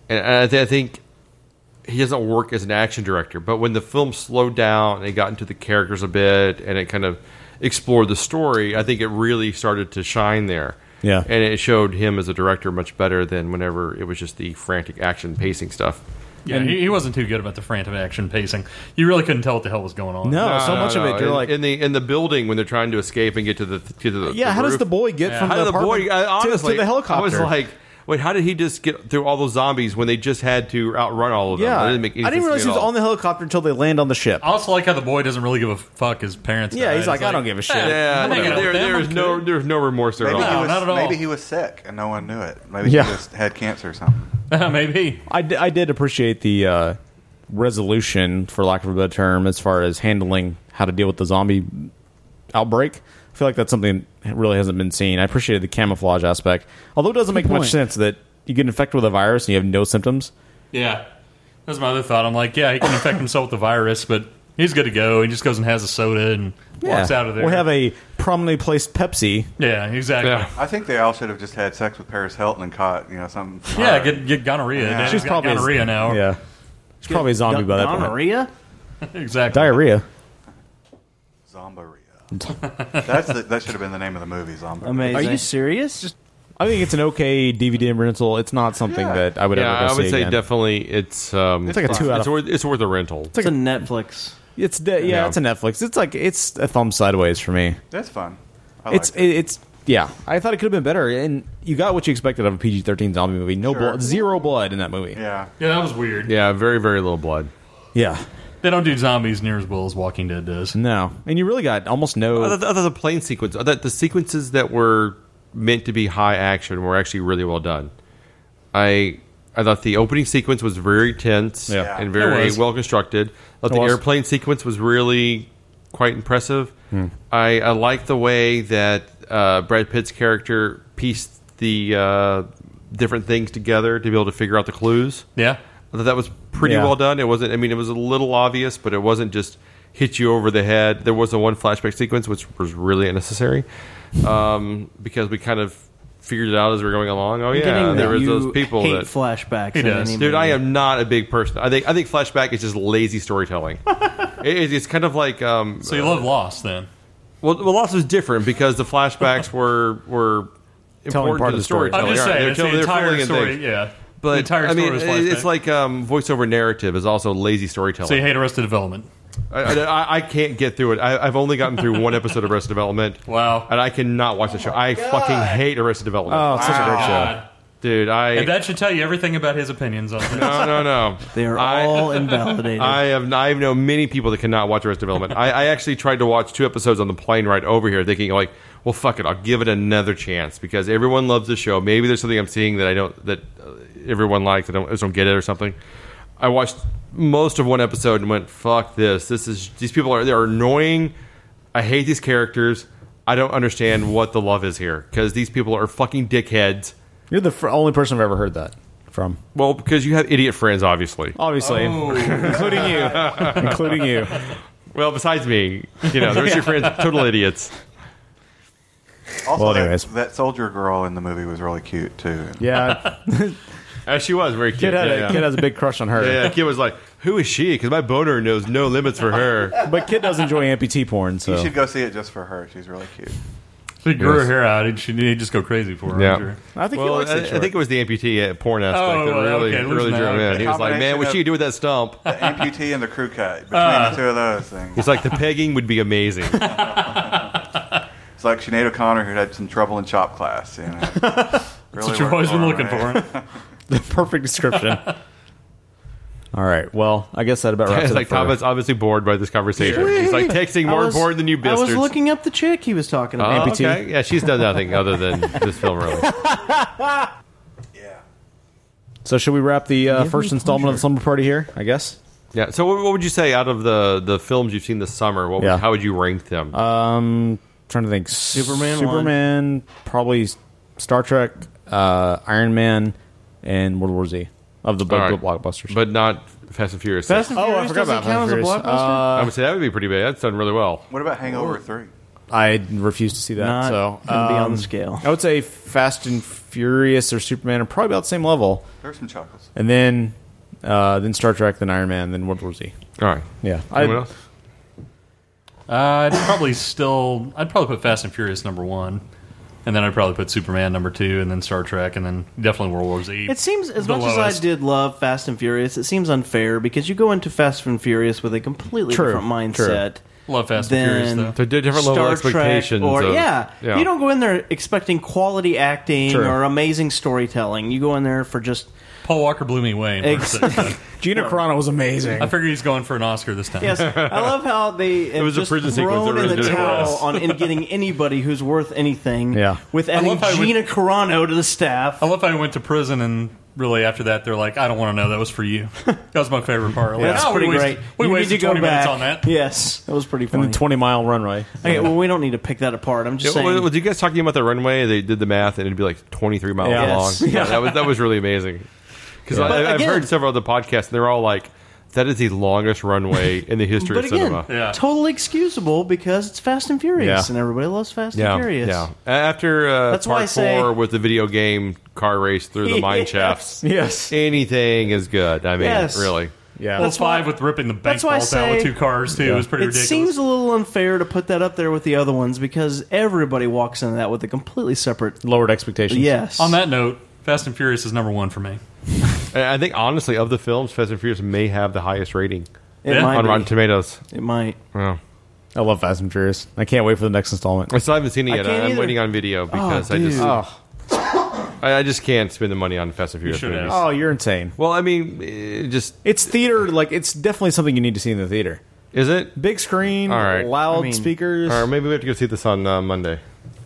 Speaker 10: and and I, th- I think he doesn't work as an action director. But when the film slowed down and it got into the characters a bit and it kind of explored the story, I think it really started to shine there.
Speaker 9: Yeah.
Speaker 10: and it showed him as a director much better than whenever it was just the frantic action pacing stuff.
Speaker 2: Yeah, he, he wasn't too good about the frantic action pacing. You really couldn't tell what the hell was going on.
Speaker 10: in, in the in the building when they're trying to escape and get to the get to the
Speaker 9: Yeah,
Speaker 10: the
Speaker 9: how does
Speaker 10: roof.
Speaker 9: the boy get from
Speaker 10: how
Speaker 9: the
Speaker 10: did the boy
Speaker 9: apartment
Speaker 10: I-
Speaker 9: to- to
Speaker 10: honestly
Speaker 9: the
Speaker 10: I was
Speaker 9: helicopter?
Speaker 10: like, wait, how did he just get through all those zombies when they just had to outrun all of them?
Speaker 9: Yeah,
Speaker 10: That didn't make any
Speaker 9: I didn't
Speaker 10: sense to me
Speaker 9: realize
Speaker 10: at
Speaker 9: he was
Speaker 10: all.
Speaker 9: on the helicopter until they land on the ship.
Speaker 2: I also like how the boy doesn't really give a fuck his parents.
Speaker 9: Yeah,
Speaker 2: died.
Speaker 9: he's like,
Speaker 2: It's
Speaker 9: I don't give a shit.
Speaker 2: "Eh,
Speaker 10: Yeah,
Speaker 2: I'm hanging out
Speaker 10: there,
Speaker 2: with them,
Speaker 10: there was
Speaker 2: I'm
Speaker 10: no
Speaker 2: good."
Speaker 10: there was no remorse there
Speaker 11: Maybe
Speaker 10: at all.
Speaker 11: he was,
Speaker 2: not at all.
Speaker 11: Maybe he was sick and no one knew it. Maybe
Speaker 9: Yeah.
Speaker 11: he just had cancer or something.
Speaker 2: Maybe
Speaker 9: I, d- I did appreciate the uh, resolution, for lack of a better term, as far as handling how to deal with the zombie outbreak. I feel like that's something that really hasn't been seen. I appreciated the camouflage aspect, although it doesn't
Speaker 2: Good
Speaker 9: make
Speaker 2: point.
Speaker 9: much sense that you get infected with a virus and you have no symptoms.
Speaker 2: Yeah, that was my other thought. I'm like, yeah, he can infect himself with the virus, but he's good to go. He just goes and has a soda and walks out of there.
Speaker 9: We'll have a prominently placed Pepsi.
Speaker 2: Yeah, exactly.
Speaker 11: I think they all should have just had sex with Paris Hilton and caught, you know, something.
Speaker 2: Yeah, get get gonorrhea.
Speaker 11: Yeah.
Speaker 2: Daddy's
Speaker 11: She's
Speaker 2: got
Speaker 11: probably-
Speaker 2: gonorrhea now.
Speaker 9: Yeah, she's probably a zombie by that point.
Speaker 1: Gonorrhea?
Speaker 2: exactly.
Speaker 9: Diarrhea.
Speaker 11: Zombaria. That's the, that should have been the name of the movie, Zombaria.
Speaker 9: Are you
Speaker 1: serious?
Speaker 9: I think it's an okay DVD rental. It's not something that I would
Speaker 10: yeah,
Speaker 9: ever. Go
Speaker 10: I would
Speaker 9: see
Speaker 10: say
Speaker 9: again.
Speaker 10: definitely it's um,
Speaker 9: It's like a two out
Speaker 10: It's
Speaker 9: of-
Speaker 10: worth, it's worth a rental. It's
Speaker 1: like a Netflix.
Speaker 9: It's de- yeah,
Speaker 10: Yeah.
Speaker 9: it's a Netflix. It's like it's a thumb sideways for me.
Speaker 11: That's fun. I
Speaker 9: it's
Speaker 11: liked
Speaker 9: it. it's yeah. I thought it could have been better, and you got what you expected of a PG thirteen zombie movie. No blood, zero blood in that movie.
Speaker 11: Yeah.
Speaker 2: Yeah, that was weird.
Speaker 10: Yeah, very very little blood.
Speaker 9: Yeah.
Speaker 2: They don't do zombies near as well as Walking Dead does.
Speaker 9: No, and you really got almost no.
Speaker 10: Other, other than the plane sequence, other, the sequences that were meant to be high action were actually really well done. I I thought the opening sequence was very tense
Speaker 9: Yeah. Yeah.
Speaker 10: and very
Speaker 9: It was.
Speaker 10: well constructed. I
Speaker 9: It
Speaker 10: thought the
Speaker 9: was.
Speaker 10: airplane sequence was really quite impressive.
Speaker 9: Hmm.
Speaker 10: I I like the way that uh, Brad Pitt's character pieced the uh, different things together to be able to figure out the clues.
Speaker 2: Yeah.
Speaker 10: I thought that was pretty
Speaker 2: Yeah.
Speaker 10: well done. It wasn't. I mean, it was a little obvious, but it wasn't just hit you over the head. There was a one flashback sequence which was really unnecessary um, because we kind of figured it out as we were going along. Oh
Speaker 1: I'm
Speaker 10: yeah,
Speaker 1: getting
Speaker 10: there
Speaker 1: that
Speaker 10: was those
Speaker 1: you
Speaker 10: people
Speaker 1: hate
Speaker 10: that
Speaker 1: flashbacks
Speaker 10: He
Speaker 1: in
Speaker 10: does.
Speaker 1: any
Speaker 10: dude. I
Speaker 1: movie.
Speaker 10: am not a big person. I think I think flashback is just lazy storytelling. it, it's kind of like um,
Speaker 2: So you love Lost then?
Speaker 10: Well, well, Lost was different because the flashbacks were were
Speaker 2: Telling
Speaker 10: important
Speaker 2: part
Speaker 10: to
Speaker 2: of
Speaker 10: the
Speaker 2: the story.
Speaker 10: storytelling.
Speaker 2: I'm just
Speaker 10: All right,
Speaker 2: saying,
Speaker 10: they're
Speaker 2: it's the
Speaker 10: telling- they're
Speaker 2: entire
Speaker 10: filling in
Speaker 2: story,
Speaker 10: things.
Speaker 2: yeah.
Speaker 10: But
Speaker 2: The entire
Speaker 10: I mean,
Speaker 2: story is
Speaker 10: it- it's
Speaker 2: flashback.
Speaker 10: like um, voiceover narrative is also lazy storytelling.
Speaker 2: So you hate Arrested Development?
Speaker 10: I, I, I can't get through it. I, I've only gotten through one episode of Arrested Development. Wow! And I cannot watch the show. I fucking hate Arrested Development.
Speaker 2: Oh, it's such a great Wow. show. God.
Speaker 10: dude. I
Speaker 2: and that should tell you everything about his opinions on this.
Speaker 10: no, no, no.
Speaker 1: They are all invalidated.
Speaker 10: I have I know many people that cannot watch Arrested Development. I, I actually tried to watch two episodes on the plane ride over here, thinking like, well, fuck it, I'll give it another chance because everyone loves the show. Maybe there's something I'm seeing that I don't that uh, everyone likes. I don't I just don't get it or something. I watched most of one episode and went, fuck this. This is these people are they are annoying. I hate these characters. I don't understand what the love is here because these people are fucking dickheads.
Speaker 9: You're the fr- only person I've ever heard that from.
Speaker 10: Well, because you have idiot friends, obviously.
Speaker 9: Obviously, including you, Oh. including you.
Speaker 10: Well, besides me, you know, there's your friends, total idiots.
Speaker 11: Also,
Speaker 10: Well,
Speaker 11: that-
Speaker 10: anyways.
Speaker 11: that, soldier girl in the movie was really cute too.
Speaker 9: Yeah,
Speaker 10: Uh, she was very
Speaker 9: kid
Speaker 10: cute.
Speaker 9: had
Speaker 10: yeah,
Speaker 9: a,
Speaker 10: yeah.
Speaker 9: kid has a big crush on her.
Speaker 10: Yeah, yeah, kid was like, "Who is she?" Because my boner knows no limits for her.
Speaker 9: But kid does enjoy amputee porn, so
Speaker 11: You should go see it just for her. She's really cute.
Speaker 2: She grew
Speaker 10: Yes.
Speaker 2: her hair out, and she he'd just go crazy for her.
Speaker 10: Yeah.
Speaker 2: I'm sure.
Speaker 9: I think he
Speaker 10: well,
Speaker 9: likes
Speaker 10: I,
Speaker 9: that
Speaker 10: I think it was the amputee uh, porn aspect
Speaker 2: Oh,
Speaker 10: that
Speaker 2: well,
Speaker 10: really,
Speaker 2: okay,
Speaker 10: really
Speaker 2: losing
Speaker 10: drew
Speaker 2: that,
Speaker 10: him in.
Speaker 2: okay.
Speaker 10: He was like, "Man, what she
Speaker 11: Combination
Speaker 10: do with that stump?"
Speaker 11: The amputee and the crew cut between
Speaker 10: Ah.
Speaker 11: the two of those things.
Speaker 10: He's like, "The pegging would be amazing."
Speaker 11: It's like Sinead O'Connor who had some trouble in shop class. You know, Really
Speaker 2: what you've
Speaker 11: worked
Speaker 2: always been
Speaker 11: her,
Speaker 2: looking
Speaker 11: right?
Speaker 2: for.
Speaker 9: the perfect description. All right. Well, I guess that about wraps
Speaker 10: it's
Speaker 9: it
Speaker 10: like
Speaker 9: up. for-
Speaker 10: Thomas obviously bored by this conversation. He's like texting
Speaker 1: I
Speaker 10: more
Speaker 1: was-
Speaker 10: important than you,
Speaker 1: I was
Speaker 10: bastards.
Speaker 1: looking up the chick he was talking
Speaker 10: Oh,
Speaker 1: about.
Speaker 10: okay. Yeah, she's done nothing other than this film, really.
Speaker 9: So should we wrap the uh,
Speaker 10: Give me
Speaker 9: first installment of the slumber party here? I guess.
Speaker 10: Yeah. So, what, what would you say out of the the films you've seen this summer? What, would-
Speaker 9: Yeah.
Speaker 10: How would you rank them?
Speaker 1: Uh,
Speaker 9: Um, trying to think.
Speaker 10: Superman one.
Speaker 9: Superman, probably S- Star Trek, uh, Iron Man, and World War Z of the bu-
Speaker 10: All right.
Speaker 9: blockbusters.
Speaker 10: but not Fast and Furious.
Speaker 9: Fast and Oh, I Furious forgot doesn't about count Fast and as a Furious. blockbuster?
Speaker 10: I would say that would be pretty bad. That's done really well.
Speaker 11: What about Hangover Three?
Speaker 9: I refuse to see that.
Speaker 1: Not
Speaker 9: so
Speaker 1: gonna be on the
Speaker 9: scale. I would say Fast and Furious or Superman are probably about the same level.
Speaker 11: There's some chuckles.
Speaker 9: And then, uh, then Star Trek, then Iron Man, then World War Z.
Speaker 10: All right.
Speaker 9: Yeah.
Speaker 2: Anyone else? Uh, I'd probably still. I'd probably put Fast and Furious number one, and then I'd probably put Superman number two, and then Star Trek, and then definitely World War Z.
Speaker 1: It seems as
Speaker 2: The
Speaker 1: much as I
Speaker 2: lowest.
Speaker 1: did love Fast and Furious, it seems unfair because you go into Fast and Furious with a completely
Speaker 2: True,
Speaker 1: different mindset.
Speaker 2: true. Love Fast and
Speaker 1: than
Speaker 2: Furious, though. They're di- different level
Speaker 1: Star
Speaker 2: of
Speaker 1: Trek
Speaker 2: expectations
Speaker 1: Or,
Speaker 2: of-
Speaker 1: yeah,
Speaker 2: yeah.
Speaker 1: you don't go in there expecting quality acting
Speaker 2: True.
Speaker 1: or amazing storytelling. You go in there for just
Speaker 2: Paul Walker blew me away. In
Speaker 1: Ex-
Speaker 2: person, but-
Speaker 9: Gina Carano was amazing.
Speaker 2: I figure he's going for an Oscar this time.
Speaker 1: Yes, I love how they
Speaker 2: It
Speaker 1: it
Speaker 2: was a
Speaker 1: just
Speaker 2: prison sequence
Speaker 1: thrown
Speaker 2: that really
Speaker 1: in the
Speaker 2: did it for
Speaker 1: towel
Speaker 2: us.
Speaker 1: on in getting anybody who's worth anything.
Speaker 2: Yeah.
Speaker 1: with
Speaker 2: I
Speaker 1: adding
Speaker 2: love how we-
Speaker 1: Gina Carano to the staff.
Speaker 2: I love how he went to prison and. Really, after that, they're like, "I don't want to know. That was for you." That was my favorite part. Like,
Speaker 1: That's
Speaker 2: "Oh, we
Speaker 1: pretty
Speaker 2: wasted-
Speaker 1: great.
Speaker 2: We
Speaker 1: You need
Speaker 2: wasted
Speaker 1: to go
Speaker 2: twenty minutes
Speaker 1: back."
Speaker 2: on that.
Speaker 1: Yes, that was pretty funny.
Speaker 9: And the twenty mile runway.
Speaker 1: Okay, well, we don't need to pick that apart. I'm
Speaker 10: Yeah,
Speaker 1: just
Speaker 10: what-
Speaker 1: saying.
Speaker 10: was you guys talking about the runway? They did the math, and it'd be like 23 miles
Speaker 1: Yeah.
Speaker 10: long.
Speaker 1: Yes.
Speaker 10: Yeah,
Speaker 1: Yeah.
Speaker 10: that was that was really amazing. Because
Speaker 1: Yeah. But
Speaker 10: I've
Speaker 1: again-
Speaker 10: heard several other podcasts, and they're all like, That is the longest runway in the history
Speaker 1: But
Speaker 10: of
Speaker 1: again,
Speaker 10: cinema.
Speaker 1: totally excusable because it's Fast and Furious,
Speaker 10: Yeah.
Speaker 1: and everybody loves Fast
Speaker 10: yeah,
Speaker 1: and Furious.
Speaker 10: yeah. A- After uh,
Speaker 1: That's why
Speaker 10: part
Speaker 1: I say-
Speaker 10: four with the video game car race through the mine
Speaker 1: Yes.
Speaker 10: shafts,
Speaker 1: Yes.
Speaker 10: anything is good. I mean,
Speaker 1: Yes.
Speaker 10: really,
Speaker 1: Yeah.
Speaker 2: Well,
Speaker 1: That's why-
Speaker 2: five with ripping the bank
Speaker 1: That's why I
Speaker 2: vault out
Speaker 1: say
Speaker 2: with two cars too
Speaker 1: It
Speaker 2: was pretty ridiculous.
Speaker 1: seems a little unfair to put that up there with the other ones because everybody walks into that with a completely separate
Speaker 9: lowered expectations.
Speaker 1: Yes.
Speaker 2: On that note, Fast and Furious is number one for me.
Speaker 10: And I think honestly, of the films, Fast and Furious may have the highest rating
Speaker 2: It Yeah. might
Speaker 10: on
Speaker 2: be.
Speaker 10: Rotten Tomatoes.
Speaker 1: It might.
Speaker 10: Yeah.
Speaker 9: I love Fast and Furious. I can't wait for the next installment.
Speaker 10: I still haven't seen it
Speaker 9: I
Speaker 10: yet.
Speaker 9: can't
Speaker 10: I'm
Speaker 9: either.
Speaker 10: waiting on video
Speaker 9: Oh,
Speaker 10: because I just
Speaker 9: dude. Oh.
Speaker 10: I, I just can't spend the money on Fast and Furious movies.
Speaker 9: Oh, you're insane.
Speaker 10: Well, I mean, it just
Speaker 9: it's theater. Like it's definitely something you need to see in the theater.
Speaker 10: Is it
Speaker 9: big screen?
Speaker 10: All right.
Speaker 9: loud speakers.
Speaker 10: Or maybe we have to go see this on uh, Monday.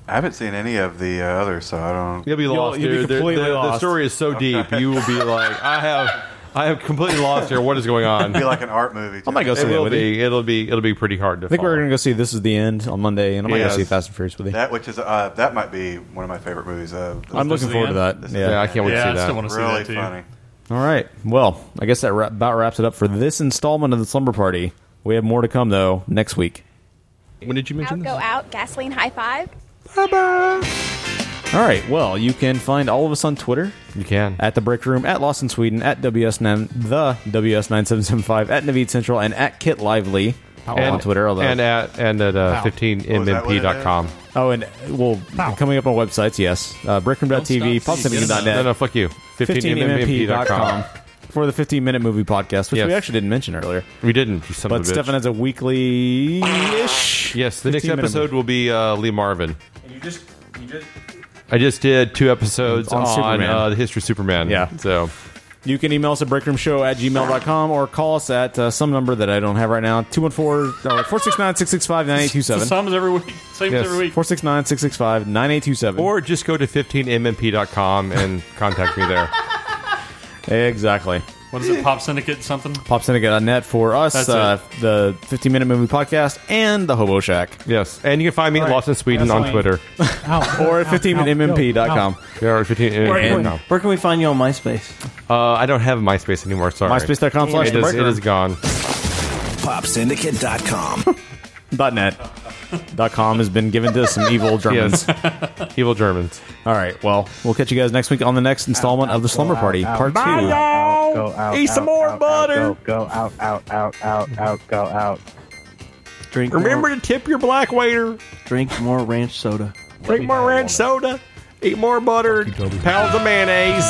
Speaker 11: I haven't seen any of the uh, others, so I don't.
Speaker 10: You'll be lost, dude. They're- they're- The story is so deep. You will be like, I have, I have completely lost here. What is going on?
Speaker 11: It'll be like an art movie.
Speaker 9: I might go see
Speaker 10: it
Speaker 9: that
Speaker 10: will
Speaker 9: with you.
Speaker 10: be. It'll be. It'll be pretty hard to.
Speaker 9: I think
Speaker 10: follow.
Speaker 9: we're gonna go see This Is the End on Monday, and I'm gonna
Speaker 10: Yes.
Speaker 9: go see Fast and Furious with you.
Speaker 11: That which is uh, that might be one of my favorite movies. Uh,
Speaker 9: I'm looking forward to that.
Speaker 11: This is
Speaker 9: yeah.
Speaker 11: the
Speaker 10: Yeah,
Speaker 11: I still wanna see Really that, too. funny.
Speaker 9: All right. Well, I guess that wrap, about wraps it up for this installment of the Slumber Party. We have more to come though next week.
Speaker 10: When did you
Speaker 6: Out, go out, gasoline, high five.
Speaker 9: All right. Well, you can find all of us on Twitter.
Speaker 10: You can
Speaker 9: at the Break Room, at Lost in Sweden, at WS9, the WS9775, at Navid Central, and at Kit Lively
Speaker 10: And-
Speaker 9: on Twitter. Although
Speaker 10: and at and at uh,
Speaker 9: Pow.
Speaker 10: 15mnp.com.
Speaker 9: Oh, and well, coming up on websites, yes. Uh, breakroom.tv,
Speaker 10: Don't stop.
Speaker 9: popsimulation.net.
Speaker 10: No, no, fuck you. 15mmp.com.
Speaker 9: for the 15 minute movie podcast, which
Speaker 10: Yes.
Speaker 9: we actually didn't mention earlier.
Speaker 10: We didn't. You son
Speaker 9: but
Speaker 10: of a bitch.
Speaker 9: Stefan has a weekly ish.
Speaker 10: Yes, the next
Speaker 9: 15 minute
Speaker 10: episode will be uh, Lee Marvin.
Speaker 9: You just, you just.
Speaker 10: I just did two episodes
Speaker 9: On
Speaker 10: on,
Speaker 9: Superman.
Speaker 10: uh, the history of Superman.
Speaker 9: Yeah.
Speaker 10: So
Speaker 9: You can email us at breakroomshow at gmail.com or call us at uh, some number that I don't have right now 214 or 469 665
Speaker 2: The
Speaker 9: 9827.
Speaker 2: sum is every week. Same as every week.
Speaker 9: 469 665 9827.
Speaker 10: Or just go to 15mmp.com and contact me there.
Speaker 9: Exactly.
Speaker 2: What is it? Pop Syndicate something?
Speaker 9: PopSyndicate.net for us,
Speaker 2: That's
Speaker 9: uh, the 15 minute movie podcast, and the Hobo Shack.
Speaker 10: Yes. And you can find me at Lost in Sweden
Speaker 9: That's
Speaker 10: on
Speaker 9: lame.
Speaker 10: Twitter.
Speaker 9: or at 15 mmp.com.
Speaker 10: Yeah, or 15
Speaker 9: uh,
Speaker 10: mmp.com.
Speaker 1: Where can we find you on MySpace?
Speaker 10: Uh, I don't have MySpace anymore. Sorry.
Speaker 1: MySpace.com slash
Speaker 10: It
Speaker 1: The
Speaker 10: is-
Speaker 1: Break
Speaker 10: It
Speaker 1: Room.
Speaker 10: is gone.
Speaker 9: PopSyndicate.com. Dot .net. Dot .com has been given to some evil Germans.
Speaker 10: evil Germans.
Speaker 9: All right. Well, we'll catch you guys next week on the next installment of the Slumber Party, part two.
Speaker 4: Bye, y'all. Eat some more butter.
Speaker 9: go out, out, out, out, out, go out.
Speaker 1: Drink.
Speaker 10: Remember
Speaker 1: more,
Speaker 10: to tip your black waiter.
Speaker 1: drink more ranch soda.
Speaker 10: Drink more ranch soda. Eat more butter. Pounds of mayonnaise.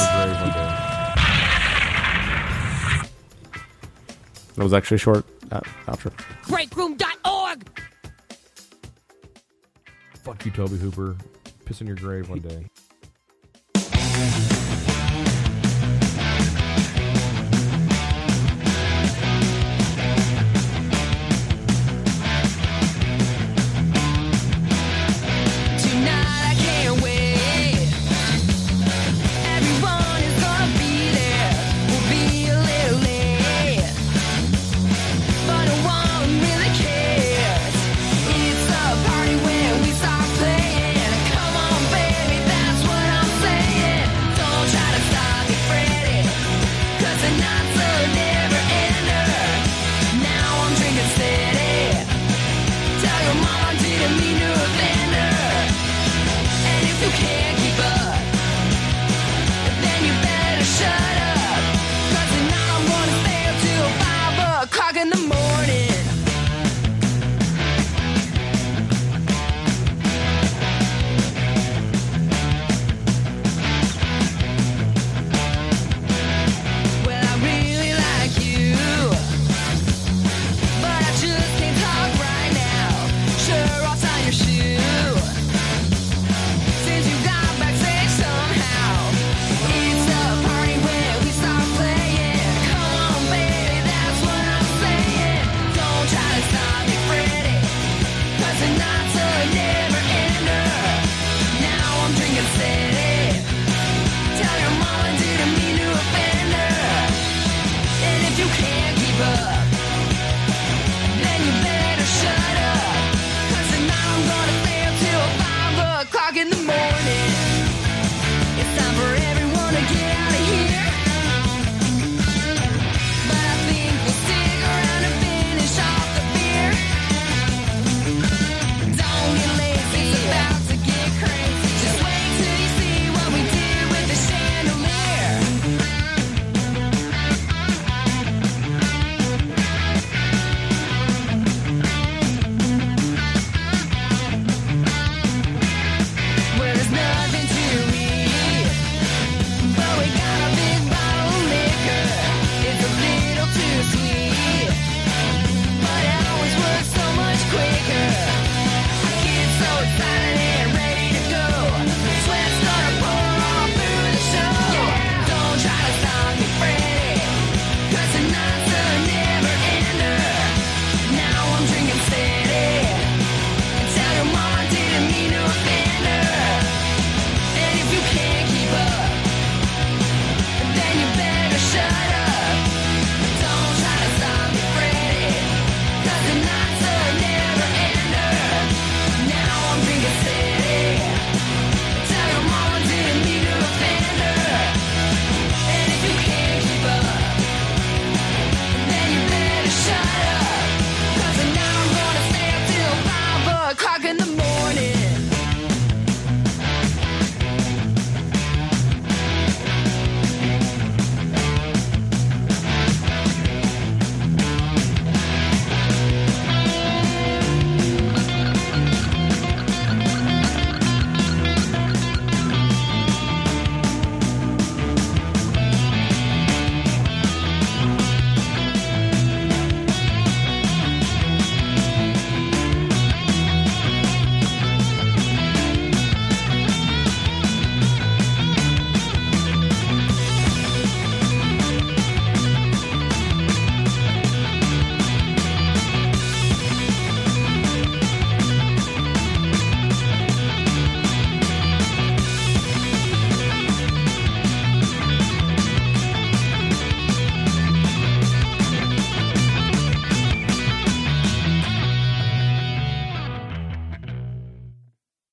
Speaker 9: That was actually short. Uh, outro.
Speaker 7: Breakroom.org.
Speaker 10: Fuck you, Toby Hooper. Piss in your grave one day.